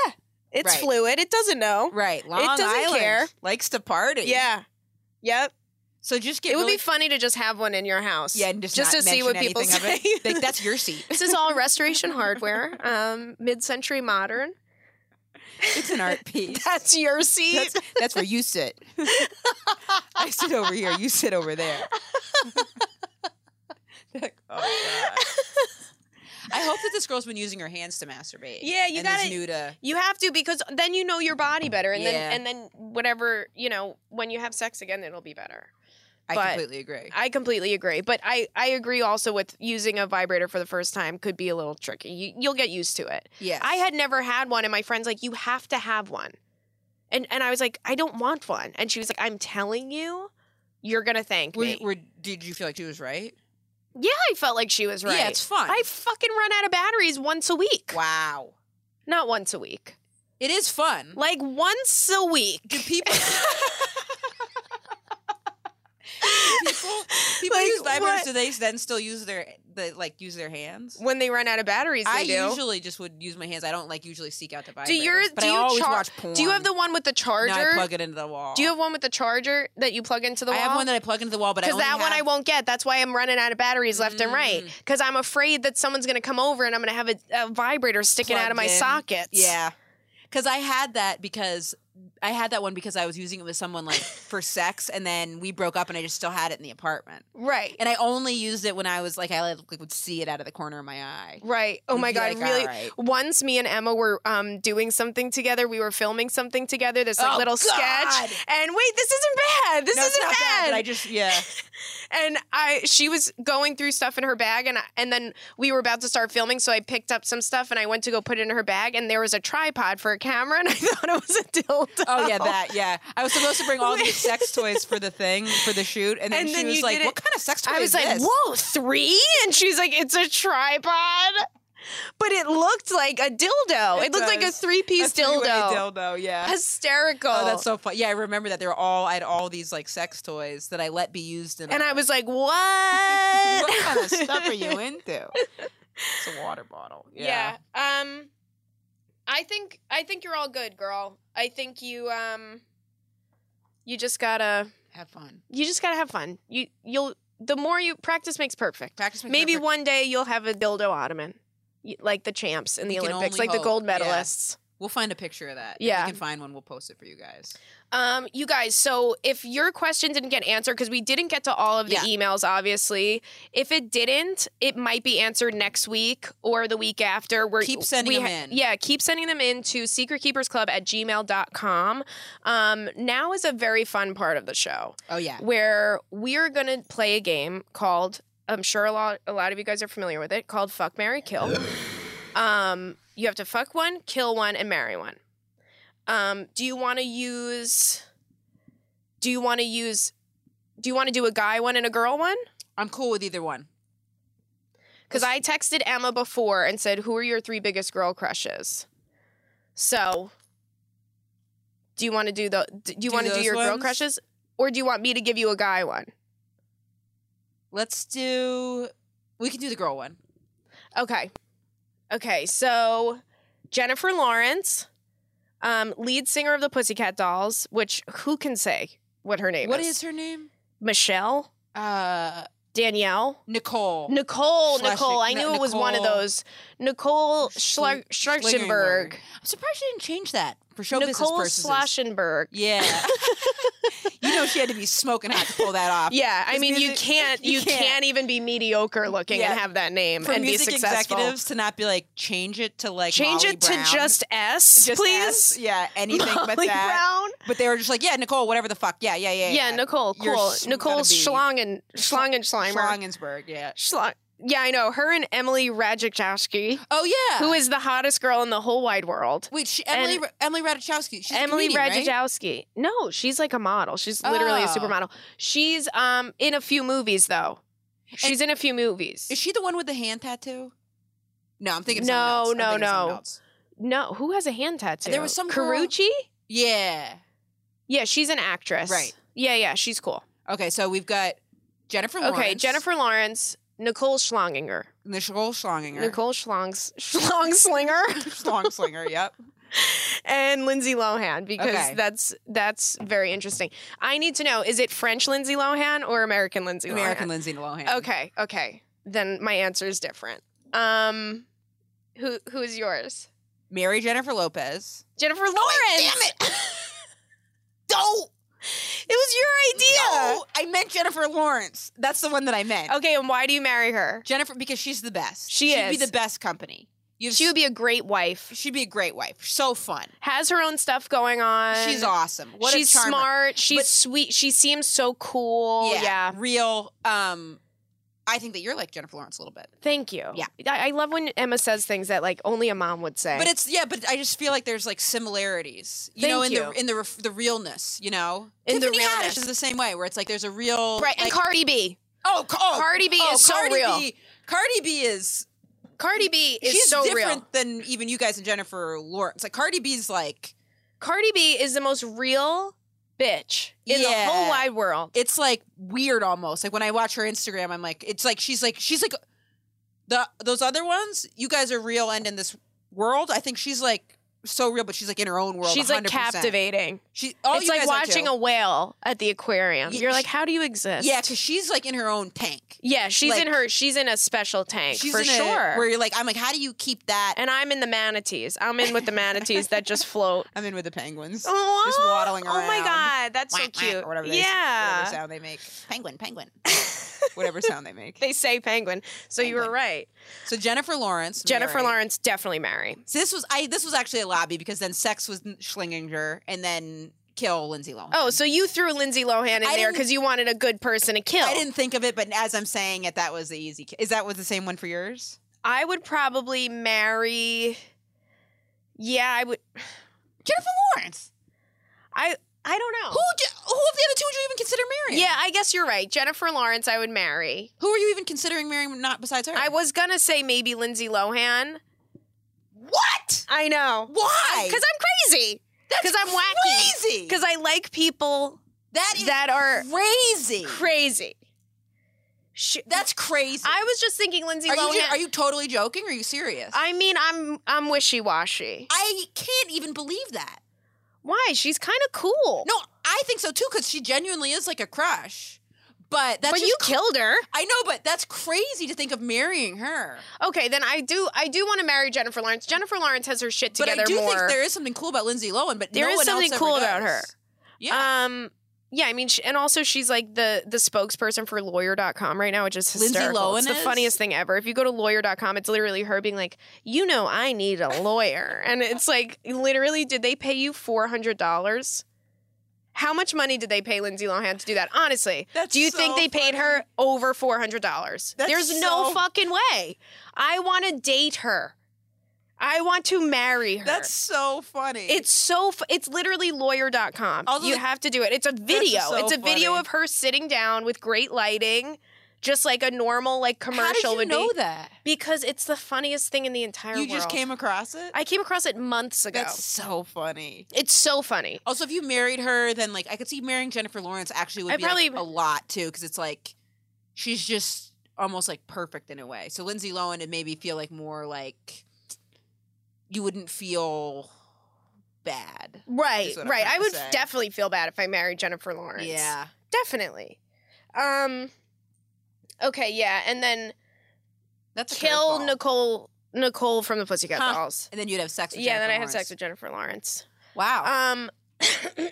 [SPEAKER 2] It.
[SPEAKER 1] it's
[SPEAKER 2] Right.
[SPEAKER 1] fluid. It doesn't know.
[SPEAKER 2] Right. Long
[SPEAKER 1] doesn't
[SPEAKER 2] Island
[SPEAKER 1] care.
[SPEAKER 2] likes to party.
[SPEAKER 1] Yeah. Yep.
[SPEAKER 2] So just get.
[SPEAKER 1] It would
[SPEAKER 2] really,
[SPEAKER 1] be funny to just have one in your house.
[SPEAKER 2] Yeah, and just,
[SPEAKER 1] just
[SPEAKER 2] not
[SPEAKER 1] to see what
[SPEAKER 2] mention
[SPEAKER 1] people
[SPEAKER 2] anything of it.
[SPEAKER 1] say.
[SPEAKER 2] Like, that's your seat.
[SPEAKER 1] This is all restoration hardware, um, mid-century modern.
[SPEAKER 2] It's an art piece.
[SPEAKER 1] That's your seat.
[SPEAKER 2] That's, that's where you sit. I sit over here. You sit over there.
[SPEAKER 1] oh
[SPEAKER 2] I hope that this girl's been using her hands to masturbate.
[SPEAKER 1] Yeah, you
[SPEAKER 2] and
[SPEAKER 1] gotta-
[SPEAKER 2] Is new to
[SPEAKER 1] you have to because then you know your body better, and
[SPEAKER 2] Yeah.
[SPEAKER 1] then and then whatever you know when you have sex again, it'll be better.
[SPEAKER 2] I
[SPEAKER 1] but-
[SPEAKER 2] completely agree.
[SPEAKER 1] I completely agree, but I I agree also with using a vibrator for the first time could be a little tricky. You, you'll get used to it.
[SPEAKER 2] Yeah,
[SPEAKER 1] I had never had one, and my friend's like, "You have to have one," and and I was like, "I don't want one," and she was like, "I'm telling you, you're gonna thank
[SPEAKER 2] Were,
[SPEAKER 1] me."
[SPEAKER 2] were, did you feel like she was right?
[SPEAKER 1] yeah, I felt like she was right.
[SPEAKER 2] Yeah, it's fun.
[SPEAKER 1] I fucking run out of batteries once a week.
[SPEAKER 2] wow,
[SPEAKER 1] Not once a week,
[SPEAKER 2] it is fun.
[SPEAKER 1] like once a week.
[SPEAKER 2] do people? Do people people
[SPEAKER 1] Like,
[SPEAKER 2] use vibrators.
[SPEAKER 1] what?
[SPEAKER 2] Do they then still use their the, like use their hands?
[SPEAKER 1] when they run out of batteries, they
[SPEAKER 2] I
[SPEAKER 1] do.
[SPEAKER 2] usually just would use my hands. I don't like usually seek out the vibrators.
[SPEAKER 1] Do your-
[SPEAKER 2] but
[SPEAKER 1] do
[SPEAKER 2] I
[SPEAKER 1] you
[SPEAKER 2] always
[SPEAKER 1] char-
[SPEAKER 2] watch porn.
[SPEAKER 1] do you have the one with the charger?
[SPEAKER 2] No, I plug it into the wall.
[SPEAKER 1] do you have one with the charger that you plug into the
[SPEAKER 2] I
[SPEAKER 1] wall?
[SPEAKER 2] have one that I plug into the wall, but I
[SPEAKER 1] because
[SPEAKER 2] only
[SPEAKER 1] that one I
[SPEAKER 2] have-
[SPEAKER 1] won't get. That's why I'm running out of batteries left and right.
[SPEAKER 2] Mm.
[SPEAKER 1] Because I'm afraid that someone's going to come over and I'm going to have a, a vibrator sticking out of
[SPEAKER 2] Plugged
[SPEAKER 1] my
[SPEAKER 2] in.
[SPEAKER 1] sockets.
[SPEAKER 2] Yeah. Cause I had that because I had that one because I was using it with someone like for sex and then we broke up and I just still had it in the apartment.
[SPEAKER 1] Right.
[SPEAKER 2] And I only used it when I was like I like would see it out of the corner of my eye.
[SPEAKER 1] Right. Oh
[SPEAKER 2] Would
[SPEAKER 1] my
[SPEAKER 2] be
[SPEAKER 1] god!
[SPEAKER 2] like,
[SPEAKER 1] really.
[SPEAKER 2] "Alright."
[SPEAKER 1] Once me and Emma were um, doing something together, we were filming something together. This like
[SPEAKER 2] Oh,
[SPEAKER 1] little
[SPEAKER 2] God!
[SPEAKER 1] sketch. And wait, this isn't bad. This
[SPEAKER 2] No, it's
[SPEAKER 1] isn't
[SPEAKER 2] not
[SPEAKER 1] bad.
[SPEAKER 2] but I just yeah.
[SPEAKER 1] and I she was going through stuff in her bag and I- and then we were about to start filming so I picked up some stuff and I went to go put it in her bag and there was a tripod for a camera and I thought it was a dildo.
[SPEAKER 2] Oh yeah, that yeah. I was supposed to bring all these sex toys for the thing for the shoot, and then
[SPEAKER 1] And
[SPEAKER 2] she
[SPEAKER 1] then
[SPEAKER 2] was
[SPEAKER 1] you
[SPEAKER 2] like,
[SPEAKER 1] did it-
[SPEAKER 2] "What kind of sex toy?"
[SPEAKER 1] I was
[SPEAKER 2] is
[SPEAKER 1] like,
[SPEAKER 2] this?
[SPEAKER 1] "Whoa, 3?" And she's like, "It's a tripod." But it looked like a dildo. It,
[SPEAKER 2] It
[SPEAKER 1] looked like a
[SPEAKER 2] does.
[SPEAKER 1] three-piece
[SPEAKER 2] A three-way
[SPEAKER 1] dildo.
[SPEAKER 2] dildo, yeah.
[SPEAKER 1] Hysterical.
[SPEAKER 2] Oh, that's so fun. Yeah, I remember that. They were all I had all these like sex toys that I let be used in.
[SPEAKER 1] and
[SPEAKER 2] a-
[SPEAKER 1] I was like, "What?"
[SPEAKER 2] what kind of stuff are you into? It's a water bottle.
[SPEAKER 1] yeah. Um I think I think you're all good, girl. I think you um you just gotta
[SPEAKER 2] Have fun.
[SPEAKER 1] you just gotta have fun. You you'll the more you practice makes perfect.
[SPEAKER 2] Practice makes
[SPEAKER 1] Maybe
[SPEAKER 2] perfect.
[SPEAKER 1] one day you'll have a dildo ottoman. You- Like the champs in the
[SPEAKER 2] We can
[SPEAKER 1] Olympics,
[SPEAKER 2] only
[SPEAKER 1] like the gold
[SPEAKER 2] hope, yeah.
[SPEAKER 1] medalists.
[SPEAKER 2] We'll find a picture of that. If
[SPEAKER 1] Yeah.
[SPEAKER 2] we can find one. We'll post it for you guys.
[SPEAKER 1] Um, you guys, so if your question didn't get answered, because we didn't get to all of the
[SPEAKER 2] Yeah.
[SPEAKER 1] emails, obviously, if it didn't, it might be answered next week or the week after. We're,
[SPEAKER 2] Keep sending them in.
[SPEAKER 1] Yeah, keep sending them in to secretkeepersclub at gmail.com. Um, now is a very fun part of the show
[SPEAKER 2] Oh yeah.
[SPEAKER 1] where we're going to play a game called, I'm sure a lot, a lot of you guys are familiar with it, called Fuck, Marry, Kill. Um, you have to fuck one, kill one, and marry one. Um, do you want to use, do you want to use, do you want to do a guy one and a girl one?
[SPEAKER 2] I'm cool with either one.
[SPEAKER 1] Because I texted Emma before and said, Who are your three biggest girl crushes? So, do you want to do the, do you
[SPEAKER 2] Do
[SPEAKER 1] want to do
[SPEAKER 2] those
[SPEAKER 1] your girl
[SPEAKER 2] ones?
[SPEAKER 1] crushes? Or do you want me to give you a guy one?
[SPEAKER 2] Let's do.
[SPEAKER 3] We can do the girl one.
[SPEAKER 1] Okay. Okay, so Jennifer Lawrence, um, lead singer of the Pussycat Dolls, which who can say what her name
[SPEAKER 3] What
[SPEAKER 1] is?
[SPEAKER 3] is her name?
[SPEAKER 1] Michelle,
[SPEAKER 3] Uh,
[SPEAKER 1] Danielle,
[SPEAKER 3] Nicole.
[SPEAKER 1] Nicole,
[SPEAKER 2] Schlesig-
[SPEAKER 1] Nicole. I
[SPEAKER 3] no,
[SPEAKER 1] knew it was one of
[SPEAKER 3] Nicole-
[SPEAKER 1] those. Nicole Schla-
[SPEAKER 3] Schle-
[SPEAKER 1] Schlesienberg.
[SPEAKER 3] I'm surprised she didn't change that for show business
[SPEAKER 1] Nicole
[SPEAKER 3] purposes.
[SPEAKER 1] Schlesienberg.
[SPEAKER 3] yeah.
[SPEAKER 2] You know she had to be smoking hot to pull that off.
[SPEAKER 1] Yeah, I
[SPEAKER 2] His
[SPEAKER 1] mean, you
[SPEAKER 2] music-
[SPEAKER 1] can't, you,
[SPEAKER 2] you
[SPEAKER 1] can't.
[SPEAKER 2] can't.
[SPEAKER 1] even be mediocre looking
[SPEAKER 2] Yeah.
[SPEAKER 1] and have that name
[SPEAKER 2] For
[SPEAKER 1] and be
[SPEAKER 2] music
[SPEAKER 1] successful.
[SPEAKER 2] executives to not be like change it to like
[SPEAKER 1] Change
[SPEAKER 2] Molly
[SPEAKER 1] it to
[SPEAKER 2] Brown.
[SPEAKER 1] just S,
[SPEAKER 2] Just
[SPEAKER 1] please.
[SPEAKER 2] S. Yeah, anything but
[SPEAKER 1] Molly
[SPEAKER 2] that.
[SPEAKER 1] Brown.
[SPEAKER 2] But they were just like, yeah, Nicole, whatever the fuck. Yeah, yeah, yeah.
[SPEAKER 1] Yeah, Nicole,
[SPEAKER 2] You're
[SPEAKER 1] cool.
[SPEAKER 2] s-
[SPEAKER 1] Nicole
[SPEAKER 2] gotta be-
[SPEAKER 1] Schlangen, Schlangenschleimer.
[SPEAKER 2] Schlangensberg, yeah.
[SPEAKER 1] Schlang- yeah, I know. Her and Emily Ratajkowski,
[SPEAKER 3] Oh yeah.
[SPEAKER 1] who is the hottest girl in the whole wide world.
[SPEAKER 3] Wait, she, Emily
[SPEAKER 1] and-
[SPEAKER 3] Ra- Emily Ratajkowski. She's a
[SPEAKER 1] Emily
[SPEAKER 3] comedian, right?
[SPEAKER 1] Ratajkowski. No, she's like a model. She's literally a
[SPEAKER 3] Oh.
[SPEAKER 1] supermodel. She's um in a few movies though. She's in a few movies.
[SPEAKER 3] Is she the one with the hand tattoo? No, I'm thinking. of
[SPEAKER 1] No,
[SPEAKER 3] someone else. I'm
[SPEAKER 1] no,
[SPEAKER 3] thinking of someone
[SPEAKER 1] no.
[SPEAKER 3] else.
[SPEAKER 1] no, who has a hand tattoo?
[SPEAKER 3] There was some girl-
[SPEAKER 1] Carucci.
[SPEAKER 3] Yeah.
[SPEAKER 1] Yeah, she's an actress.
[SPEAKER 3] Right.
[SPEAKER 1] Yeah, yeah, she's cool.
[SPEAKER 3] Okay, so we've got Jennifer. Lawrence,
[SPEAKER 1] Okay, Jennifer Lawrence, Nicole Schlanginger,
[SPEAKER 2] Nicole Schlanginger.
[SPEAKER 1] Nicole Schlangs Schlongslinger.
[SPEAKER 2] Schlongslinger, yep.
[SPEAKER 1] and Lindsay Lohan because
[SPEAKER 2] Okay.
[SPEAKER 1] that's that's very interesting. I need to know is it French Lindsay Lohan or American Lindsay
[SPEAKER 2] American
[SPEAKER 1] Lohan?
[SPEAKER 2] Lindsay Lohan.
[SPEAKER 1] Okay, okay. Then my answer is different. Um who who's yours?
[SPEAKER 2] Mary Jennifer Lopez.
[SPEAKER 1] Jennifer Lawrence.
[SPEAKER 3] Damn it! Don't.
[SPEAKER 1] It was your idea.
[SPEAKER 2] No, I meant Jennifer Lawrence. That's the one that I meant.
[SPEAKER 1] Okay, and why do you marry her?
[SPEAKER 2] Jennifer, because she's the best.
[SPEAKER 1] She
[SPEAKER 2] She'd be
[SPEAKER 1] is.
[SPEAKER 2] the best company. You've,
[SPEAKER 1] She would be a great wife.
[SPEAKER 2] she'd be a great wife. So fun.
[SPEAKER 1] Has her own stuff going on.
[SPEAKER 2] She's awesome. What
[SPEAKER 1] she's
[SPEAKER 2] a charmer.
[SPEAKER 1] smart. She's
[SPEAKER 2] But-
[SPEAKER 1] sweet. She seems so cool.
[SPEAKER 2] Yeah,
[SPEAKER 1] yeah.
[SPEAKER 2] Real. Um, I think that you're like Jennifer Lawrence a little bit.
[SPEAKER 1] Thank you.
[SPEAKER 2] Yeah.
[SPEAKER 1] I, I love when Emma says things that like only a mom would say.
[SPEAKER 2] But it's yeah. But I just feel like there's like similarities. You know, in
[SPEAKER 1] Thank you.
[SPEAKER 2] the in the ref- the realness. You know,
[SPEAKER 1] In the
[SPEAKER 2] Tiffany
[SPEAKER 1] realness.
[SPEAKER 2] Haddish is the same way. Where it's like there's a real
[SPEAKER 1] right. and
[SPEAKER 2] like-
[SPEAKER 1] Cardi B.
[SPEAKER 2] oh, Ca- oh,
[SPEAKER 1] Cardi B
[SPEAKER 2] oh,
[SPEAKER 1] is so
[SPEAKER 2] Cardi
[SPEAKER 1] real.
[SPEAKER 2] B, Cardi B is
[SPEAKER 1] Cardi B is
[SPEAKER 2] she's
[SPEAKER 1] so
[SPEAKER 2] different
[SPEAKER 1] real.
[SPEAKER 2] than even you guys and Jennifer Lawrence. Like Cardi B's like
[SPEAKER 1] Cardi B is the most real bitch in the
[SPEAKER 2] Yeah.
[SPEAKER 1] whole wide world.
[SPEAKER 2] it's like weird almost. Like when I watch her Instagram, I'm like, it's like she's like she's like the those other ones. You guys are real and in this world. I think she's like so real, but she's like in her own world.
[SPEAKER 1] She's like
[SPEAKER 2] 100%.
[SPEAKER 1] captivating.
[SPEAKER 2] She all
[SPEAKER 1] it's
[SPEAKER 2] you
[SPEAKER 1] like
[SPEAKER 2] guys are,
[SPEAKER 1] watching
[SPEAKER 2] too.
[SPEAKER 1] a whale at the aquarium.
[SPEAKER 2] Yeah,
[SPEAKER 1] You're
[SPEAKER 2] she-
[SPEAKER 1] like, how do you exist?
[SPEAKER 2] yeah, because she's like in her own tank.
[SPEAKER 1] yeah. She's in
[SPEAKER 2] like-
[SPEAKER 1] her. She's in a special tank
[SPEAKER 2] She's
[SPEAKER 1] for
[SPEAKER 2] in a-
[SPEAKER 1] sure.
[SPEAKER 2] where you're like, I'm like, how do you keep that?
[SPEAKER 1] and I'm in the manatees. I'm in with the manatees that just float.
[SPEAKER 2] I'm in with the penguins.
[SPEAKER 1] Just
[SPEAKER 2] waddling
[SPEAKER 1] Oh my
[SPEAKER 2] around.
[SPEAKER 1] god, that's so
[SPEAKER 2] Quack, quack,
[SPEAKER 1] cute.
[SPEAKER 2] or whatever they- Whatever
[SPEAKER 1] yeah,
[SPEAKER 2] sound they make.
[SPEAKER 3] Penguin, penguin.
[SPEAKER 2] Whatever sound they make.
[SPEAKER 1] they say penguin. So you were
[SPEAKER 2] Penguin.
[SPEAKER 1] right.
[SPEAKER 2] So Jennifer Lawrence.
[SPEAKER 1] Jennifer
[SPEAKER 2] Mary.
[SPEAKER 1] Lawrence definitely marry.
[SPEAKER 2] So this was I. This was actually a lobby because then sex was Schlinginger and then kill Lindsay Lohan.
[SPEAKER 1] Oh, so you threw Lindsay Lohan in there
[SPEAKER 2] I didn't-
[SPEAKER 1] because you wanted a good person to kill.
[SPEAKER 2] I didn't think of it, but as I'm saying it, that was the easy. ki- Is that was the same one for yours?
[SPEAKER 1] I would probably marry. Yeah, I would.
[SPEAKER 2] Jennifer Lawrence.
[SPEAKER 1] I I don't
[SPEAKER 2] Who
[SPEAKER 1] know.
[SPEAKER 2] d- who of the other two would you even consider marrying?
[SPEAKER 1] Yeah, I guess you're right. Jennifer Lawrence, I would marry.
[SPEAKER 2] Who are you even considering marrying? Not besides her.
[SPEAKER 1] I was gonna say maybe Lindsay Lohan.
[SPEAKER 2] What?
[SPEAKER 1] I know
[SPEAKER 2] Why?
[SPEAKER 1] because I'm crazy.
[SPEAKER 2] That's
[SPEAKER 1] 'cause I'm wacky.
[SPEAKER 2] Crazy.
[SPEAKER 1] Because I like people
[SPEAKER 2] that is
[SPEAKER 1] that are
[SPEAKER 2] crazy.
[SPEAKER 1] crazy. Sh-
[SPEAKER 2] That's crazy.
[SPEAKER 1] I was just thinking Lindsay
[SPEAKER 2] are
[SPEAKER 1] Lohan.
[SPEAKER 2] you are you totally joking? Or are you serious?
[SPEAKER 1] I mean, I'm I'm wishy washy.
[SPEAKER 2] I can't even believe that.
[SPEAKER 1] Why? She's kind of cool.
[SPEAKER 2] No, I think so too because she genuinely is like a crush. But that's
[SPEAKER 1] but
[SPEAKER 2] just
[SPEAKER 1] you killed her.
[SPEAKER 2] I know, but that's crazy to think of marrying her.
[SPEAKER 1] Okay, then I do I do want to marry Jennifer Lawrence. Jennifer Lawrence has her shit
[SPEAKER 2] But
[SPEAKER 1] together
[SPEAKER 2] I do
[SPEAKER 1] more.
[SPEAKER 2] think there is something cool about Lindsay Lohan, but
[SPEAKER 1] There
[SPEAKER 2] no
[SPEAKER 1] is
[SPEAKER 2] one
[SPEAKER 1] something
[SPEAKER 2] else ever
[SPEAKER 1] cool about
[SPEAKER 2] does.
[SPEAKER 1] her.
[SPEAKER 2] Yeah,
[SPEAKER 1] Um yeah, I mean she, and also she's like the the spokesperson for lawyer.com right now, which is
[SPEAKER 2] Lindsay
[SPEAKER 1] hysterical. it's
[SPEAKER 2] Lohan
[SPEAKER 1] the
[SPEAKER 2] is?
[SPEAKER 1] funniest thing ever. If you go to lawyer.com, it's literally her being like, "You know I need a lawyer." and it's like literally did they pay you $400? How much money did they pay Lindsay Lohan to do that? Honestly,
[SPEAKER 2] That's
[SPEAKER 1] do you
[SPEAKER 2] so
[SPEAKER 1] think they paid her over four hundred dollars?
[SPEAKER 2] That's
[SPEAKER 1] There's no
[SPEAKER 2] so-
[SPEAKER 1] fucking way. I want to date her. I want to marry her.
[SPEAKER 2] that's so funny.
[SPEAKER 1] It's so f- it's literally lawyer.com.
[SPEAKER 2] Although
[SPEAKER 1] you
[SPEAKER 2] the-
[SPEAKER 1] have to do it. It's a video.
[SPEAKER 2] so
[SPEAKER 1] it's a video
[SPEAKER 2] funny.
[SPEAKER 1] of her sitting down with great lighting just like a normal like commercial
[SPEAKER 4] How did you
[SPEAKER 1] would
[SPEAKER 4] know
[SPEAKER 1] be
[SPEAKER 4] that?
[SPEAKER 1] because it's the funniest thing in the entire
[SPEAKER 2] You
[SPEAKER 1] world.
[SPEAKER 2] just came across it?
[SPEAKER 1] I came across it months ago.
[SPEAKER 2] That's so funny.
[SPEAKER 1] it's so funny.
[SPEAKER 2] Also, if you married her, then like I could see marrying Jennifer Lawrence actually would
[SPEAKER 1] I
[SPEAKER 2] be like,
[SPEAKER 1] probably-
[SPEAKER 2] a lot too, because it's like she's just almost like perfect in a way. So Lindsay Lohan would maybe feel like more like you wouldn't feel bad.
[SPEAKER 1] Right,
[SPEAKER 2] Is what I'm
[SPEAKER 1] right.
[SPEAKER 2] trying
[SPEAKER 1] I
[SPEAKER 2] to
[SPEAKER 1] would
[SPEAKER 2] say.
[SPEAKER 1] definitely feel bad if I married Jennifer Lawrence.
[SPEAKER 2] Yeah,
[SPEAKER 1] Definitely. Um Okay, yeah, and then
[SPEAKER 2] that's a
[SPEAKER 1] kill
[SPEAKER 2] curveball.
[SPEAKER 1] Nicole Nicole from the Pussycat
[SPEAKER 2] Huh.
[SPEAKER 1] Dolls.
[SPEAKER 2] and then you'd have sex. with
[SPEAKER 1] Yeah,
[SPEAKER 2] Jennifer
[SPEAKER 1] then I had
[SPEAKER 2] Lawrence.
[SPEAKER 1] sex with Jennifer Lawrence.
[SPEAKER 2] Wow,
[SPEAKER 1] Um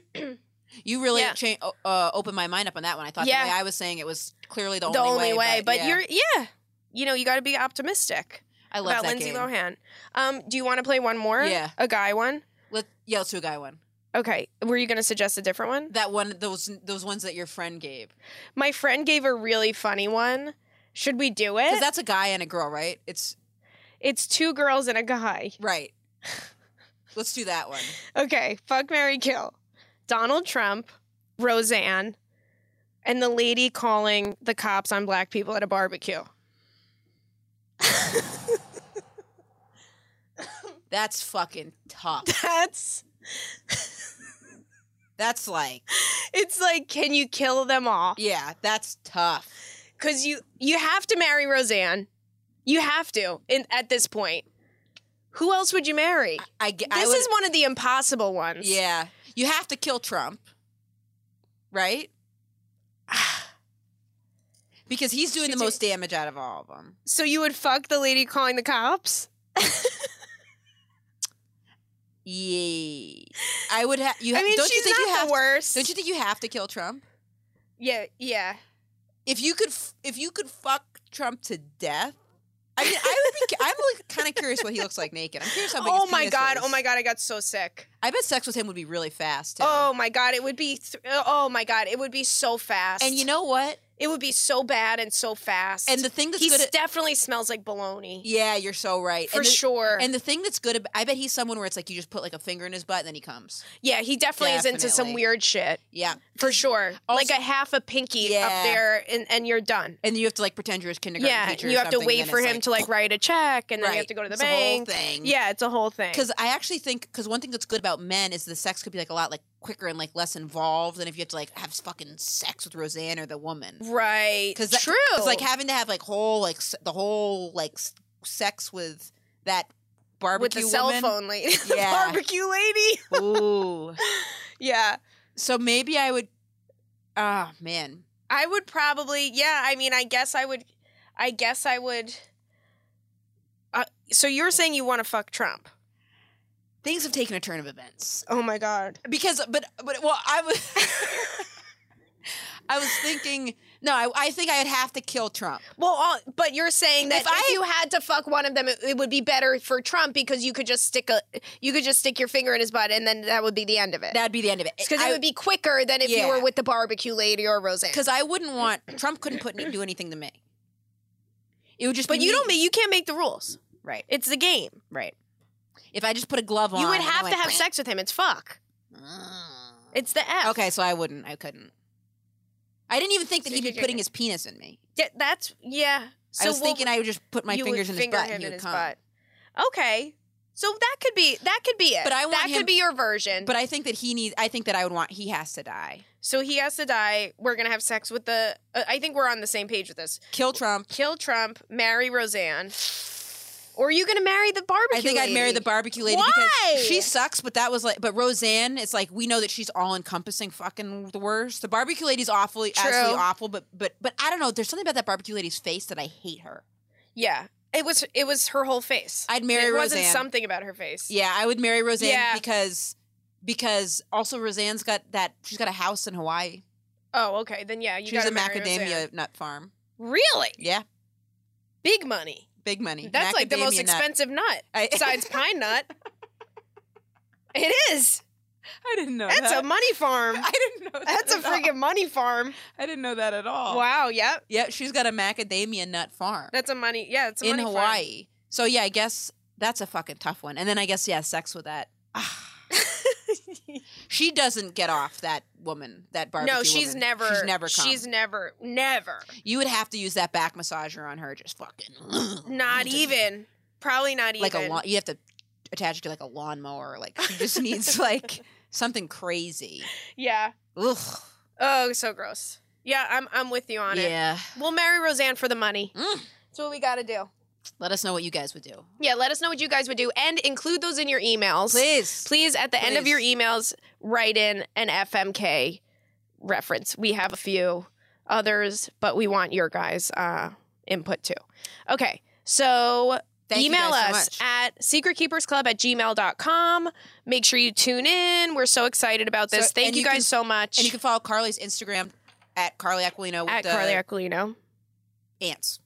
[SPEAKER 2] you really
[SPEAKER 1] yeah.
[SPEAKER 2] cha- o- uh, opened my mind up on that one. I thought
[SPEAKER 1] Yeah.
[SPEAKER 2] the way I was saying it was clearly the,
[SPEAKER 1] the only way, but,
[SPEAKER 2] yeah.
[SPEAKER 1] you're yeah. You know, you got to be optimistic
[SPEAKER 2] I love
[SPEAKER 1] about
[SPEAKER 2] that
[SPEAKER 1] Lindsay
[SPEAKER 2] game.
[SPEAKER 1] Lohan. Um do you want to play one more?
[SPEAKER 2] Yeah.
[SPEAKER 1] A guy one?
[SPEAKER 2] Let yeah, let's do a guy one.
[SPEAKER 1] Okay. Were you going to suggest a different one?
[SPEAKER 2] That one, those those ones that your friend gave.
[SPEAKER 1] My friend gave a really funny one. Should we do
[SPEAKER 2] Because
[SPEAKER 1] it?
[SPEAKER 2] that's a guy and a girl, right? It's
[SPEAKER 1] it's two girls and a guy.
[SPEAKER 2] right. Let's do that one.
[SPEAKER 1] Okay, fuck Mary Kill. Donald Trump, Roseanne, and the lady calling the cops on black people at a barbecue.
[SPEAKER 2] That's fucking tough.
[SPEAKER 1] That's
[SPEAKER 2] That's like,
[SPEAKER 1] it's like, can you kill them all?
[SPEAKER 2] yeah, that's tough.
[SPEAKER 1] Cause you you have to marry Roseanne. You have to in, at this point. Who else would you marry?
[SPEAKER 2] I ge- I
[SPEAKER 1] This
[SPEAKER 2] would-
[SPEAKER 1] is one of the impossible ones.
[SPEAKER 2] yeah. You have to kill Trump, right? Because he's doing the
[SPEAKER 1] Did you-
[SPEAKER 2] most damage out of all of them.
[SPEAKER 1] So you would fuck the lady calling the cops?
[SPEAKER 2] Yay! I would have. You ha-
[SPEAKER 1] I mean,
[SPEAKER 2] don't
[SPEAKER 1] she's
[SPEAKER 2] you think
[SPEAKER 1] not
[SPEAKER 2] you have?
[SPEAKER 1] the worst.
[SPEAKER 2] Don't you think you have to kill Trump?
[SPEAKER 1] yeah, yeah.
[SPEAKER 2] if you could f- if you could fuck Trump to death. I mean, I would be. I'm like, kind of curious what he looks like naked. I'm curious how big.
[SPEAKER 1] Oh
[SPEAKER 2] his
[SPEAKER 1] my
[SPEAKER 2] penis
[SPEAKER 1] god!
[SPEAKER 2] is.
[SPEAKER 1] Oh my god! I got so sick.
[SPEAKER 2] I bet sex with him would be really fast. Too.
[SPEAKER 1] Oh my god, it would be th- oh my god, it would be so fast.
[SPEAKER 2] and you know what?
[SPEAKER 1] it would be so bad and so fast.
[SPEAKER 2] And the thing that's
[SPEAKER 1] he
[SPEAKER 2] good. At-
[SPEAKER 1] definitely smells like bologna.
[SPEAKER 2] yeah, you're so right.
[SPEAKER 1] for
[SPEAKER 2] and the-
[SPEAKER 1] sure.
[SPEAKER 2] And the thing that's good, ab- I bet he's someone where it's like you just put like a finger in his butt and then he comes.
[SPEAKER 1] yeah, he definitely, is into some
[SPEAKER 2] Definitely.
[SPEAKER 1] weird shit.
[SPEAKER 2] Yeah,
[SPEAKER 1] For sure.
[SPEAKER 2] Also-
[SPEAKER 1] like a half a pinky
[SPEAKER 2] Yeah.
[SPEAKER 1] up there and, and you're done.
[SPEAKER 2] and you have to like pretend you're his kindergarten
[SPEAKER 1] Yeah,
[SPEAKER 2] teacher. or
[SPEAKER 1] you have to
[SPEAKER 2] something,
[SPEAKER 1] wait
[SPEAKER 2] and
[SPEAKER 1] for
[SPEAKER 2] it's
[SPEAKER 1] him to like write a check and then
[SPEAKER 2] right.
[SPEAKER 1] you have to go to the
[SPEAKER 2] It's a whole
[SPEAKER 1] bank.
[SPEAKER 2] thing.
[SPEAKER 1] Yeah, it's a whole thing.
[SPEAKER 2] Because I actually think because one thing that's good about men is the sex could be like a lot like quicker and like less involved than if you have to like have fucking sex with Roseanne or the woman.
[SPEAKER 1] right.
[SPEAKER 2] 'Cause that-
[SPEAKER 1] true.
[SPEAKER 2] 'Cause, like having to have like whole like s- the whole like s- sex with that
[SPEAKER 1] with
[SPEAKER 2] barbecue
[SPEAKER 1] the cell
[SPEAKER 2] woman.
[SPEAKER 1] phone lady. the
[SPEAKER 2] Yeah.
[SPEAKER 1] barbecue lady.
[SPEAKER 2] Ooh.
[SPEAKER 1] Yeah.
[SPEAKER 2] So maybe I would. Oh man.
[SPEAKER 1] I would probably, yeah. I mean, I guess I would. I guess I would. Uh, so you're saying you want to fuck Trump?
[SPEAKER 2] Things have taken a turn of events
[SPEAKER 1] Oh my god.
[SPEAKER 2] because, but, but, well, I was, I was thinking, no, I, I think I'd have to kill Trump.
[SPEAKER 1] Well, all, but you're saying that if,
[SPEAKER 2] If I-
[SPEAKER 1] you had to fuck one of them, it, it would be better for Trump because you could just stick a, you could just stick your finger in his butt, and then that would be the end of it.
[SPEAKER 2] That'd be the end of it.
[SPEAKER 1] Because it
[SPEAKER 2] I-
[SPEAKER 1] would be quicker than if you
[SPEAKER 2] Yeah.
[SPEAKER 1] were with the barbecue lady or Roseanne.
[SPEAKER 2] because I wouldn't want Trump couldn't put do anything to me. It would just.
[SPEAKER 1] But
[SPEAKER 2] be
[SPEAKER 1] you don't,
[SPEAKER 2] me.
[SPEAKER 1] make, you can't make the rules.
[SPEAKER 2] right,
[SPEAKER 1] It's the game.
[SPEAKER 2] right. If I just put a glove on,
[SPEAKER 1] you would
[SPEAKER 2] and I
[SPEAKER 1] have to
[SPEAKER 2] went,
[SPEAKER 1] have sex with him. It's fuck. It's the F.
[SPEAKER 2] Okay, so I wouldn't. I couldn't. I didn't even think that
[SPEAKER 1] So
[SPEAKER 2] he'd
[SPEAKER 1] you
[SPEAKER 2] be
[SPEAKER 1] could-
[SPEAKER 2] putting his penis in me.
[SPEAKER 1] Yeah, that's yeah. So
[SPEAKER 2] I was
[SPEAKER 1] what-
[SPEAKER 2] thinking I would just put my
[SPEAKER 1] you
[SPEAKER 2] fingers
[SPEAKER 1] would
[SPEAKER 2] in his
[SPEAKER 1] finger
[SPEAKER 2] butt
[SPEAKER 1] him
[SPEAKER 2] and he
[SPEAKER 1] in
[SPEAKER 2] would
[SPEAKER 1] his
[SPEAKER 2] come.
[SPEAKER 1] butt. Okay. So that could be that could be it.
[SPEAKER 2] But I want
[SPEAKER 1] that
[SPEAKER 2] him-
[SPEAKER 1] could be your version.
[SPEAKER 2] But I think that he needs. I think that I would want. He has to die.
[SPEAKER 1] so he has to die. We're gonna have sex with the. Uh, I think we're on the same page with this.
[SPEAKER 2] Kill Trump.
[SPEAKER 1] Kill Trump, marry Roseanne, or are you gonna marry the barbecue?
[SPEAKER 2] I think I'd marry
[SPEAKER 1] lady?
[SPEAKER 2] the barbecue lady
[SPEAKER 1] Why?
[SPEAKER 2] because she sucks. But that was like. But Roseanne, it's like we know that she's all encompassing. Fucking the worst. The barbecue lady's awfully,
[SPEAKER 1] True.
[SPEAKER 2] absolutely awful. But but but I don't know. There's something about that barbecue lady's face that I hate her.
[SPEAKER 1] Yeah, it was it was her whole face.
[SPEAKER 2] I'd marry
[SPEAKER 1] it
[SPEAKER 2] Roseanne.
[SPEAKER 1] wasn't something about her face.
[SPEAKER 2] Yeah, I would marry Roseanne
[SPEAKER 1] Yeah.
[SPEAKER 2] because because also Roseanne's got that she's got a house in Hawaii.
[SPEAKER 1] Oh, okay. Then yeah, you
[SPEAKER 2] She was
[SPEAKER 1] gotta
[SPEAKER 2] a
[SPEAKER 1] marry
[SPEAKER 2] macadamia
[SPEAKER 1] Roseanne.
[SPEAKER 2] nut farm.
[SPEAKER 1] Really
[SPEAKER 2] Yeah,
[SPEAKER 1] big money.
[SPEAKER 2] big money.
[SPEAKER 1] That's like the
[SPEAKER 2] Macadamia
[SPEAKER 1] most
[SPEAKER 2] nut.
[SPEAKER 1] expensive nut
[SPEAKER 2] I,
[SPEAKER 1] besides pine nut. It is.
[SPEAKER 2] I didn't know
[SPEAKER 1] That's a
[SPEAKER 2] that.
[SPEAKER 1] money farm.
[SPEAKER 2] I didn't know Oh. that.
[SPEAKER 1] That's a
[SPEAKER 2] at all.
[SPEAKER 1] freaking money farm.
[SPEAKER 2] I didn't know that at all.
[SPEAKER 1] Wow. Yep.
[SPEAKER 2] Yeah, she's got a macadamia nut farm
[SPEAKER 1] That's a money. Yeah. It's a
[SPEAKER 2] in
[SPEAKER 1] money farm.
[SPEAKER 2] Hawaii. So yeah, I guess that's a fucking tough one. And then I guess yeah, sex with that. Ah. She doesn't get off that woman, that barbecue.
[SPEAKER 1] no, she's
[SPEAKER 2] woman.
[SPEAKER 1] never.
[SPEAKER 2] She's never. Come. Oh,
[SPEAKER 1] She's never. Never.
[SPEAKER 2] You would have to use that back massager on her, just fucking.
[SPEAKER 1] Not even. Probably not even.
[SPEAKER 2] Like a lawn. You have to attach it to like a lawnmower. Like she just needs like something crazy.
[SPEAKER 1] Yeah.
[SPEAKER 2] Ugh.
[SPEAKER 1] Oh, so gross. Yeah, I'm I'm with you on it.
[SPEAKER 2] Yeah.
[SPEAKER 1] We'll marry Roseanne for the money.
[SPEAKER 2] Mm.
[SPEAKER 1] That's what we got to do.
[SPEAKER 2] Let us know what you guys would do,
[SPEAKER 1] Yeah, let us know what you guys would do and include those in your emails.
[SPEAKER 2] please.
[SPEAKER 1] Please, at the end of
[SPEAKER 2] Please.
[SPEAKER 1] your emails, write in an FMK reference. We have a few others, but we want your guys' uh, input too. Okay, so
[SPEAKER 2] Thank you
[SPEAKER 1] email
[SPEAKER 2] guys so
[SPEAKER 1] us
[SPEAKER 2] much.
[SPEAKER 1] at secretkeepersclub at gmail.com. Make sure you tune in. We're so excited about this.
[SPEAKER 2] So-
[SPEAKER 1] Thank
[SPEAKER 2] and
[SPEAKER 1] you
[SPEAKER 2] you
[SPEAKER 1] guys
[SPEAKER 2] can-
[SPEAKER 1] so much.
[SPEAKER 2] And you can follow Carly's Instagram at Carly Aquilino with
[SPEAKER 1] at
[SPEAKER 2] the
[SPEAKER 1] Carly Aquilino.
[SPEAKER 2] ants.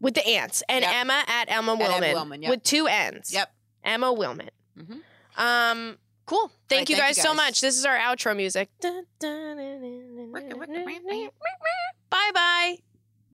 [SPEAKER 1] With the ants. And
[SPEAKER 2] Yep.
[SPEAKER 1] Emma at Emma
[SPEAKER 2] Emma
[SPEAKER 1] Wilman.
[SPEAKER 2] Willman, yep.
[SPEAKER 1] With two N's.
[SPEAKER 2] Yep.
[SPEAKER 1] Emma Wilman.
[SPEAKER 2] Mhm.
[SPEAKER 1] Um, cool. Thank,
[SPEAKER 2] right,
[SPEAKER 1] you,
[SPEAKER 2] thank
[SPEAKER 1] guys
[SPEAKER 2] you
[SPEAKER 1] so
[SPEAKER 2] guys.
[SPEAKER 1] much. This is our outro music.